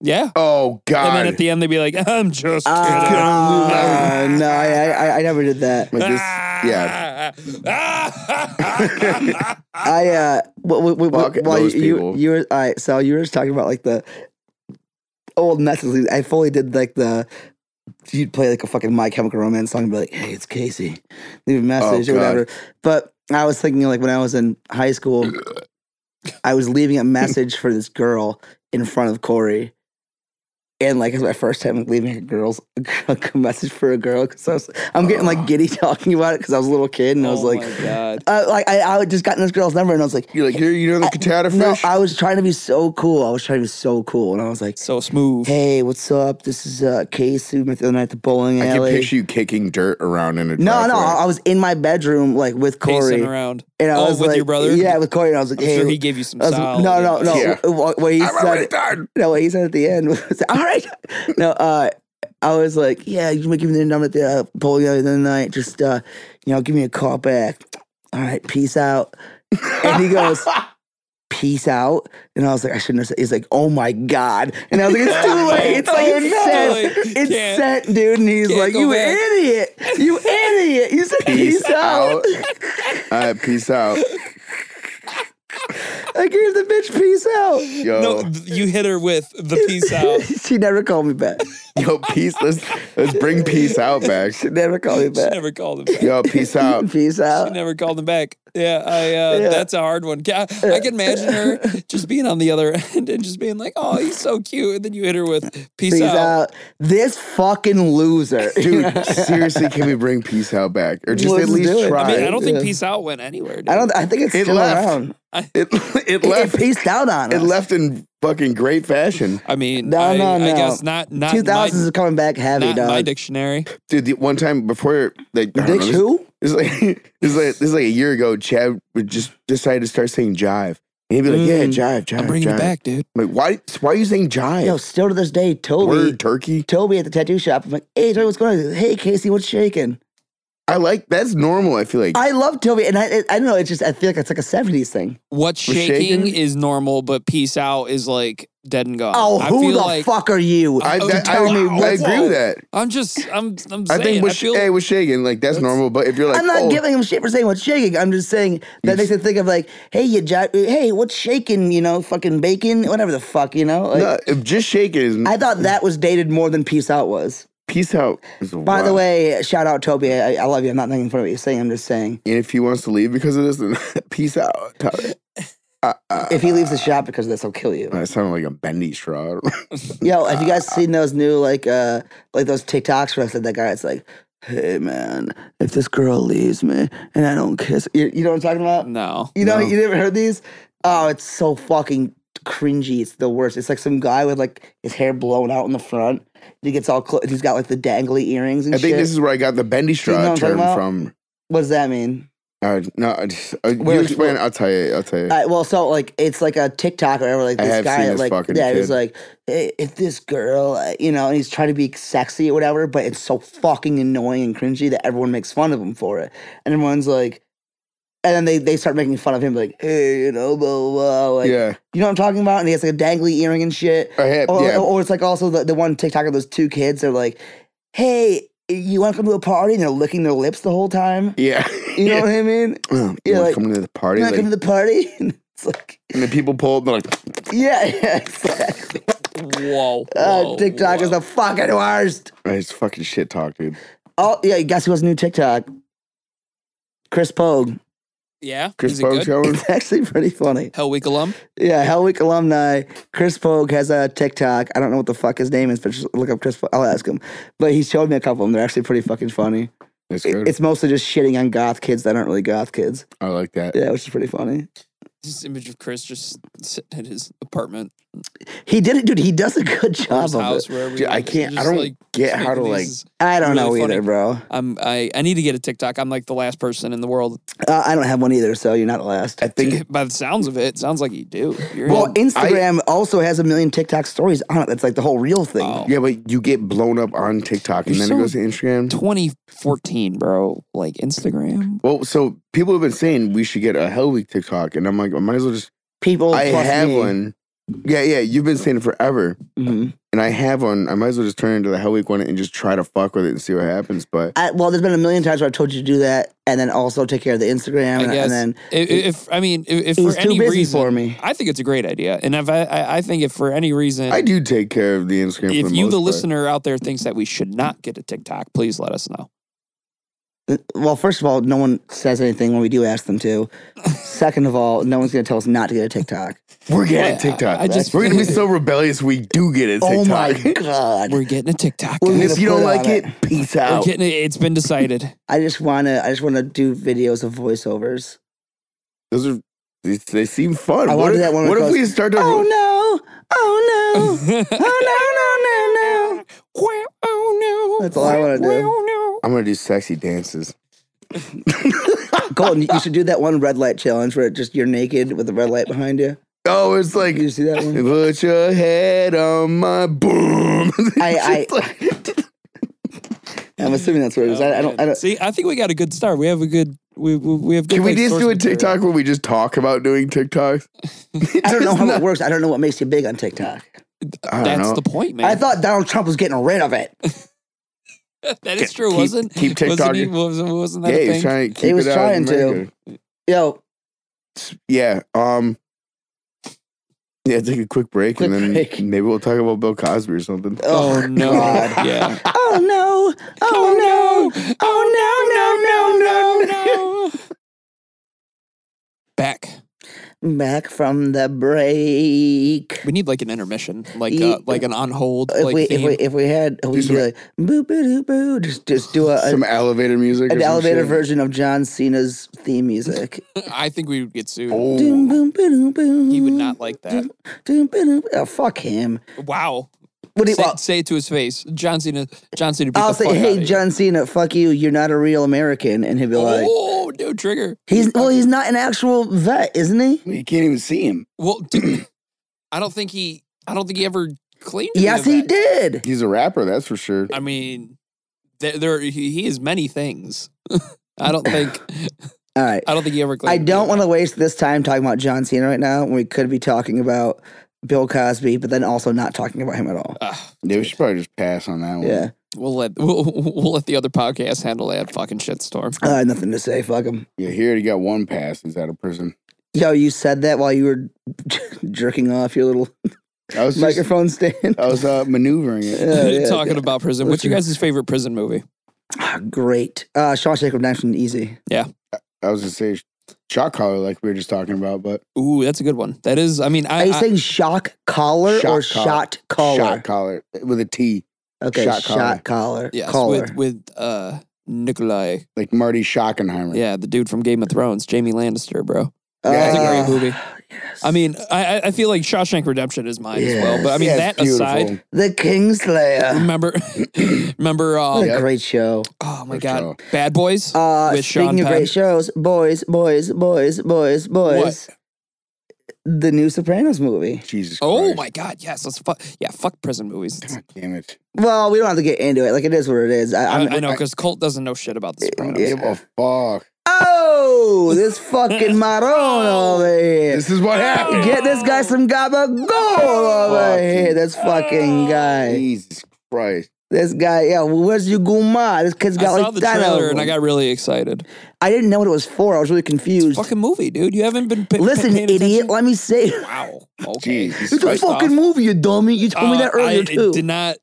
[SPEAKER 1] Yeah.
[SPEAKER 3] Oh God.
[SPEAKER 1] And then at the end, they'd be like, I'm just kidding.
[SPEAKER 2] Ah, no, I, I, I never did that.
[SPEAKER 3] Like
[SPEAKER 1] *laughs*
[SPEAKER 3] this, yeah.
[SPEAKER 1] Ah.
[SPEAKER 2] I uh, what, what, what,
[SPEAKER 3] Fuck
[SPEAKER 2] while
[SPEAKER 3] those
[SPEAKER 2] you, you,
[SPEAKER 3] people.
[SPEAKER 2] you were all right. So you were just talking about like the old messages. I fully did like the. You'd play like a fucking My Chemical Romance song and be like, "Hey, it's Casey, leave a message or
[SPEAKER 3] God.
[SPEAKER 2] whatever." But I was thinking like when I was in high school, I was leaving a message for this girl in front of Corey. And like it was my first time like, leaving a girl's *laughs* a message for a girl because I was I'm getting like giddy *laughs* talking about it because I was a little kid and I was
[SPEAKER 1] oh
[SPEAKER 2] like,
[SPEAKER 1] my God.
[SPEAKER 2] uh, like I, I had just gotten this girl's number and I was like,
[SPEAKER 3] You're like, you're, you know the Katata
[SPEAKER 2] no,
[SPEAKER 3] fish?
[SPEAKER 2] I was trying to be so cool. I was trying to be so cool, and I was like,
[SPEAKER 1] So smooth.
[SPEAKER 2] hey, what's up? This is uh, Casey. We met the other night at the bowling
[SPEAKER 3] I
[SPEAKER 2] alley.
[SPEAKER 3] can picture you kicking dirt around in a
[SPEAKER 2] no, no,
[SPEAKER 3] driveway.
[SPEAKER 2] I I was in my bedroom like with Corey,
[SPEAKER 1] Pacing around.
[SPEAKER 2] and I
[SPEAKER 1] Oh,
[SPEAKER 2] was
[SPEAKER 1] with
[SPEAKER 2] like,
[SPEAKER 1] your brother?
[SPEAKER 2] yeah, with Corey, and I was like,
[SPEAKER 1] I'm
[SPEAKER 2] hey,
[SPEAKER 1] sure he gave you some
[SPEAKER 2] I was-
[SPEAKER 1] solid.
[SPEAKER 2] no, no, no.
[SPEAKER 3] Yeah.
[SPEAKER 2] What, what he
[SPEAKER 3] I'm
[SPEAKER 2] said,
[SPEAKER 3] already done.
[SPEAKER 2] no, what he said at the end *laughs* was, all right. No, uh, I was like, yeah, you might give me the number at the uh, bowling alley the other night. Just, uh, you know, give me a call back. All right, peace out. And he goes, peace out. And I was like, I shouldn't have said. He's like, oh my God. And I was like,
[SPEAKER 1] *laughs*
[SPEAKER 2] it's too late. It's like, it's
[SPEAKER 1] Oh, no.
[SPEAKER 2] sent. It's
[SPEAKER 1] Can't-
[SPEAKER 2] sent, dude. And he's
[SPEAKER 1] can't
[SPEAKER 2] like,
[SPEAKER 1] go
[SPEAKER 2] you
[SPEAKER 1] back.
[SPEAKER 2] idiot.
[SPEAKER 1] *laughs*
[SPEAKER 2] You idiot. You said peace,
[SPEAKER 3] Peace
[SPEAKER 2] out.
[SPEAKER 3] out. All right, peace out.
[SPEAKER 2] I gave the bitch peace out.
[SPEAKER 3] Yo,
[SPEAKER 1] No, th- you hit her with
[SPEAKER 2] *laughs*
[SPEAKER 1] the peace out.
[SPEAKER 2] she never called me back.
[SPEAKER 3] yo, peace. Let's let's bring peace out back.
[SPEAKER 2] She never called me
[SPEAKER 1] She
[SPEAKER 2] back. *laughs*
[SPEAKER 1] never called him back.
[SPEAKER 3] Yo, peace out.
[SPEAKER 2] Peace
[SPEAKER 1] She
[SPEAKER 2] out.
[SPEAKER 1] never called him back. Yeah, I. Uh,
[SPEAKER 2] Yeah.
[SPEAKER 1] That's a hard one. Ca- I, can imagine
[SPEAKER 2] *laughs*
[SPEAKER 1] her just being on the other *laughs* end and just being like, "Oh, he's so cute," and then you hit her with "Peace,
[SPEAKER 2] Peace
[SPEAKER 1] out."
[SPEAKER 2] out. This fucking loser. *laughs*
[SPEAKER 3] Dude, seriously, can we bring Peace Out back? Or just
[SPEAKER 2] Let's
[SPEAKER 3] at
[SPEAKER 2] do it.
[SPEAKER 3] least
[SPEAKER 2] I
[SPEAKER 3] try.
[SPEAKER 1] I mean, I don't think
[SPEAKER 2] Yeah.
[SPEAKER 1] "Peace out" went anywhere. dude.
[SPEAKER 2] I don't. I think it's
[SPEAKER 3] It
[SPEAKER 2] still
[SPEAKER 3] left.
[SPEAKER 2] around.
[SPEAKER 3] it, it
[SPEAKER 2] It, it
[SPEAKER 3] left.
[SPEAKER 2] peaced out on
[SPEAKER 3] It
[SPEAKER 2] us.
[SPEAKER 3] left in fucking great fashion.
[SPEAKER 1] I mean,
[SPEAKER 2] No,
[SPEAKER 1] I,
[SPEAKER 2] no,
[SPEAKER 1] I
[SPEAKER 2] no.
[SPEAKER 1] guess not. Not my,
[SPEAKER 2] Two thousands are coming back heavy,
[SPEAKER 1] not
[SPEAKER 2] dog.
[SPEAKER 1] my dictionary.
[SPEAKER 3] Dude, the one time before like I don't know,
[SPEAKER 2] Dick
[SPEAKER 3] this-
[SPEAKER 2] who?
[SPEAKER 3] It's like *laughs* it's like this is like a year ago. Chad would just decided to start saying jive, and he'd be like, "Yeah,
[SPEAKER 2] Mm.
[SPEAKER 3] jive, jive."
[SPEAKER 1] I'm bringing
[SPEAKER 3] jive.
[SPEAKER 1] it back, dude.
[SPEAKER 3] I'm like, why? Why are you saying jive?
[SPEAKER 2] Yo, still to this day, Toby.
[SPEAKER 3] Word turkey.
[SPEAKER 2] Toby at the tattoo shop. I'm like, hey, Toby, what's going on? Hey, Casey, what's shaking?
[SPEAKER 3] I like that's normal. I feel like
[SPEAKER 2] I love Toby, and I, I, I don't know. It's just I feel like it's like a '70s thing.
[SPEAKER 1] What's
[SPEAKER 3] We're
[SPEAKER 1] shaking,
[SPEAKER 3] shaking?
[SPEAKER 1] is normal, but "Peace out" is like dead and gone.
[SPEAKER 2] Oh,
[SPEAKER 1] I
[SPEAKER 2] who
[SPEAKER 1] feel
[SPEAKER 2] the
[SPEAKER 1] like
[SPEAKER 2] fuck are you?
[SPEAKER 3] I,
[SPEAKER 1] Oh,
[SPEAKER 3] that-
[SPEAKER 1] tell
[SPEAKER 3] I-
[SPEAKER 1] me
[SPEAKER 3] I
[SPEAKER 1] what's
[SPEAKER 3] agree
[SPEAKER 1] up.
[SPEAKER 3] with that.
[SPEAKER 1] I'm just. I'm. I'm
[SPEAKER 3] I
[SPEAKER 1] saying.
[SPEAKER 3] think
[SPEAKER 1] I
[SPEAKER 3] with,
[SPEAKER 1] feel.
[SPEAKER 3] hey, with shaking, like that's, normal. But if you're like,
[SPEAKER 2] I'm not
[SPEAKER 3] oh,
[SPEAKER 2] giving him shit for saying what's shaking. I'm just saying that makes it think of like, hey, you, jo- hey, what's shaking? You know, fucking bacon, whatever the fuck, you know. Like,
[SPEAKER 3] no, if just shaking is
[SPEAKER 2] I thought that was dated more than peace out was.
[SPEAKER 3] peace out. is
[SPEAKER 2] By the
[SPEAKER 3] wild.
[SPEAKER 2] way, shout out Toby. I, I love you. I'm not making fun of what you're saying. I'm just saying
[SPEAKER 3] and if he wants to leave because of this, then *laughs* peace out.
[SPEAKER 2] *laughs*
[SPEAKER 3] Tyler. Uh, uh, *laughs*
[SPEAKER 2] if he leaves the shop because of this, he'll kill you.
[SPEAKER 3] I sound like a bendy straw. *laughs*
[SPEAKER 2] Yo, have you guys seen those new like uh like those TikToks where I said that guy? It's like, hey man, if this girl leaves me and I don't kiss, you, you know what I'm talking about?
[SPEAKER 1] No.
[SPEAKER 2] You know,
[SPEAKER 3] No.
[SPEAKER 2] you never heard these? Oh, it's so fucking cringy. It's the worst. It's like some guy with like his hair blown out in the front. And he gets all clo- he's got like the dangly earrings and
[SPEAKER 3] I think
[SPEAKER 2] shit.
[SPEAKER 3] this is where I got the bendy straw
[SPEAKER 2] know what I'm talking
[SPEAKER 3] term
[SPEAKER 2] about?
[SPEAKER 3] from.
[SPEAKER 2] what does that mean?
[SPEAKER 3] Uh, no, I just, uh,
[SPEAKER 2] Where-
[SPEAKER 3] you explain. I'll tell you. I'll tell you.
[SPEAKER 2] All right, well, so like it's like a TikTok or whatever. Like
[SPEAKER 3] I
[SPEAKER 2] this
[SPEAKER 3] have
[SPEAKER 2] guy,
[SPEAKER 3] seen this
[SPEAKER 2] like
[SPEAKER 3] fucking
[SPEAKER 2] yeah,
[SPEAKER 3] kid.
[SPEAKER 2] he's like, "Eh, if this girl, uh, you know, and he's trying to be sexy or whatever, but it's so fucking annoying and cringy that everyone makes fun of him for it, and everyone's like, and then they they start making fun of him, like, hey, you know, blah blah, blah like,
[SPEAKER 3] yeah,
[SPEAKER 2] you know what I'm talking about? And he has like a dangly earring and shit.
[SPEAKER 3] I have.
[SPEAKER 2] Or,
[SPEAKER 3] yeah,
[SPEAKER 2] or, it's like also the, the one TikTok of those two kids. They're like, hey, you want to come to a party? And they're licking their lips the whole time.
[SPEAKER 3] yeah.
[SPEAKER 2] You
[SPEAKER 3] *laughs*
[SPEAKER 2] know what I mean?
[SPEAKER 3] yeah.
[SPEAKER 2] yeah,
[SPEAKER 3] Like,
[SPEAKER 2] like-
[SPEAKER 3] coming to the party,
[SPEAKER 2] You want
[SPEAKER 3] like,
[SPEAKER 2] to come to the party? *laughs* And it's like.
[SPEAKER 3] and then people pull up. They're like, *sniffs*
[SPEAKER 2] Yeah, *laughs* yeah, exactly.
[SPEAKER 1] Whoa.
[SPEAKER 2] Uh,
[SPEAKER 1] whoa,
[SPEAKER 2] TikTok
[SPEAKER 1] whoa.
[SPEAKER 2] is the fucking worst.
[SPEAKER 3] "Ah, it's fucking shit talk, dude.
[SPEAKER 2] Oh, yeah, guess who has a new TikTok? Chris Pogue. *laughs*
[SPEAKER 1] yeah.
[SPEAKER 3] Chris
[SPEAKER 1] is it
[SPEAKER 3] Bogue
[SPEAKER 1] good?
[SPEAKER 3] showing.
[SPEAKER 2] It's actually pretty funny.
[SPEAKER 1] Hell Week alum.
[SPEAKER 2] Yeah, Hell Week alumni. Chris Pogue has a TikTok. I don't know what the fuck his name is, but just look up Chris Pogue. I'll ask him. But he showed me a couple of them. They're actually pretty fucking funny.
[SPEAKER 3] That's
[SPEAKER 2] It-
[SPEAKER 3] good.
[SPEAKER 2] It's mostly just shitting on goth kids that aren't really goth kids.
[SPEAKER 3] I like that.
[SPEAKER 2] Yeah, which is pretty funny.
[SPEAKER 1] This image of Chris just sitting at his apartment
[SPEAKER 2] He did it, dude. He does
[SPEAKER 1] *laughs*
[SPEAKER 2] a good
[SPEAKER 1] or
[SPEAKER 2] job
[SPEAKER 1] his
[SPEAKER 2] of
[SPEAKER 1] house,
[SPEAKER 2] it.
[SPEAKER 1] wherever.
[SPEAKER 3] Dude,
[SPEAKER 1] he
[SPEAKER 3] I
[SPEAKER 1] is.
[SPEAKER 3] can't. I
[SPEAKER 1] Just,
[SPEAKER 3] don't
[SPEAKER 1] like,
[SPEAKER 3] get
[SPEAKER 1] just
[SPEAKER 3] how to
[SPEAKER 1] making
[SPEAKER 3] like.
[SPEAKER 1] these-
[SPEAKER 2] I don't
[SPEAKER 1] Really
[SPEAKER 2] know
[SPEAKER 1] funny.
[SPEAKER 2] either, bro.
[SPEAKER 1] I'm. I. I need to get a TikTok. I'm like the last person in the world.
[SPEAKER 2] Uh, I don't have one either, so you're not the last.
[SPEAKER 3] I think.
[SPEAKER 1] By the sounds of it, it sounds like you do. You're
[SPEAKER 2] Well,
[SPEAKER 1] in-
[SPEAKER 2] Instagram also has a million TikTok stories on it. That's like the whole real thing.
[SPEAKER 1] Oh.
[SPEAKER 3] Yeah, but you get blown up on TikTok and
[SPEAKER 1] You're
[SPEAKER 3] then
[SPEAKER 1] so
[SPEAKER 3] it goes to Instagram.
[SPEAKER 1] 2014, bro. Like Instagram.
[SPEAKER 3] Well, so people have been saying we should get a Hell Week TikTok, and I'm like, I might as well just.
[SPEAKER 1] Oh,
[SPEAKER 2] People,
[SPEAKER 3] I
[SPEAKER 2] plus
[SPEAKER 3] have
[SPEAKER 2] me.
[SPEAKER 3] one. Yeah, yeah. You've been saying it forever,
[SPEAKER 2] Mhm.
[SPEAKER 3] and I have one. I might as well just turn it into the Hell Week one and just try to fuck with it and see what happens. But
[SPEAKER 2] I, well, there's been a million times where I've told you to do that, and then also take care of the Instagram,
[SPEAKER 1] I
[SPEAKER 2] and,
[SPEAKER 1] guess.
[SPEAKER 2] and then
[SPEAKER 1] I- if, I mean, if, if
[SPEAKER 2] it
[SPEAKER 1] for
[SPEAKER 2] was too
[SPEAKER 1] any
[SPEAKER 2] busy
[SPEAKER 1] reason,
[SPEAKER 2] for me.
[SPEAKER 1] I think it's a great idea, and if I, I, I think if for any reason,
[SPEAKER 3] I do take care of the Instagram. for
[SPEAKER 1] if
[SPEAKER 3] the
[SPEAKER 1] you,
[SPEAKER 3] most
[SPEAKER 1] the
[SPEAKER 3] part.
[SPEAKER 1] listener out there, thinks that we should not get a TikTok, please let us know.
[SPEAKER 2] Uh, Well, first of all, no one says anything when we do ask
[SPEAKER 1] *laughs*
[SPEAKER 2] them to. Second of all, no one's going to tell us not to get a TikTok.
[SPEAKER 3] we're getting
[SPEAKER 1] Yeah,
[SPEAKER 3] TikTok.
[SPEAKER 1] I just-
[SPEAKER 3] we're gonna
[SPEAKER 1] *laughs*
[SPEAKER 3] be so rebellious. We do get it.
[SPEAKER 2] Oh
[SPEAKER 3] TikTok.
[SPEAKER 2] my
[SPEAKER 3] *laughs*
[SPEAKER 2] god!
[SPEAKER 1] We're getting a TikTok.
[SPEAKER 2] We're
[SPEAKER 3] And
[SPEAKER 1] guys.
[SPEAKER 3] if you don't
[SPEAKER 2] Put it
[SPEAKER 3] like
[SPEAKER 1] *laughs*
[SPEAKER 2] on
[SPEAKER 3] it,
[SPEAKER 2] it.
[SPEAKER 3] peace
[SPEAKER 1] We're
[SPEAKER 3] out.
[SPEAKER 1] getting it. It's been decided.
[SPEAKER 2] I just wanna, I just wanna do videos of voiceovers.
[SPEAKER 3] Those are they, they seem fun.
[SPEAKER 2] I wanna
[SPEAKER 3] what
[SPEAKER 2] do
[SPEAKER 3] if,
[SPEAKER 2] that one
[SPEAKER 3] what
[SPEAKER 2] with
[SPEAKER 3] if
[SPEAKER 2] those-
[SPEAKER 3] we start to?
[SPEAKER 2] Oh no! *laughs* Oh no!
[SPEAKER 1] *laughs* oh no no no no! Well, oh no!
[SPEAKER 2] That's all I wanna do.
[SPEAKER 1] Well,
[SPEAKER 3] I'm gonna do sexy dances.
[SPEAKER 2] Colton, you should do that one red light challenge where just you're naked with the red light behind you.
[SPEAKER 3] Oh, it's like
[SPEAKER 2] You see that one?
[SPEAKER 3] put your head on my boom. *laughs*
[SPEAKER 2] I- I'm assuming that's what it
[SPEAKER 1] no.
[SPEAKER 2] is. I, I don't. I don't.
[SPEAKER 1] See, I think we got a good start. We have a good. We we, we have. Good
[SPEAKER 3] Can we
[SPEAKER 1] like,
[SPEAKER 3] just
[SPEAKER 1] source
[SPEAKER 3] do a
[SPEAKER 1] material.
[SPEAKER 3] TikTok where we just talk about doing TikToks?
[SPEAKER 1] *laughs*
[SPEAKER 2] I don't know how it works. I don't know what makes you big on TikTok.
[SPEAKER 3] I don't
[SPEAKER 1] That's
[SPEAKER 3] know.
[SPEAKER 1] the point, man. *laughs*
[SPEAKER 2] I thought Donald Trump was getting rid of it.
[SPEAKER 1] that is
[SPEAKER 3] Keep-
[SPEAKER 1] true. wasn't
[SPEAKER 3] keep
[SPEAKER 1] Wasn't, he-
[SPEAKER 3] TikToking.
[SPEAKER 1] wasn't, wasn't that
[SPEAKER 3] Yeah,
[SPEAKER 1] a
[SPEAKER 3] he
[SPEAKER 1] thing?
[SPEAKER 3] was trying to keep
[SPEAKER 2] He was
[SPEAKER 3] it out in
[SPEAKER 2] trying to.
[SPEAKER 3] America.
[SPEAKER 2] Yo,
[SPEAKER 3] Yeah. Um. Yeah, take a quick break
[SPEAKER 2] Quick
[SPEAKER 3] and then
[SPEAKER 2] break.
[SPEAKER 3] maybe we'll talk about Bill Cosby
[SPEAKER 2] *laughs*
[SPEAKER 3] or something.
[SPEAKER 1] Oh, no! *laughs*
[SPEAKER 2] God. *laughs*
[SPEAKER 1] Yeah.
[SPEAKER 2] Oh no! Oh no!
[SPEAKER 3] *laughs*
[SPEAKER 1] *laughs* Oh no! Oh no! No! No! No! no. back.
[SPEAKER 2] Back from the break.
[SPEAKER 1] We need like an intermission, like
[SPEAKER 2] Ye-
[SPEAKER 1] uh, like an on hold.
[SPEAKER 2] If
[SPEAKER 1] Like
[SPEAKER 2] we if
[SPEAKER 1] theme.
[SPEAKER 2] we if we had, we'd
[SPEAKER 3] some-
[SPEAKER 2] be like boo boo doo boo. Just just do a,
[SPEAKER 3] some elevator music. or
[SPEAKER 2] uh, an
[SPEAKER 3] some
[SPEAKER 2] elevator
[SPEAKER 3] shit.
[SPEAKER 2] version of John Cena's theme music.
[SPEAKER 1] *laughs* I think we would get sued.
[SPEAKER 3] Oh,
[SPEAKER 2] Doom, boom, boom, boom,
[SPEAKER 1] He would not like
[SPEAKER 2] *laughs*
[SPEAKER 1] that.
[SPEAKER 2] Doom, doom, boom, oh, fuck him.
[SPEAKER 1] Wow.
[SPEAKER 2] What do you?
[SPEAKER 1] say,
[SPEAKER 2] Well,
[SPEAKER 1] say it to his face. John Cena. John Cena. Beat
[SPEAKER 2] I'll
[SPEAKER 1] the fuck
[SPEAKER 2] say,
[SPEAKER 1] out of
[SPEAKER 2] hey,
[SPEAKER 1] you."
[SPEAKER 2] John Cena, fuck you. You're not a real American, and he'll be like,
[SPEAKER 1] Oh, dude, trigger.
[SPEAKER 2] he's well, he's not an actual vet, isn't he?
[SPEAKER 3] you can't even see him.
[SPEAKER 1] Well,
[SPEAKER 2] *clears throat*
[SPEAKER 1] dude, I don't think he. I don't think he ever claimed. to be
[SPEAKER 2] Yes,
[SPEAKER 1] a
[SPEAKER 2] he
[SPEAKER 1] vet.
[SPEAKER 2] did.
[SPEAKER 3] He's a rapper, that's for sure.
[SPEAKER 1] I mean, there, there he, he is many things. *laughs* I don't think.
[SPEAKER 2] All right.
[SPEAKER 1] I don't think he ever claimed.
[SPEAKER 2] I
[SPEAKER 1] to be
[SPEAKER 2] don't
[SPEAKER 1] a
[SPEAKER 2] want to waste this time talking about John Cena right now when we could be talking about Bill Cosby, but then also not talking about him at all.
[SPEAKER 1] vet. Ugh,
[SPEAKER 3] Yeah, we should probably just pass on that one.
[SPEAKER 2] Yeah.
[SPEAKER 1] Ah, we'll let we'll, we'll let the other podcast handle that fucking shitstorm.
[SPEAKER 2] I had nothing to say. Fuck him.
[SPEAKER 3] Yeah, he already got one pass. He's out of prison.
[SPEAKER 2] Yo, you said that while you were *laughs* jerking off your little
[SPEAKER 3] I was just,
[SPEAKER 2] microphone stand.
[SPEAKER 3] I was uh, maneuvering it.
[SPEAKER 2] Oh,
[SPEAKER 1] *laughs*
[SPEAKER 2] Yeah, yeah,
[SPEAKER 1] Talking
[SPEAKER 2] yeah.
[SPEAKER 1] about prison. What's your guys' favorite prison movie?
[SPEAKER 2] *laughs* Ah, Great. Uh, Shawshank Redemption, easy.
[SPEAKER 3] I was gonna say shot collar, like we were just talking about, but
[SPEAKER 1] Ooh, that's a good one. That is. I mean, I,
[SPEAKER 2] Are you
[SPEAKER 1] I-
[SPEAKER 2] saying shock collar or
[SPEAKER 3] Shock collar.
[SPEAKER 2] shot collar?
[SPEAKER 3] shot collar with a T,
[SPEAKER 2] okay,
[SPEAKER 3] shot
[SPEAKER 2] shot, collar.
[SPEAKER 1] yes,
[SPEAKER 2] collar.
[SPEAKER 1] with with uh Nikolai.
[SPEAKER 3] like Marty Schockenheimer.
[SPEAKER 1] Yeah, the dude from Game of Thrones, Jamie Lannister, bro.
[SPEAKER 3] Yeah, that's a
[SPEAKER 1] great
[SPEAKER 2] Ah,
[SPEAKER 1] movie.
[SPEAKER 2] yes.
[SPEAKER 1] I mean, I I- I feel like Shawshank Redemption is mine as well. But I mean,
[SPEAKER 3] Yeah,
[SPEAKER 1] that
[SPEAKER 3] it's beautiful.
[SPEAKER 1] aside,
[SPEAKER 2] The Kingslayer. *clears throat*
[SPEAKER 1] remember, remember,
[SPEAKER 2] What
[SPEAKER 1] um,
[SPEAKER 2] a
[SPEAKER 3] Yeah.
[SPEAKER 2] great show.
[SPEAKER 1] oh my
[SPEAKER 3] Good
[SPEAKER 1] god,
[SPEAKER 3] show.
[SPEAKER 1] Bad Boys.
[SPEAKER 2] Uh,
[SPEAKER 1] With
[SPEAKER 2] speaking
[SPEAKER 1] Sean
[SPEAKER 2] of
[SPEAKER 1] Penn.
[SPEAKER 2] great shows, boys, boys, boys, boys, boys. The new Sopranos movie.
[SPEAKER 3] Jesus.
[SPEAKER 1] oh
[SPEAKER 3] Christ.
[SPEAKER 1] my god, yes, let's fuck. Yeah, fuck prison movies. It's-
[SPEAKER 3] God damn it!
[SPEAKER 2] Well, we don't have to get into it. Like it is what it is. I,
[SPEAKER 1] I,
[SPEAKER 2] I'm,
[SPEAKER 1] I know because Colt doesn't know shit about the Sopranos.
[SPEAKER 2] Yeah.
[SPEAKER 3] Give a fuck.
[SPEAKER 2] Oh,
[SPEAKER 1] *laughs*
[SPEAKER 2] this fucking Maron over here.
[SPEAKER 3] This is what happened.
[SPEAKER 2] Get this guy some gabagool over
[SPEAKER 3] Fucking-
[SPEAKER 2] here. This fucking guy.
[SPEAKER 3] Jesus Christ.
[SPEAKER 2] This guy. Yeah, where's your guma? This kid's
[SPEAKER 1] I
[SPEAKER 2] got
[SPEAKER 1] saw
[SPEAKER 2] like
[SPEAKER 1] the
[SPEAKER 2] ten of
[SPEAKER 1] trailer and I
[SPEAKER 2] them.
[SPEAKER 1] got really excited.
[SPEAKER 2] I didn't know what it was for. I was really confused.
[SPEAKER 1] Fucking movie, dude. You haven't been. pa- pa-
[SPEAKER 2] Listen,
[SPEAKER 1] paying
[SPEAKER 2] idiot.
[SPEAKER 1] attention?
[SPEAKER 2] Let me say. *laughs*
[SPEAKER 1] Wow. Okay.
[SPEAKER 3] Jeez.
[SPEAKER 2] It's a
[SPEAKER 3] Spicy.
[SPEAKER 1] fuck-
[SPEAKER 2] fucking
[SPEAKER 1] off.
[SPEAKER 2] movie, you dummy. You told me
[SPEAKER 1] Uh,
[SPEAKER 2] that earlier
[SPEAKER 1] I
[SPEAKER 2] too.
[SPEAKER 1] did not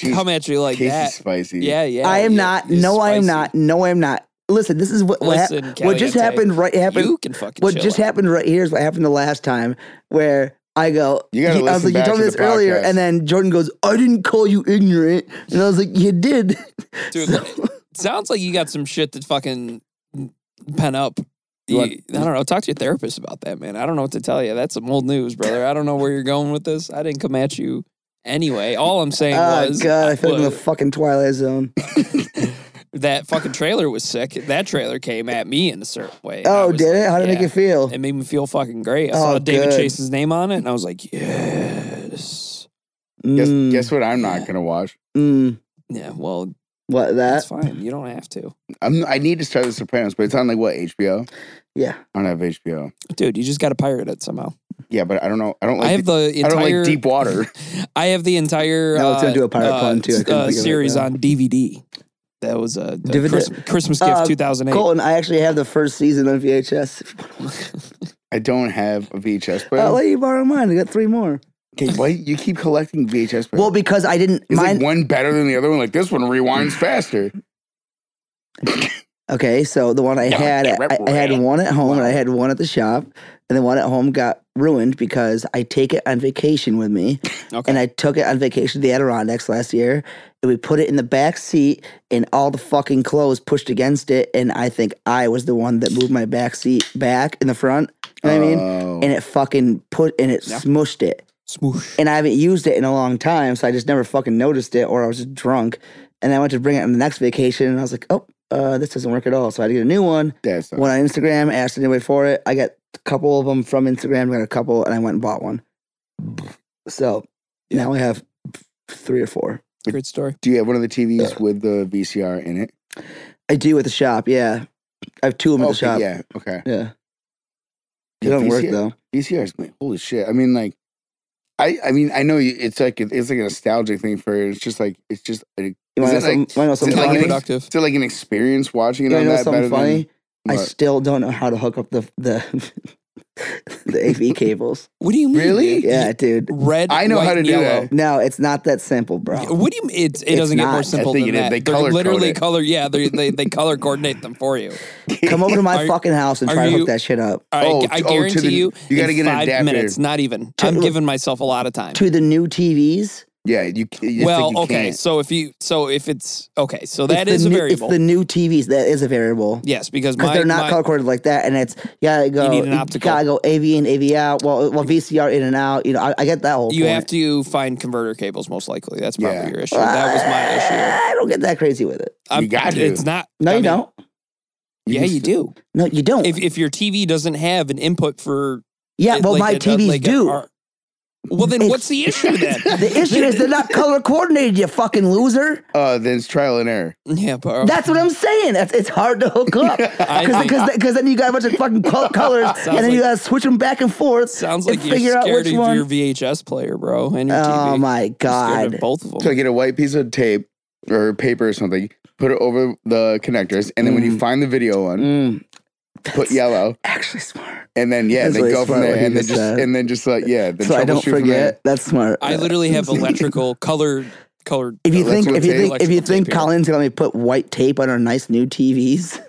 [SPEAKER 3] Jeez,
[SPEAKER 1] come at you like
[SPEAKER 3] Casey's
[SPEAKER 1] that.
[SPEAKER 3] spicy.
[SPEAKER 1] Yeah, yeah.
[SPEAKER 2] I am
[SPEAKER 1] yeah.
[SPEAKER 2] not.
[SPEAKER 1] He's
[SPEAKER 2] No, I am
[SPEAKER 1] spicy.
[SPEAKER 2] not. No, I am not. Listen, this is what what, hap-
[SPEAKER 1] Listen,
[SPEAKER 2] what just
[SPEAKER 1] Caliente,
[SPEAKER 2] happened. Right happened.
[SPEAKER 1] You can fucking.
[SPEAKER 2] what
[SPEAKER 1] chill
[SPEAKER 2] just
[SPEAKER 1] out.
[SPEAKER 2] happened right here is what happened the last time where I go.
[SPEAKER 3] You gotta
[SPEAKER 2] I was
[SPEAKER 3] listen
[SPEAKER 2] like, you
[SPEAKER 3] back
[SPEAKER 2] told me
[SPEAKER 3] to
[SPEAKER 2] this
[SPEAKER 3] the
[SPEAKER 2] earlier,
[SPEAKER 3] podcast.
[SPEAKER 2] and then Jordan goes, "I didn't call you ignorant," and I was like, "You did."
[SPEAKER 1] Dude,
[SPEAKER 2] *laughs* So-
[SPEAKER 1] it sounds like you got some shit to fucking pen up.
[SPEAKER 3] You
[SPEAKER 1] You,
[SPEAKER 3] want-
[SPEAKER 1] I don't know. Talk to your therapist about that, man. I don't know what to tell you. That's some old news, brother. I don't know where you're going with this. I didn't come at you anyway. All I'm saying
[SPEAKER 2] oh
[SPEAKER 1] was,
[SPEAKER 2] god, I feel like I'm in the
[SPEAKER 1] was
[SPEAKER 2] fucking
[SPEAKER 1] *laughs*
[SPEAKER 2] Twilight Zone.
[SPEAKER 1] that fucking trailer was sick. That trailer came at me in a certain way. I
[SPEAKER 2] Oh,
[SPEAKER 1] was
[SPEAKER 2] did
[SPEAKER 1] like,
[SPEAKER 2] it? How did it
[SPEAKER 1] yeah.
[SPEAKER 2] make you feel?
[SPEAKER 1] It made me feel fucking great. I
[SPEAKER 2] Oh,
[SPEAKER 1] saw David
[SPEAKER 2] good.
[SPEAKER 1] Chase's name on it, and I was like, yes.
[SPEAKER 3] Guess,
[SPEAKER 2] Mm,
[SPEAKER 3] guess what? I'm not gonna watch.
[SPEAKER 2] mm,
[SPEAKER 1] Yeah, well,
[SPEAKER 2] what
[SPEAKER 1] that's
[SPEAKER 2] that?
[SPEAKER 1] fine. You don't have to,
[SPEAKER 3] I'm. I need to start The Sopranos, but it's on like what HBO?
[SPEAKER 2] Yeah,
[SPEAKER 3] I don't have HBO.
[SPEAKER 1] dude. You just got to pirate it somehow.
[SPEAKER 3] Yeah, but I don't know. I don't like.
[SPEAKER 1] I have
[SPEAKER 3] the-
[SPEAKER 1] the
[SPEAKER 3] I
[SPEAKER 1] entire.
[SPEAKER 3] don't like
[SPEAKER 2] *laughs*
[SPEAKER 3] deep water.
[SPEAKER 1] I have the entire
[SPEAKER 2] No, it's gonna
[SPEAKER 1] uh,
[SPEAKER 2] do a pirate
[SPEAKER 1] uh,
[SPEAKER 2] pun, too. I couldn't
[SPEAKER 1] uh,
[SPEAKER 2] think of it
[SPEAKER 1] series
[SPEAKER 2] now.
[SPEAKER 1] on DVD. That was a, a
[SPEAKER 2] DVD.
[SPEAKER 1] Christmas, Christmas gift,
[SPEAKER 2] Uh,
[SPEAKER 1] two thousand eight.
[SPEAKER 2] Colton, I actually have the first season on VHS.
[SPEAKER 3] I don't have a VHS player.
[SPEAKER 2] I'll let you borrow mine. I got three more.
[SPEAKER 3] okay, why you keep collecting VHS players?
[SPEAKER 2] Well, because I didn't.
[SPEAKER 3] Is
[SPEAKER 2] Mine.
[SPEAKER 3] like one better than the other one? Like this one rewinds faster.
[SPEAKER 2] Okay, so the one I
[SPEAKER 3] Yeah,
[SPEAKER 2] had,
[SPEAKER 3] yeah,
[SPEAKER 2] I, I had
[SPEAKER 3] right.
[SPEAKER 2] one at home and I had one at the shop, and the one at home got ruined because I take it on vacation with me,
[SPEAKER 1] Okay,
[SPEAKER 2] and I took it on vacation to the Adirondacks last year, and we put it in the back seat, and all the fucking clothes pushed against it, and I think I was the one that moved my back seat back in the front. You know what *clears throat* I mean?
[SPEAKER 3] Oh.
[SPEAKER 2] And it fucking put and it
[SPEAKER 1] Yeah.
[SPEAKER 2] smushed it,
[SPEAKER 1] *laughs* smoosh.
[SPEAKER 2] and I haven't used it in a long time, so I just never fucking noticed it, or I was just drunk. And I went to bring it on the next vacation, and I was like, oh, uh, this doesn't work at all. So I had to get a new one.
[SPEAKER 3] That's not-
[SPEAKER 2] Went on Instagram, asked anybody for it. I got a couple of them from Instagram, got a couple, and I went and bought one. So now I have three or four.
[SPEAKER 1] Great story.
[SPEAKER 3] Do you have one of the TVs with the VCR in it?
[SPEAKER 2] I do at the shop, yeah. I have two of them at the
[SPEAKER 3] Okay,
[SPEAKER 2] shop.
[SPEAKER 3] Oh, yeah. Okay.
[SPEAKER 2] Yeah. It
[SPEAKER 3] Yeah,
[SPEAKER 2] doesn't work
[SPEAKER 3] VCR
[SPEAKER 2] though.
[SPEAKER 3] VCRs, man, holy shit! I mean, like, I, I mean, I know you- it's like it's like a nostalgic thing for it. It's just like it's just is
[SPEAKER 2] You want to know
[SPEAKER 3] it
[SPEAKER 2] some-
[SPEAKER 3] like-
[SPEAKER 2] wanna know
[SPEAKER 3] it
[SPEAKER 2] something
[SPEAKER 3] like
[SPEAKER 2] funny? You
[SPEAKER 3] an ex-
[SPEAKER 1] Productive.
[SPEAKER 3] still like an experience watching it
[SPEAKER 2] wanna
[SPEAKER 3] on
[SPEAKER 2] know
[SPEAKER 3] that better
[SPEAKER 2] something
[SPEAKER 3] than
[SPEAKER 2] funny? I
[SPEAKER 3] what?
[SPEAKER 2] still don't know how to hook up the *laughs* the the AV cables.
[SPEAKER 1] What do you mean?
[SPEAKER 3] Really?
[SPEAKER 1] *laughs*
[SPEAKER 2] Yeah, dude.
[SPEAKER 1] Red.
[SPEAKER 3] I know
[SPEAKER 1] white,
[SPEAKER 3] how to
[SPEAKER 1] and
[SPEAKER 3] do
[SPEAKER 1] yellow.
[SPEAKER 3] that.
[SPEAKER 2] No, it's not that simple, bro.
[SPEAKER 1] What do you mean? It, it
[SPEAKER 2] It's
[SPEAKER 1] doesn't get
[SPEAKER 2] not.
[SPEAKER 1] more
[SPEAKER 2] I
[SPEAKER 1] simple
[SPEAKER 3] think
[SPEAKER 1] than
[SPEAKER 3] it is.
[SPEAKER 1] that.
[SPEAKER 3] They
[SPEAKER 1] They're
[SPEAKER 3] color code
[SPEAKER 1] literally
[SPEAKER 3] it.
[SPEAKER 1] color. Yeah,
[SPEAKER 3] *laughs*
[SPEAKER 1] they, they they color coordinate them for you.
[SPEAKER 2] *laughs* Come over to my
[SPEAKER 1] Are-
[SPEAKER 2] fucking house and
[SPEAKER 1] are
[SPEAKER 2] try to
[SPEAKER 1] you-
[SPEAKER 2] hook that shit up
[SPEAKER 1] All right,
[SPEAKER 3] Oh,
[SPEAKER 1] I
[SPEAKER 3] oh, to
[SPEAKER 1] guarantee
[SPEAKER 3] the-
[SPEAKER 1] you.
[SPEAKER 3] you gotta
[SPEAKER 1] in
[SPEAKER 3] get an
[SPEAKER 1] five
[SPEAKER 3] adapter.
[SPEAKER 1] minutes. Not even. I'm giving myself a lot of time.
[SPEAKER 2] to the new TVs.
[SPEAKER 3] *laughs* Yeah, you. c- you
[SPEAKER 1] well,
[SPEAKER 3] think you
[SPEAKER 1] okay.
[SPEAKER 3] can't.
[SPEAKER 1] So if you, so if it's okay, so that
[SPEAKER 2] It's
[SPEAKER 1] is
[SPEAKER 2] the
[SPEAKER 1] a
[SPEAKER 2] new-
[SPEAKER 1] variable.
[SPEAKER 2] It's the new TVs that is a variable.
[SPEAKER 1] yes, because
[SPEAKER 2] Because
[SPEAKER 1] my,
[SPEAKER 2] they're not
[SPEAKER 1] my-
[SPEAKER 2] color coded like that, and it's you gotta go.
[SPEAKER 1] need an optical.
[SPEAKER 2] gotta go AV in, AV out. Well, well, VCR in and out. You know, I, I get that whole.
[SPEAKER 1] you
[SPEAKER 2] point.
[SPEAKER 1] have to find converter cables most likely. That's probably
[SPEAKER 3] Yeah.
[SPEAKER 1] your issue. That was
[SPEAKER 2] *laughs*
[SPEAKER 1] my issue.
[SPEAKER 2] I don't get that crazy with it.
[SPEAKER 1] I'm-
[SPEAKER 3] got to.
[SPEAKER 1] It's not.
[SPEAKER 2] No,
[SPEAKER 1] I
[SPEAKER 2] you
[SPEAKER 1] mean,
[SPEAKER 2] don't.
[SPEAKER 1] Yeah,
[SPEAKER 3] used
[SPEAKER 1] you
[SPEAKER 3] to-
[SPEAKER 1] do.
[SPEAKER 2] No, you don't.
[SPEAKER 1] If if your TV doesn't have an input for
[SPEAKER 2] yeah,
[SPEAKER 1] it,
[SPEAKER 2] well,
[SPEAKER 1] like
[SPEAKER 2] my
[SPEAKER 1] a-
[SPEAKER 2] TVs
[SPEAKER 1] like a-
[SPEAKER 2] do.
[SPEAKER 1] are- well,
[SPEAKER 2] *laughs*
[SPEAKER 1] then
[SPEAKER 2] It's-
[SPEAKER 1] what's the issue then? *laughs*
[SPEAKER 2] the issue is they're not color coordinated. You fucking loser.
[SPEAKER 3] Uh, then it's trial and error.
[SPEAKER 1] yeah, but uh,
[SPEAKER 2] That's what I'm saying. It's, it's hard to hook
[SPEAKER 3] *laughs*
[SPEAKER 2] up
[SPEAKER 1] I see.
[SPEAKER 2] because then you got a bunch of fucking co- *laughs* colors and then you
[SPEAKER 1] like-
[SPEAKER 2] gotta switch them back and forth.
[SPEAKER 1] sounds
[SPEAKER 2] and
[SPEAKER 1] like you're
[SPEAKER 2] figure out
[SPEAKER 1] scared
[SPEAKER 2] which
[SPEAKER 1] of
[SPEAKER 2] one-
[SPEAKER 1] your VHS player, bro, and your TV.
[SPEAKER 2] Oh my
[SPEAKER 1] You're scared
[SPEAKER 2] god!
[SPEAKER 1] of both of
[SPEAKER 3] So I
[SPEAKER 1] them.
[SPEAKER 3] get a white piece of tape or paper or something, put it over the connectors, and then when you
[SPEAKER 2] Mm.
[SPEAKER 3] find the video one,
[SPEAKER 2] Mm,
[SPEAKER 3] put yellow,
[SPEAKER 2] actually smart.
[SPEAKER 3] and then yeah,
[SPEAKER 2] That's
[SPEAKER 3] then
[SPEAKER 2] really
[SPEAKER 3] go from
[SPEAKER 2] smart
[SPEAKER 3] there,
[SPEAKER 2] what he
[SPEAKER 3] and then
[SPEAKER 2] just
[SPEAKER 3] just
[SPEAKER 2] said.
[SPEAKER 3] and then just like yeah, then
[SPEAKER 2] So I don't
[SPEAKER 3] troubleshoot from there.
[SPEAKER 2] forget. That's smart.
[SPEAKER 1] I literally
[SPEAKER 2] *laughs*
[SPEAKER 1] have electrical colored colored. uh,
[SPEAKER 2] If you
[SPEAKER 3] That's
[SPEAKER 2] think
[SPEAKER 3] what
[SPEAKER 2] if you
[SPEAKER 3] tape-
[SPEAKER 2] think if you
[SPEAKER 1] electrical
[SPEAKER 2] think
[SPEAKER 1] tape here.
[SPEAKER 2] Colin's gonna let me put white tape on our nice new TVs,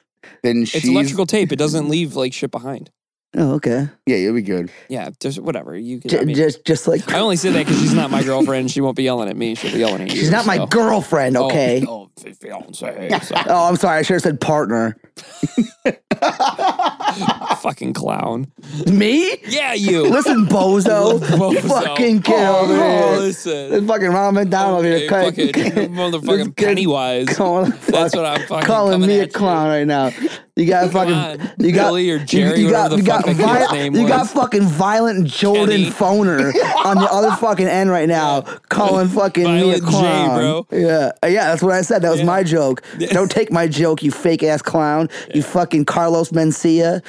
[SPEAKER 3] Then
[SPEAKER 1] It's
[SPEAKER 3] she's
[SPEAKER 1] electrical tape. It doesn't leave like shit behind.
[SPEAKER 2] oh okay,
[SPEAKER 3] yeah, you'll be good.
[SPEAKER 1] Yeah, just whatever you can.
[SPEAKER 2] J-
[SPEAKER 1] I, mean,
[SPEAKER 2] just just like
[SPEAKER 1] I only say that because she's not my girlfriend. She won't be yelling at me. She'll be yelling at you.
[SPEAKER 2] she's not my
[SPEAKER 1] so.
[SPEAKER 2] girlfriend.
[SPEAKER 1] Oh,
[SPEAKER 2] Okay.
[SPEAKER 1] Oh, f- fiance.
[SPEAKER 2] *laughs*
[SPEAKER 1] So,
[SPEAKER 2] Oh, I'm sorry. I should have said partner.
[SPEAKER 1] fucking clown.
[SPEAKER 2] Me?
[SPEAKER 1] Yeah, you.
[SPEAKER 2] Listen, bozo.
[SPEAKER 1] *laughs* Bozo.
[SPEAKER 2] Fucking kid
[SPEAKER 1] oh,
[SPEAKER 2] over
[SPEAKER 1] oh,
[SPEAKER 2] here.
[SPEAKER 1] listen.
[SPEAKER 2] This fucking Ronald McDonald over
[SPEAKER 1] Okay,
[SPEAKER 2] here. cut-
[SPEAKER 1] fucking motherfucking
[SPEAKER 2] *laughs* This kid-
[SPEAKER 1] Pennywise. *laughs*
[SPEAKER 2] Calling,
[SPEAKER 1] That's
[SPEAKER 2] fuck-
[SPEAKER 1] what I'm fucking
[SPEAKER 2] calling
[SPEAKER 1] coming
[SPEAKER 2] me a
[SPEAKER 1] at you.
[SPEAKER 2] clown right now. You
[SPEAKER 1] Come
[SPEAKER 2] got fucking.
[SPEAKER 1] on,
[SPEAKER 2] you got
[SPEAKER 1] Billy or Jerry,
[SPEAKER 2] You, you
[SPEAKER 1] whatever
[SPEAKER 2] got
[SPEAKER 1] the fuck
[SPEAKER 2] you got
[SPEAKER 1] that kid's name
[SPEAKER 2] violent. You got
[SPEAKER 1] was.
[SPEAKER 2] fucking violent Jordan
[SPEAKER 1] Kenny. *laughs*
[SPEAKER 2] Phoner on the other fucking end right now. Calling fucking me a
[SPEAKER 1] Violent J,
[SPEAKER 2] clown,
[SPEAKER 1] bro.
[SPEAKER 2] Yeah, Uh, yeah. That's what I said. That was
[SPEAKER 1] Yeah. *laughs*
[SPEAKER 2] my joke. Don't take my joke, you fake ass clown. You fucking Carlos Mencia.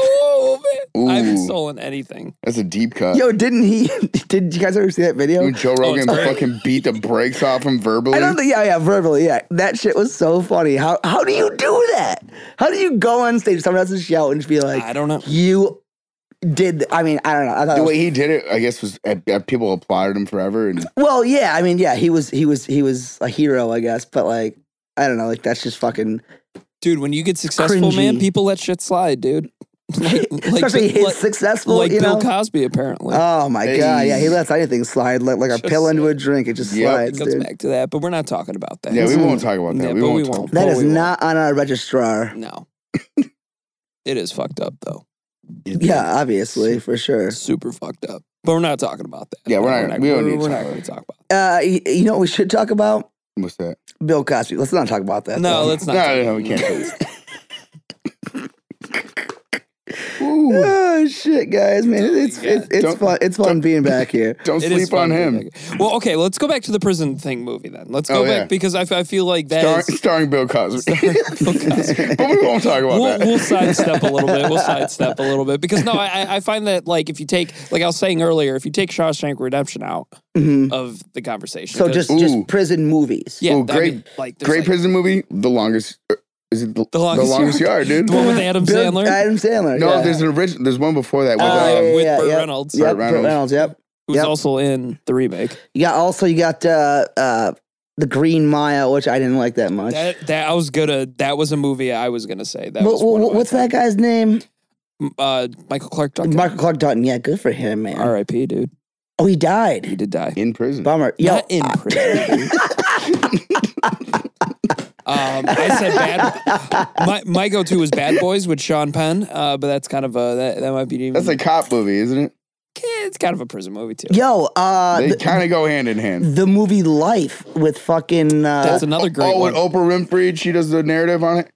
[SPEAKER 1] Oh, man. I haven't
[SPEAKER 3] Ooh.
[SPEAKER 1] stolen anything.
[SPEAKER 3] That's a deep cut.
[SPEAKER 2] Yo, didn't he? *laughs* Did you guys ever see that video?
[SPEAKER 3] When Joe Rogan
[SPEAKER 1] Oh, great.
[SPEAKER 3] fucking beat the brakes off him verbally.
[SPEAKER 2] I don't think. Yeah, yeah, verbally. Yeah, that shit was so funny. How how do you do that? How do you go on stage, someone else's show, and just be like,
[SPEAKER 1] I don't know.
[SPEAKER 2] you did? th- I mean, I don't know. I thought. it
[SPEAKER 3] the
[SPEAKER 2] was-
[SPEAKER 3] way he did it, I guess, was uh, uh, people applauded him forever,
[SPEAKER 1] Uh,
[SPEAKER 3] and
[SPEAKER 2] well, yeah. I mean, yeah. He was he was he was a hero, I guess. But like, I don't know. Like that's just fucking. *laughs*
[SPEAKER 1] Dude, when you get successful, man,
[SPEAKER 2] Cringy.
[SPEAKER 1] people let shit slide,
[SPEAKER 2] *laughs*
[SPEAKER 1] dude. *laughs* Like, like-
[SPEAKER 2] especially his
[SPEAKER 1] like-
[SPEAKER 2] successful.
[SPEAKER 1] like
[SPEAKER 2] you
[SPEAKER 1] Bill
[SPEAKER 2] know.
[SPEAKER 1] Cosby, apparently.
[SPEAKER 2] Oh my god! Yeah, he
[SPEAKER 3] Hey.
[SPEAKER 2] lets anything slide, like like a
[SPEAKER 1] Just-
[SPEAKER 2] pill into a drink. It just
[SPEAKER 3] Yep.
[SPEAKER 1] it
[SPEAKER 2] slides,
[SPEAKER 1] comes
[SPEAKER 2] dude.
[SPEAKER 1] back to that, but we're not talking about that.
[SPEAKER 3] yeah, we won't talk about that.
[SPEAKER 1] Yeah,
[SPEAKER 3] we
[SPEAKER 1] but
[SPEAKER 3] won't.
[SPEAKER 1] we
[SPEAKER 3] talk-
[SPEAKER 1] won't.
[SPEAKER 2] That
[SPEAKER 1] Oh,
[SPEAKER 2] is
[SPEAKER 1] we won't.
[SPEAKER 2] not on our registrar.
[SPEAKER 1] No. it is fucked up, though.
[SPEAKER 2] Yeah, obviously, for sure.
[SPEAKER 1] Super fucked up. But we're not talking about that.
[SPEAKER 3] Yeah, we're not- we don't need to
[SPEAKER 1] we're
[SPEAKER 3] talk
[SPEAKER 1] not
[SPEAKER 3] about
[SPEAKER 1] going
[SPEAKER 3] it.
[SPEAKER 1] to talk about
[SPEAKER 2] Uh, you, you know what we should talk about?
[SPEAKER 3] What's that?
[SPEAKER 2] Bill Cosby. Let's not talk about
[SPEAKER 1] that.
[SPEAKER 2] that.
[SPEAKER 1] No,
[SPEAKER 2] though.
[SPEAKER 1] let's
[SPEAKER 3] No,
[SPEAKER 1] not. talk
[SPEAKER 3] no, no,
[SPEAKER 1] about
[SPEAKER 3] we
[SPEAKER 1] it.
[SPEAKER 3] can't. do
[SPEAKER 1] *laughs*
[SPEAKER 3] this. Ooh,
[SPEAKER 2] *laughs* Oh shit, guys, man, it- it's
[SPEAKER 1] Yeah.
[SPEAKER 2] it's, it's
[SPEAKER 3] Don't-
[SPEAKER 2] fun. It's fun being
[SPEAKER 3] *laughs*
[SPEAKER 2] back here.
[SPEAKER 3] don't
[SPEAKER 1] It is
[SPEAKER 3] sleep on
[SPEAKER 1] fun
[SPEAKER 3] him.
[SPEAKER 1] being back. Well, okay, let's go back to the prison thing movie then. Let's go
[SPEAKER 3] Oh, yeah.
[SPEAKER 1] back because I, f- I feel like that
[SPEAKER 3] Star-
[SPEAKER 1] is-
[SPEAKER 3] *laughs* starring
[SPEAKER 1] *laughs*
[SPEAKER 3] Bill Cosby.
[SPEAKER 1] Cosby.
[SPEAKER 3] *laughs* but we won't talk about
[SPEAKER 1] We'll,
[SPEAKER 3] that.
[SPEAKER 1] we'll sidestep a little bit. We'll sidestep a little bit because no, I, I- I find that like if you take like I was saying earlier, if you take Shawshank Redemption out
[SPEAKER 2] Mhm.
[SPEAKER 1] of the conversation,
[SPEAKER 2] So
[SPEAKER 1] there's-
[SPEAKER 2] just
[SPEAKER 3] Ooh.
[SPEAKER 2] just prison movies.
[SPEAKER 1] yeah,
[SPEAKER 3] Ooh,
[SPEAKER 1] I
[SPEAKER 3] great-
[SPEAKER 1] mean, like there's,
[SPEAKER 3] Great
[SPEAKER 1] like,
[SPEAKER 3] prison movie, The Longest. er, Is it the, the
[SPEAKER 1] Longest
[SPEAKER 3] longest,
[SPEAKER 1] Yard?
[SPEAKER 3] yard, dude?
[SPEAKER 1] the one with Adam
[SPEAKER 2] Bill-
[SPEAKER 1] Sandler,
[SPEAKER 2] Adam Sandler.
[SPEAKER 3] *laughs* no,
[SPEAKER 2] yeah.
[SPEAKER 3] there's an original. There's one before that. With,
[SPEAKER 1] um,
[SPEAKER 2] yeah, yeah,
[SPEAKER 1] with
[SPEAKER 2] yeah,
[SPEAKER 1] Burt
[SPEAKER 2] yeah.
[SPEAKER 1] Reynolds,
[SPEAKER 2] Yep,
[SPEAKER 3] Burt
[SPEAKER 2] Burt
[SPEAKER 3] Reynolds.
[SPEAKER 2] Reynolds. Yep.
[SPEAKER 1] who's
[SPEAKER 2] yep.
[SPEAKER 1] also in the remake.
[SPEAKER 2] Yeah. Also, you got uh, uh, the Green Mile, which I didn't like that much.
[SPEAKER 1] That that I was gonna. That was a movie I was gonna say. That
[SPEAKER 2] What-
[SPEAKER 1] was one
[SPEAKER 2] what-
[SPEAKER 1] of my
[SPEAKER 2] what's that guy's name?
[SPEAKER 1] top- Uh, Michael Clark Duncan.
[SPEAKER 2] Michael Clark Duncan. Yeah, good for him, man.
[SPEAKER 1] R.I.P. Dude,
[SPEAKER 2] Oh, he
[SPEAKER 1] he
[SPEAKER 2] died.
[SPEAKER 1] did die.
[SPEAKER 3] in prison.
[SPEAKER 2] Bummer. Yo,
[SPEAKER 1] Not in prison. dude. *laughs* um, I said bad. My my go to was Bad Boys with Sean Penn, uh, but that's kind of a that, that might be even.
[SPEAKER 3] That's a cop movie, isn't it?
[SPEAKER 1] Yeah, it's kind of a prison movie too.
[SPEAKER 2] yo, uh,
[SPEAKER 3] They
[SPEAKER 2] the,
[SPEAKER 3] kind of go hand in hand.
[SPEAKER 2] the movie Life with fucking. Uh,
[SPEAKER 1] That's another great
[SPEAKER 3] oh,
[SPEAKER 1] one.
[SPEAKER 3] with Oprah Winfrey, she does the narrative on it.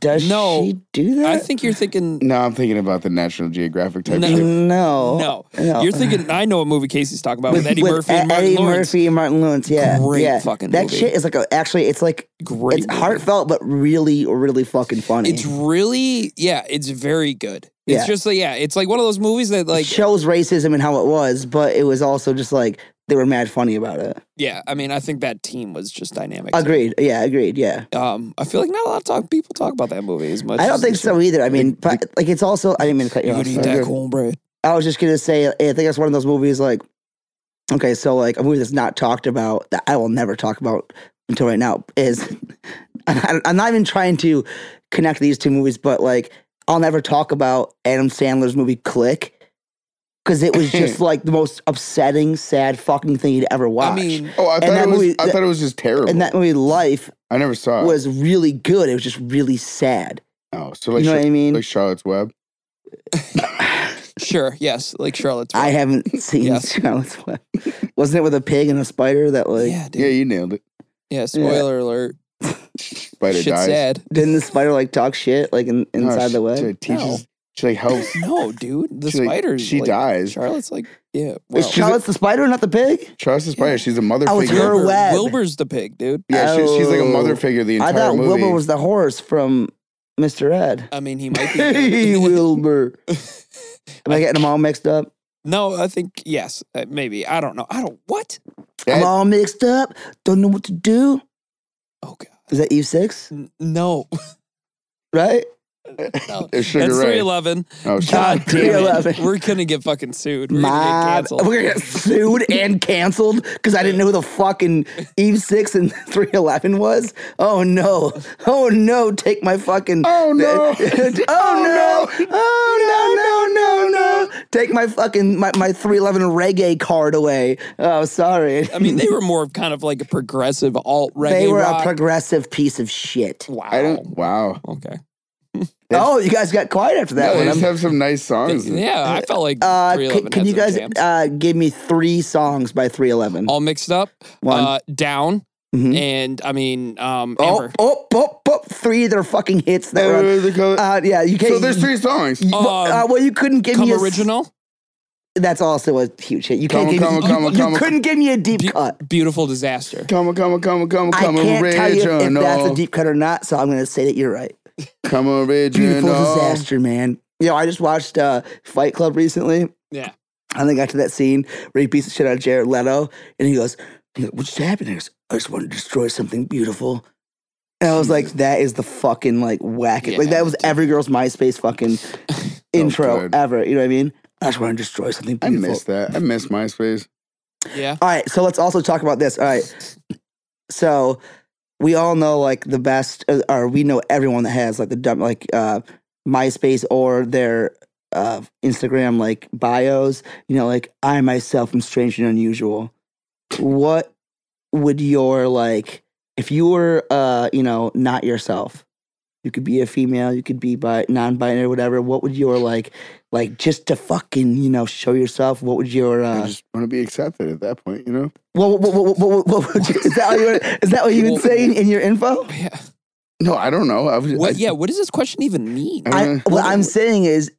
[SPEAKER 2] does
[SPEAKER 1] no.
[SPEAKER 2] she do
[SPEAKER 3] oh.
[SPEAKER 2] that?
[SPEAKER 1] I think you're thinking.
[SPEAKER 3] No, I'm thinking about the National Geographic type.
[SPEAKER 1] No.
[SPEAKER 3] shit.
[SPEAKER 2] No.
[SPEAKER 1] No,
[SPEAKER 2] No.
[SPEAKER 1] you're thinking. I know what movie Casey's talking about with, Eddie Murphy and
[SPEAKER 2] E-
[SPEAKER 1] Martin
[SPEAKER 2] Eddie
[SPEAKER 1] Lawrence.
[SPEAKER 2] Murphy and Martin Lawrence. Yeah,
[SPEAKER 1] Great
[SPEAKER 2] yeah.
[SPEAKER 1] fucking
[SPEAKER 2] that
[SPEAKER 1] movie.
[SPEAKER 2] shit is like a, actually it's like
[SPEAKER 1] Great.
[SPEAKER 2] it's
[SPEAKER 1] movie.
[SPEAKER 2] heartfelt but really really fucking funny.
[SPEAKER 1] It's really yeah. It's very good. It's
[SPEAKER 2] Yeah.
[SPEAKER 1] just like yeah, it's like one of those movies that like
[SPEAKER 2] shows racism and how it was, but it was also just like they were mad funny about it.
[SPEAKER 1] yeah. I mean, I think that team was just dynamic.
[SPEAKER 2] Agreed. Yeah, agreed. Yeah.
[SPEAKER 1] Um, I feel like not a lot of talk, people talk about that movie as much.
[SPEAKER 2] I don't
[SPEAKER 1] as
[SPEAKER 2] think
[SPEAKER 1] they should.
[SPEAKER 2] so either. I mean, but like it's also I didn't mean to cut you
[SPEAKER 1] You
[SPEAKER 2] off.
[SPEAKER 1] could eat
[SPEAKER 2] sorry.
[SPEAKER 1] that cornbread.
[SPEAKER 2] I was just gonna say eh, I think it's one of those movies like okay, so like a movie that's not talked about that I will never talk about until right now is *laughs* I- I'm not even trying to connect these two movies, but like I'll never talk about Adam Sandler's movie Click because it
[SPEAKER 1] *laughs*
[SPEAKER 2] was just like the most upsetting, sad fucking thing you'd ever watch.
[SPEAKER 1] I mean,
[SPEAKER 3] Oh, I
[SPEAKER 2] And
[SPEAKER 3] thought
[SPEAKER 2] that
[SPEAKER 3] it was.
[SPEAKER 2] movie-
[SPEAKER 3] I thought it was just terrible.
[SPEAKER 2] and that movie Life
[SPEAKER 3] I never
[SPEAKER 1] uh,
[SPEAKER 3] saw it.
[SPEAKER 2] was really good. It was just really sad.
[SPEAKER 3] Oh, so like,
[SPEAKER 2] you know
[SPEAKER 3] Char-
[SPEAKER 2] what I mean?
[SPEAKER 3] like Charlotte's Web.
[SPEAKER 1] sure, yes, like Charlotte's.
[SPEAKER 2] I
[SPEAKER 1] *laughs*
[SPEAKER 2] haven't seen *laughs*
[SPEAKER 1] Yes.
[SPEAKER 2] Charlotte's Web. Wasn't it with a pig and a spider that
[SPEAKER 1] Web.
[SPEAKER 2] like
[SPEAKER 1] yeah, dude.
[SPEAKER 3] Yeah, you nailed it.
[SPEAKER 1] yeah. spoiler alert.
[SPEAKER 3] Spider
[SPEAKER 1] Shit's
[SPEAKER 3] dies.
[SPEAKER 1] sad.
[SPEAKER 2] Didn't the spider like talk shit like in,
[SPEAKER 3] No,
[SPEAKER 2] inside
[SPEAKER 3] she-
[SPEAKER 2] the web?
[SPEAKER 3] She like, teaches. She like helps.
[SPEAKER 1] No, dude, *laughs* the
[SPEAKER 3] she, like,
[SPEAKER 1] spiders.
[SPEAKER 3] She
[SPEAKER 1] like,
[SPEAKER 3] dies.
[SPEAKER 1] Charlotte's like yeah. Well,
[SPEAKER 2] Is Charlotte's the spider, not the pig?
[SPEAKER 3] Charles the Spider. She's a mother
[SPEAKER 2] Oh, it's
[SPEAKER 3] figure.
[SPEAKER 2] her
[SPEAKER 1] Wilbur-
[SPEAKER 2] web.
[SPEAKER 1] Wilbur's the pig, dude.
[SPEAKER 3] Yeah, she, she's like a mother
[SPEAKER 2] Oh.
[SPEAKER 3] figure the
[SPEAKER 2] I
[SPEAKER 3] entire
[SPEAKER 2] thought
[SPEAKER 3] movie.
[SPEAKER 2] Wilbur was the horse from Mr. Ed.
[SPEAKER 1] I mean, he might
[SPEAKER 2] *laughs*
[SPEAKER 1] be.
[SPEAKER 2] Hey,
[SPEAKER 1] *laughs*
[SPEAKER 2] Wilbur. Am I getting them all mixed up?
[SPEAKER 1] No, I think yes, uh, maybe. I don't know. I don't what?
[SPEAKER 3] That-
[SPEAKER 2] I'm all mixed up. Don't know what to do.
[SPEAKER 1] Oh god.
[SPEAKER 2] Is that Eve Six?
[SPEAKER 1] N- No. *laughs*
[SPEAKER 2] Right?
[SPEAKER 1] no.
[SPEAKER 3] It's Sugar
[SPEAKER 1] That's
[SPEAKER 3] Ray.
[SPEAKER 1] 311.
[SPEAKER 3] Oh, shit.
[SPEAKER 1] God damn it.
[SPEAKER 2] 311.
[SPEAKER 1] We're going to get fucking sued. We're
[SPEAKER 2] My,
[SPEAKER 1] going to get canceled.
[SPEAKER 2] we're gonna get sued and canceled because I didn't know who the fucking Eve Six and *laughs* Three Eleven was. Oh no! Oh no! Take my fucking.
[SPEAKER 3] *laughs* Oh, no.
[SPEAKER 2] oh *laughs* no! Oh no! No no no! Take my fucking my my Three Eleven reggae card away. Oh sorry.
[SPEAKER 1] I mean, they were more of kind of like a progressive alt reggae
[SPEAKER 2] *laughs* they were
[SPEAKER 1] rock.
[SPEAKER 2] a progressive piece of shit.
[SPEAKER 1] wow.
[SPEAKER 3] I don't. Wow.
[SPEAKER 1] Okay.
[SPEAKER 2] Oh, you guys got quiet after that
[SPEAKER 3] Yeah,
[SPEAKER 2] one.
[SPEAKER 3] they just
[SPEAKER 2] I'm-
[SPEAKER 3] have some nice songs.
[SPEAKER 1] Yeah, I felt like
[SPEAKER 2] Uh, c-
[SPEAKER 1] 311
[SPEAKER 2] can,
[SPEAKER 1] had
[SPEAKER 2] you
[SPEAKER 1] some
[SPEAKER 2] guys
[SPEAKER 1] jams.
[SPEAKER 2] uh, give me three songs by Three Eleven?
[SPEAKER 1] all mixed up.
[SPEAKER 2] One.
[SPEAKER 1] Uh, down
[SPEAKER 2] Mhm.
[SPEAKER 1] and I mean um
[SPEAKER 2] Oh,
[SPEAKER 1] Amber.
[SPEAKER 2] oh, oh, oh, three of their fucking hits that were on-
[SPEAKER 3] What do they call it?
[SPEAKER 2] Uh, yeah, you can't.
[SPEAKER 3] so there's three songs.
[SPEAKER 2] you- uh,
[SPEAKER 1] Um,
[SPEAKER 2] well, you couldn't give
[SPEAKER 1] Come
[SPEAKER 2] me a s-
[SPEAKER 1] original.
[SPEAKER 2] that's also a huge hit. You can't
[SPEAKER 3] Come,
[SPEAKER 2] give
[SPEAKER 3] come,
[SPEAKER 2] me.
[SPEAKER 3] come,
[SPEAKER 2] you,
[SPEAKER 3] come,
[SPEAKER 2] you couldn't give me a deep
[SPEAKER 1] Be-
[SPEAKER 2] cut.
[SPEAKER 1] Beautiful disaster.
[SPEAKER 3] Come on, come on, come on, come on,
[SPEAKER 2] I
[SPEAKER 3] come
[SPEAKER 2] can't tell you if that's a
[SPEAKER 3] original.
[SPEAKER 2] deep cut or not. So I'm gonna say that you're right.
[SPEAKER 3] Come original.
[SPEAKER 2] Beautiful disaster, man. You know, I just watched uh, Fight Club recently.
[SPEAKER 1] Yeah.
[SPEAKER 2] And they got to that scene where he beats the shit out of Jared Leto, and he goes, he goes, "What just happened?" He goes, "I just want to destroy something beautiful." And I was like, "That is the fucking like whack Like
[SPEAKER 1] Yeah,
[SPEAKER 2] that was every girl's MySpace
[SPEAKER 3] *laughs*
[SPEAKER 2] fucking intro
[SPEAKER 3] good.
[SPEAKER 2] ever. You know what I mean? I just want to destroy something
[SPEAKER 3] I
[SPEAKER 2] beautiful.
[SPEAKER 3] miss that. I miss MySpace.
[SPEAKER 1] Yeah.
[SPEAKER 2] All right, so let's also talk about this. All right, so we all know like the best, or- or we know everyone that has like the dumb like uh, MySpace or their uh, Instagram like bios. You know, like I myself am strange and unusual. What would your like if you were uh you know not yourself? You could be a female. You could be bi- non-binary, whatever. What would your like, like just to fucking you know show yourself? What would your uh,
[SPEAKER 3] I just want to be accepted at that point, you know?
[SPEAKER 2] well, what, what, what, what, what, is that what you were, is that what you would say in, in your info?
[SPEAKER 1] Oh, Yeah.
[SPEAKER 3] No, I don't know. I was
[SPEAKER 1] What,
[SPEAKER 3] I,
[SPEAKER 1] yeah. What does this question even mean?
[SPEAKER 3] I
[SPEAKER 2] I,
[SPEAKER 3] mean,
[SPEAKER 2] what I'm saying is,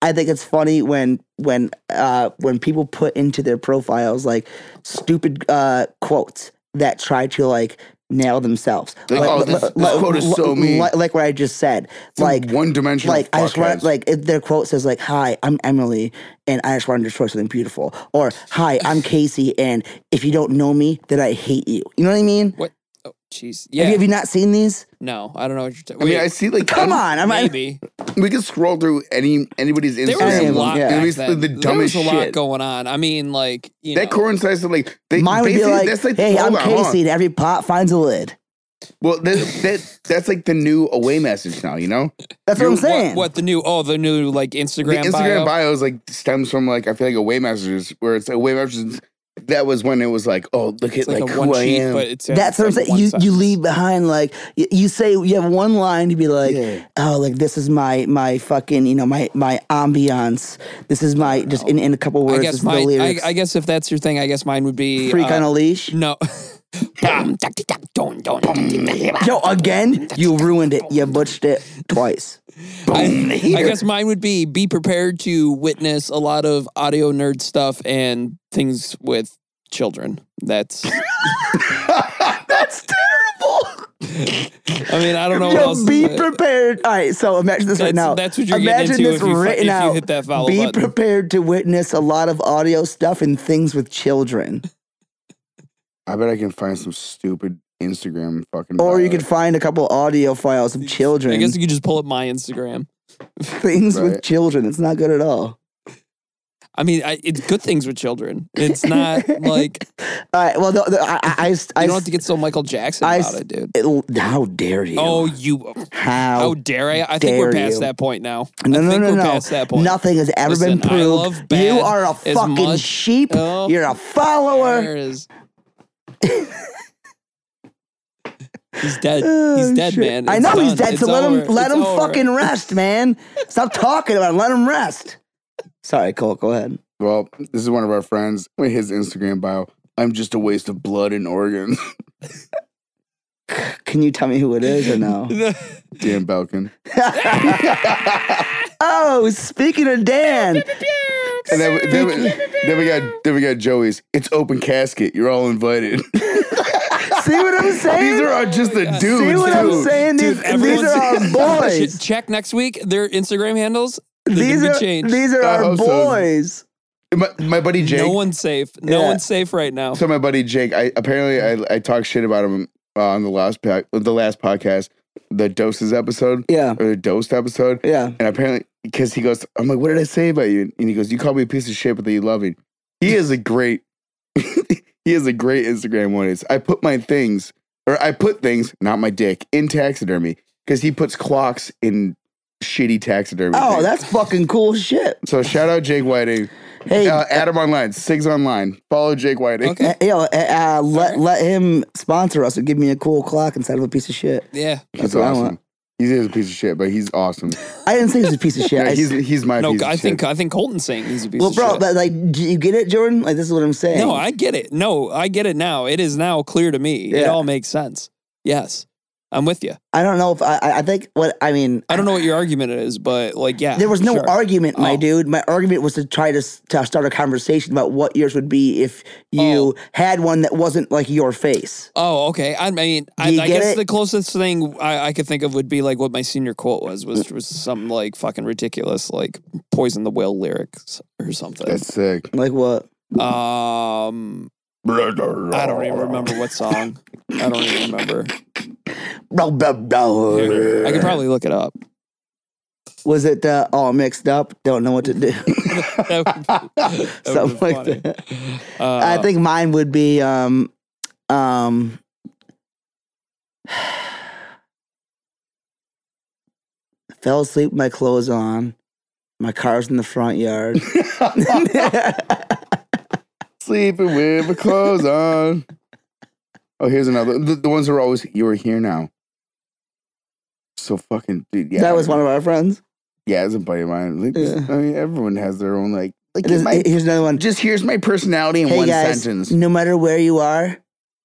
[SPEAKER 2] I think it's funny when when uh, when people put into their profiles like stupid uh, quotes that try to like nail themselves.
[SPEAKER 3] Like, oh, this- this quote is so mean.
[SPEAKER 2] Like, like what I just said.
[SPEAKER 3] like
[SPEAKER 2] Like
[SPEAKER 3] one dimensional.
[SPEAKER 2] like I just want
[SPEAKER 3] fuckheads.
[SPEAKER 2] like if their quote says like hi I'm Emily and I just want to destroy something beautiful or hi I'm Casey and if you don't know me then I hate you you know what I mean
[SPEAKER 1] What? Oh, jeez.
[SPEAKER 2] Have,
[SPEAKER 1] Yeah.
[SPEAKER 2] you, have you not seen these?
[SPEAKER 1] no, I don't know what you're talking.
[SPEAKER 3] I mean, I see like
[SPEAKER 2] Come on, I'm
[SPEAKER 1] maybe
[SPEAKER 3] We can scroll through any anybody's Instagram.
[SPEAKER 1] there was a
[SPEAKER 2] Instagram,
[SPEAKER 1] lot.
[SPEAKER 2] yeah.
[SPEAKER 1] back
[SPEAKER 3] At least
[SPEAKER 1] then.
[SPEAKER 3] the
[SPEAKER 1] there was
[SPEAKER 3] dumbest
[SPEAKER 1] a lot
[SPEAKER 3] shit.
[SPEAKER 1] going on. I mean, like you
[SPEAKER 3] that
[SPEAKER 1] know,
[SPEAKER 3] coincides to like they,
[SPEAKER 2] Mine would be
[SPEAKER 3] basically,
[SPEAKER 2] like,
[SPEAKER 3] that's like
[SPEAKER 2] "Hey, I'm
[SPEAKER 3] hold on, hold on.
[SPEAKER 2] Casey, and every pot finds a lid."
[SPEAKER 3] Well, that, that that's like the new away message now. You know,
[SPEAKER 2] That's what I'm saying.
[SPEAKER 1] What, what the new? Oh, the new like Instagram.
[SPEAKER 3] the
[SPEAKER 1] bio?
[SPEAKER 3] Instagram bio is like stems from like I feel like away messages where it's away messages. That was when it was like, oh, look at
[SPEAKER 1] It's like,
[SPEAKER 3] like,
[SPEAKER 1] a one
[SPEAKER 3] who I
[SPEAKER 1] sheet,
[SPEAKER 3] am.
[SPEAKER 1] but it's it's
[SPEAKER 2] That's what I'm
[SPEAKER 1] like
[SPEAKER 2] saying.
[SPEAKER 1] one
[SPEAKER 2] You you
[SPEAKER 1] sentence.
[SPEAKER 2] leave behind like you, you say you have one line to be like,
[SPEAKER 3] Yeah.
[SPEAKER 2] "Oh, like this is my my fucking you know my my ambiance. This is my just in, in a couple
[SPEAKER 1] I
[SPEAKER 2] words. this
[SPEAKER 1] guess
[SPEAKER 2] is the
[SPEAKER 1] my. I,
[SPEAKER 2] lyrics.
[SPEAKER 1] I guess if that's your thing, I guess mine would be
[SPEAKER 2] Freak
[SPEAKER 1] uh,
[SPEAKER 2] on a leash.
[SPEAKER 1] No. *laughs*
[SPEAKER 2] Yo, again, you ruined it. You butched it twice.
[SPEAKER 1] I, I
[SPEAKER 3] *laughs*
[SPEAKER 1] guess mine would be be prepared to witness a lot of audio nerd stuff and things with children. That's
[SPEAKER 2] *laughs* That's terrible.
[SPEAKER 1] I mean, I don't
[SPEAKER 2] *laughs*
[SPEAKER 1] know what else.
[SPEAKER 2] Yo,
[SPEAKER 1] to
[SPEAKER 2] be
[SPEAKER 1] say.
[SPEAKER 2] prepared. All right, so imagine this
[SPEAKER 1] That's,
[SPEAKER 2] right now.
[SPEAKER 1] that's what you're
[SPEAKER 2] imagine
[SPEAKER 1] getting into
[SPEAKER 2] this
[SPEAKER 1] if you, fu-
[SPEAKER 2] written
[SPEAKER 1] if you
[SPEAKER 2] out.
[SPEAKER 1] hit that follow
[SPEAKER 2] Be
[SPEAKER 1] button.
[SPEAKER 2] prepared to witness a lot of audio stuff and things with children.
[SPEAKER 3] I bet I can find some stupid Instagram fucking.
[SPEAKER 2] Or you
[SPEAKER 3] bio.
[SPEAKER 2] could find a couple audio files of children.
[SPEAKER 1] I guess you could just pull up my Instagram.
[SPEAKER 2] things with
[SPEAKER 3] Right.
[SPEAKER 2] children. It's not good at all.
[SPEAKER 1] I mean, I, it's good things with children. It's not
[SPEAKER 2] *laughs*
[SPEAKER 1] like
[SPEAKER 2] All right. Well, the, the, I, I, I,
[SPEAKER 1] you
[SPEAKER 2] I-
[SPEAKER 1] don't have to get so Michael Jackson
[SPEAKER 2] I-
[SPEAKER 1] about it, dude.
[SPEAKER 2] it- how dare you?
[SPEAKER 1] Oh, you.
[SPEAKER 2] how?
[SPEAKER 1] How dare I? I think we're
[SPEAKER 2] dare
[SPEAKER 1] past
[SPEAKER 2] you.
[SPEAKER 1] that point now.
[SPEAKER 2] no,
[SPEAKER 1] I
[SPEAKER 2] no,
[SPEAKER 1] think
[SPEAKER 2] no,
[SPEAKER 1] we're
[SPEAKER 2] no.
[SPEAKER 1] past that point.
[SPEAKER 2] Nothing has ever
[SPEAKER 1] Listen, I
[SPEAKER 2] been proved.
[SPEAKER 1] love bad
[SPEAKER 2] you are a
[SPEAKER 1] as
[SPEAKER 2] fucking
[SPEAKER 1] much-
[SPEAKER 2] sheep.
[SPEAKER 1] Oh,
[SPEAKER 2] You're a follower.
[SPEAKER 1] there is- *laughs* He's dead. Uh, He's
[SPEAKER 2] Oh,
[SPEAKER 1] dead,
[SPEAKER 2] shit.
[SPEAKER 1] man.
[SPEAKER 2] I
[SPEAKER 1] It's
[SPEAKER 2] know he's
[SPEAKER 1] done.
[SPEAKER 2] dead.
[SPEAKER 1] It's
[SPEAKER 2] so let
[SPEAKER 1] over.
[SPEAKER 2] him let
[SPEAKER 1] It's
[SPEAKER 2] him
[SPEAKER 1] over. *laughs*
[SPEAKER 2] fucking rest, man. Stop talking about him. Let him rest. Sorry, Cole. Go ahead.
[SPEAKER 3] Well, this is one of our friends. Wait, His Instagram bio. I'm just a waste of blood and organs. *laughs*
[SPEAKER 2] Can you tell me who it is
[SPEAKER 1] *laughs*
[SPEAKER 2] or no? *laughs*
[SPEAKER 3] Dan Belkin.
[SPEAKER 2] oh, speaking
[SPEAKER 1] *laughs*
[SPEAKER 2] of Dan,
[SPEAKER 3] And then, we- then, we, then we got then we got Joey's. It's open casket. You're all invited. *laughs*
[SPEAKER 2] see what I'm saying?
[SPEAKER 3] These are all just the
[SPEAKER 1] God.
[SPEAKER 3] dudes.
[SPEAKER 2] see what I'm
[SPEAKER 3] dude.
[SPEAKER 2] saying?
[SPEAKER 1] Dude, Oh,
[SPEAKER 2] These, these
[SPEAKER 1] everyone's- *laughs*
[SPEAKER 2] are our boys.
[SPEAKER 1] Ch- Check next week their Instagram handles. They're
[SPEAKER 2] these
[SPEAKER 1] gonna
[SPEAKER 2] are
[SPEAKER 1] be changed.
[SPEAKER 2] these are
[SPEAKER 3] I
[SPEAKER 2] our
[SPEAKER 3] hope so.
[SPEAKER 2] boys.
[SPEAKER 3] My, my buddy Jake.
[SPEAKER 1] no one's safe. No
[SPEAKER 2] Yeah.
[SPEAKER 1] one's safe right now.
[SPEAKER 3] so my buddy Jake. I apparently I, I talked shit about him uh, on the last po- the last podcast, the doses episode
[SPEAKER 2] Yeah,
[SPEAKER 3] or the dosed episode.
[SPEAKER 2] yeah.
[SPEAKER 3] And apparently, because he goes, I'm like, what did I say about you? And he goes, you call me a piece of shit, but then you love me. He is a great, *laughs* he is a great Instagram one. It's I put my things, or I put things, not my dick, in taxidermy because he puts clocks in shitty taxidermy.
[SPEAKER 2] Oh,
[SPEAKER 3] things.
[SPEAKER 2] that's fucking cool shit.
[SPEAKER 3] so shout out Jake Whiting.
[SPEAKER 2] Hey,
[SPEAKER 3] Uh, Adam online, Sigs online. Follow Jake Whiting.
[SPEAKER 1] Okay.
[SPEAKER 2] uh, yo, uh, uh, let let him sponsor us and give me a cool clock instead of a piece of shit.
[SPEAKER 1] Yeah.
[SPEAKER 3] He's
[SPEAKER 2] That's what I
[SPEAKER 3] awesome.
[SPEAKER 2] want.
[SPEAKER 3] He is a piece of shit, but he's awesome.
[SPEAKER 2] I didn't say he's a piece of shit.
[SPEAKER 3] *laughs* Yeah,
[SPEAKER 2] I
[SPEAKER 3] he's
[SPEAKER 2] s-
[SPEAKER 3] he's my
[SPEAKER 1] No,
[SPEAKER 3] piece of
[SPEAKER 1] I think uh,
[SPEAKER 3] shit.
[SPEAKER 1] I think Colton's saying he's a piece
[SPEAKER 2] well,
[SPEAKER 1] of
[SPEAKER 2] bro,
[SPEAKER 1] shit.
[SPEAKER 2] but like, do you get it, Jordan? Like, this is what I'm saying.
[SPEAKER 1] no, I get it. No, I get it now. It is now clear to me. It
[SPEAKER 2] Yeah.
[SPEAKER 1] all makes sense. Yes. I'm with you.
[SPEAKER 2] I don't know if I, I I think what I mean.
[SPEAKER 1] I don't know what your argument is, but like, yeah.
[SPEAKER 2] There was no
[SPEAKER 1] sure.
[SPEAKER 2] argument, my
[SPEAKER 1] Oh.
[SPEAKER 2] dude. My argument was to try to, s- to start a conversation about what yours would be if you had one that wasn't like your face.
[SPEAKER 1] Oh, okay. I mean, I,
[SPEAKER 2] you
[SPEAKER 1] I
[SPEAKER 2] get
[SPEAKER 1] guess
[SPEAKER 2] it?
[SPEAKER 1] the closest thing I, I could think of would be like what my senior quote was,
[SPEAKER 2] Mm.
[SPEAKER 1] which was something like fucking ridiculous, like poison the whale lyrics or something.
[SPEAKER 3] That's sick.
[SPEAKER 2] Like what?
[SPEAKER 1] Um, I don't even remember what song. I don't even remember.
[SPEAKER 2] Blah, blah, blah.
[SPEAKER 1] I could probably look it
[SPEAKER 2] *laughs*
[SPEAKER 1] up.
[SPEAKER 2] Was it uh, all mixed up? Don't know what to do. *laughs*
[SPEAKER 1] That would be- that would be
[SPEAKER 2] Something like
[SPEAKER 1] funny.
[SPEAKER 2] that.
[SPEAKER 1] Uh,
[SPEAKER 2] I think mine would be um, um, *sighs* fell asleep with my clothes on. My car's in the front yard.
[SPEAKER 3] *laughs* Sleeping with my clothes on. Oh, here's another. The, the ones that are always, you are here now. So fucking, dude. Yeah,
[SPEAKER 2] that was one of our friends.
[SPEAKER 3] Yeah, it's a buddy of mine. Like,
[SPEAKER 2] Yeah.
[SPEAKER 3] I mean, everyone has their own, like, like
[SPEAKER 2] It is-
[SPEAKER 3] my-
[SPEAKER 2] here's another one.
[SPEAKER 3] just here's my personality in
[SPEAKER 2] Hey
[SPEAKER 3] one
[SPEAKER 2] guys, Mm.
[SPEAKER 3] sentence.
[SPEAKER 2] no matter where you are,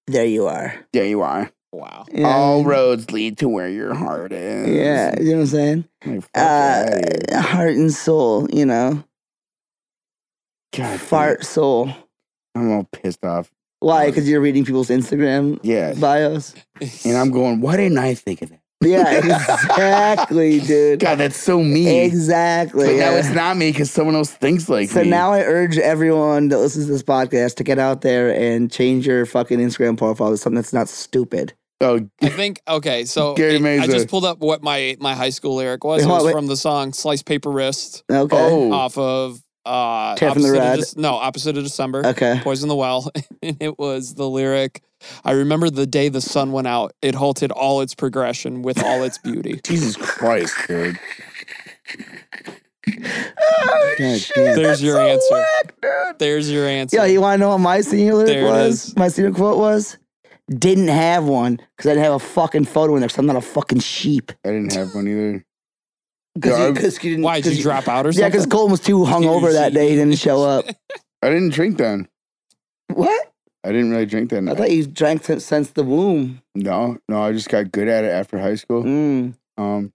[SPEAKER 2] there you are.
[SPEAKER 3] There you are.
[SPEAKER 1] wow.
[SPEAKER 2] You know what I
[SPEAKER 3] All
[SPEAKER 2] mean?
[SPEAKER 3] roads lead to where your heart is.
[SPEAKER 2] Yeah, you know what I'm saying?
[SPEAKER 3] Like, fuck outta here.
[SPEAKER 2] Uh, heart and soul, you know,
[SPEAKER 3] God,
[SPEAKER 2] fart soul.
[SPEAKER 3] dude, I'm all pissed off.
[SPEAKER 2] Why? Because you're reading people's Instagram
[SPEAKER 3] Yeah.
[SPEAKER 2] bios.
[SPEAKER 3] And I'm going, why didn't I think of that? *laughs*
[SPEAKER 2] Yeah, exactly, dude.
[SPEAKER 3] God, that's so mean.
[SPEAKER 2] Exactly.
[SPEAKER 3] But now
[SPEAKER 2] yeah.
[SPEAKER 3] it's not me because someone else thinks like
[SPEAKER 2] so
[SPEAKER 3] me.
[SPEAKER 2] now I urge everyone that listens to this podcast to get out there and change your fucking Instagram profile to something that's not stupid.
[SPEAKER 3] oh,
[SPEAKER 1] I think okay. So it-
[SPEAKER 3] Gary
[SPEAKER 1] I
[SPEAKER 3] Mazur.
[SPEAKER 1] just pulled up what my my high school lyric was.
[SPEAKER 2] Wait,
[SPEAKER 1] It
[SPEAKER 2] hold
[SPEAKER 1] was
[SPEAKER 2] on, wait.
[SPEAKER 1] from the song "Slice Paper Wrist"
[SPEAKER 2] Okay.
[SPEAKER 3] oh,
[SPEAKER 1] off of uh,
[SPEAKER 2] Tear from the
[SPEAKER 1] Opposite of
[SPEAKER 2] Red.
[SPEAKER 1] Dec- no, opposite of December.
[SPEAKER 2] Okay.
[SPEAKER 1] Poison the Well. *laughs* and it was the lyric. I remember the day the sun went out. It halted all its progression with all its
[SPEAKER 2] *laughs*
[SPEAKER 1] beauty.
[SPEAKER 3] Jesus Christ, dude.
[SPEAKER 2] Oh,
[SPEAKER 3] God
[SPEAKER 2] shit,
[SPEAKER 3] damn.
[SPEAKER 1] There's
[SPEAKER 2] that's
[SPEAKER 1] your
[SPEAKER 2] so
[SPEAKER 1] answer.
[SPEAKER 2] whack, dude.
[SPEAKER 1] There's your answer.
[SPEAKER 2] Yeah, you want to know what my senior lyric
[SPEAKER 1] There it
[SPEAKER 2] was?
[SPEAKER 1] is.
[SPEAKER 2] My senior quote was, "Didn't have one because I didn't have a fucking photo in there because I'm not a fucking sheep."
[SPEAKER 3] I didn't have one either.
[SPEAKER 2] Because
[SPEAKER 3] Yeah,
[SPEAKER 2] you,
[SPEAKER 3] I-
[SPEAKER 2] 'cause you didn't.
[SPEAKER 1] Why
[SPEAKER 2] 'cause
[SPEAKER 1] did you drop out or
[SPEAKER 2] Yeah,
[SPEAKER 1] something?
[SPEAKER 2] because Colton was too hungover that
[SPEAKER 1] Seriously.
[SPEAKER 2] day. He
[SPEAKER 1] *laughs*
[SPEAKER 2] didn't show up.
[SPEAKER 3] I didn't drink then.
[SPEAKER 2] what?
[SPEAKER 3] I didn't really drink that
[SPEAKER 2] I
[SPEAKER 3] night.
[SPEAKER 2] thought you drank since, since the womb.
[SPEAKER 3] No, no, I just got good at it after high school.
[SPEAKER 2] Mm.
[SPEAKER 3] Um,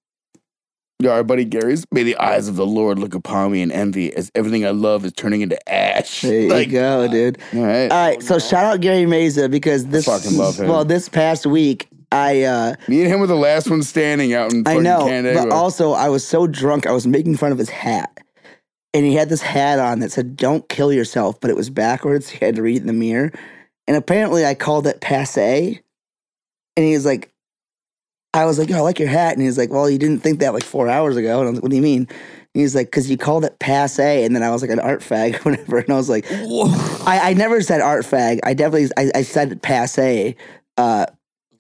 [SPEAKER 3] yeah, our buddy Gary's. May the eyes of the Lord look upon me in envy as everything I love is turning into ash.
[SPEAKER 2] There you
[SPEAKER 3] like,
[SPEAKER 2] go, Uh, dude.
[SPEAKER 3] all right.
[SPEAKER 2] All right, so shout out Gary Meza because this
[SPEAKER 3] fucking love him.
[SPEAKER 2] well this past week I uh,
[SPEAKER 3] Me and him were the last one standing out in
[SPEAKER 2] I
[SPEAKER 3] fucking
[SPEAKER 2] know,
[SPEAKER 3] Canandaigua.
[SPEAKER 2] but also I was so drunk I was making fun of his hat, and he had this hat on that said "Don't kill yourself," but it was backwards. *laughs* He had to read it in the mirror, and apparently I called it passe, and he was like, "I was like, yo, I like your hat," and he's like, "Well, you didn't think that like four hours ago," and I was like, "What do you mean?" And he's like, "Cause you called it passe," and then I was like an art fag *laughs* or whatever, and I was like,
[SPEAKER 1] *laughs* Whoa.
[SPEAKER 2] I, I never said art fag. I definitely I, I said passe, uh,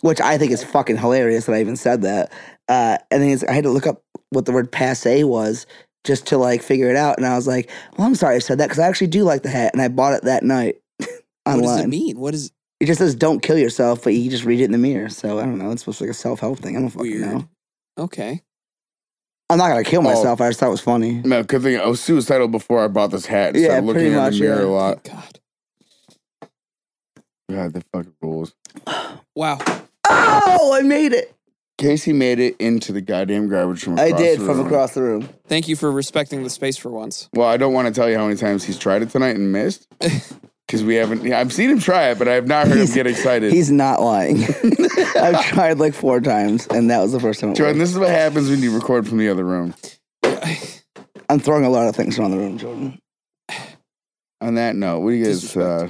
[SPEAKER 2] which I think is fucking hilarious that I even said that. Uh, and then he's, I had to look up what the word passe was just to like figure it out. And I was like, well, I'm sorry I said that because I actually do like the hat, and I bought it that night *laughs*
[SPEAKER 1] What does it
[SPEAKER 2] online. It,
[SPEAKER 1] mean? What is
[SPEAKER 2] just says "Don't kill yourself," but you just read it in the mirror. So I don't know. It's supposed to be like a self help thing. I don't fucking
[SPEAKER 1] weird?
[SPEAKER 2] know.
[SPEAKER 1] Okay.
[SPEAKER 2] I'm not gonna kill
[SPEAKER 3] Oh.
[SPEAKER 2] myself. I just thought it was funny.
[SPEAKER 3] No, good thing I was suicidal before I bought this hat. and
[SPEAKER 2] Yeah,
[SPEAKER 3] started looking
[SPEAKER 2] pretty
[SPEAKER 3] in
[SPEAKER 2] much,
[SPEAKER 3] the mirror
[SPEAKER 2] yeah.
[SPEAKER 3] a lot.
[SPEAKER 1] God.
[SPEAKER 3] God, the fucking rules.
[SPEAKER 1] Wow.
[SPEAKER 2] Oh, I made it.
[SPEAKER 3] Casey made it into the goddamn garbage from across
[SPEAKER 2] I did
[SPEAKER 3] the
[SPEAKER 2] from
[SPEAKER 3] room.
[SPEAKER 2] across the room.
[SPEAKER 1] Thank you for respecting the space for once.
[SPEAKER 3] Well, I don't want to tell you how many times he's tried it tonight
[SPEAKER 2] *laughs*
[SPEAKER 3] and missed. Because we haven't, yeah, I've seen him try it, but I have not heard
[SPEAKER 2] He's-
[SPEAKER 3] him get excited.
[SPEAKER 2] He's not lying. *laughs* I've tried like four times, and that was the first time. It
[SPEAKER 3] Jordan,
[SPEAKER 2] worked.
[SPEAKER 3] this is what happens when you record from the other room.
[SPEAKER 2] I'm throwing a lot of things around the room, Jordan.
[SPEAKER 3] On that note, what do you guys, uh,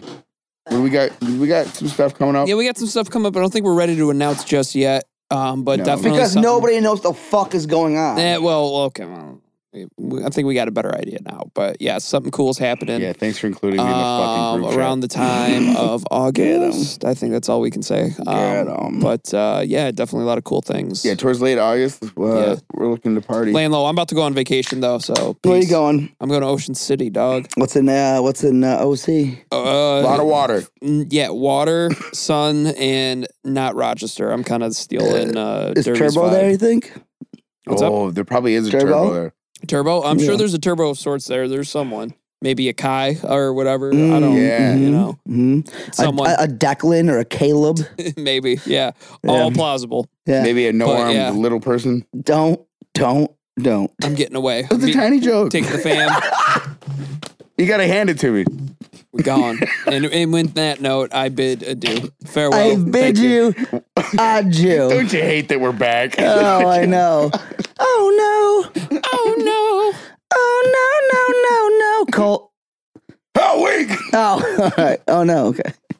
[SPEAKER 3] what do we got? We got some stuff coming up.
[SPEAKER 1] Yeah, we got some stuff coming up. I don't think we're ready to announce just yet. Um, but
[SPEAKER 3] No.
[SPEAKER 1] definitely
[SPEAKER 2] Because
[SPEAKER 1] something-
[SPEAKER 2] nobody knows the fuck is going on.
[SPEAKER 3] Um,
[SPEAKER 1] Eh, well, okay. Well, we- I think we got a better idea now. But yeah, something cool's happening.
[SPEAKER 3] Yeah, thanks for including me in the fucking
[SPEAKER 1] um,
[SPEAKER 3] group chat.
[SPEAKER 1] around the
[SPEAKER 3] *laughs*
[SPEAKER 1] time of August. I think that's all we can say.
[SPEAKER 2] Get
[SPEAKER 1] Um,
[SPEAKER 2] 'em.
[SPEAKER 1] but uh, yeah, definitely a lot of cool things.
[SPEAKER 3] Yeah, towards late August, uh,
[SPEAKER 1] Yeah.
[SPEAKER 3] we're looking to party.
[SPEAKER 1] Laying low. I'm about to go on vacation though, so
[SPEAKER 2] Where you
[SPEAKER 1] peace.
[SPEAKER 2] going?
[SPEAKER 1] I'm going to Ocean City, dog.
[SPEAKER 2] What's in uh, What's in uh, OC?
[SPEAKER 1] Uh,
[SPEAKER 3] a lot of water.
[SPEAKER 1] n- yeah, water, sun, and not Rochester. I'm kind of
[SPEAKER 3] *laughs*
[SPEAKER 1] stealing. Uh,
[SPEAKER 2] Is
[SPEAKER 1] Derby's
[SPEAKER 2] Turbo
[SPEAKER 1] vibe.
[SPEAKER 2] there? You think?
[SPEAKER 1] What's up?
[SPEAKER 3] oh, there probably is a
[SPEAKER 2] Turbo?
[SPEAKER 3] turbo, there.
[SPEAKER 1] Turbo. I'm
[SPEAKER 2] Yeah.
[SPEAKER 1] sure there's a turbo of sorts there. There's someone, maybe a Kai or whatever. I
[SPEAKER 2] Mm,
[SPEAKER 1] don't.
[SPEAKER 3] Yeah.
[SPEAKER 1] You know,
[SPEAKER 2] mhm.
[SPEAKER 1] someone
[SPEAKER 2] a, a Declan or a Caleb.
[SPEAKER 1] *laughs* maybe. Yeah,
[SPEAKER 2] Yeah.
[SPEAKER 1] all plausible.
[SPEAKER 2] Yeah.
[SPEAKER 3] Maybe a no
[SPEAKER 1] But,
[SPEAKER 3] armed
[SPEAKER 1] yeah.
[SPEAKER 3] little person.
[SPEAKER 2] Don't, don't, don't.
[SPEAKER 1] I'm getting
[SPEAKER 2] *laughs*
[SPEAKER 1] away.
[SPEAKER 3] That's
[SPEAKER 1] Me-
[SPEAKER 3] a tiny
[SPEAKER 1] *laughs*
[SPEAKER 3] joke.
[SPEAKER 1] Take the fam.
[SPEAKER 3] you gotta hand it to me.
[SPEAKER 1] We're gone. and and with that note, I bid adieu. Farewell.
[SPEAKER 2] I
[SPEAKER 1] Thank
[SPEAKER 2] bid you, adieu.
[SPEAKER 3] Don't you hate that we're back?
[SPEAKER 2] Oh, I know. Oh no.
[SPEAKER 1] Oh no.
[SPEAKER 2] Oh no no no no Colt.
[SPEAKER 3] How weak!
[SPEAKER 2] *laughs* Oh, all right. Oh no. Okay.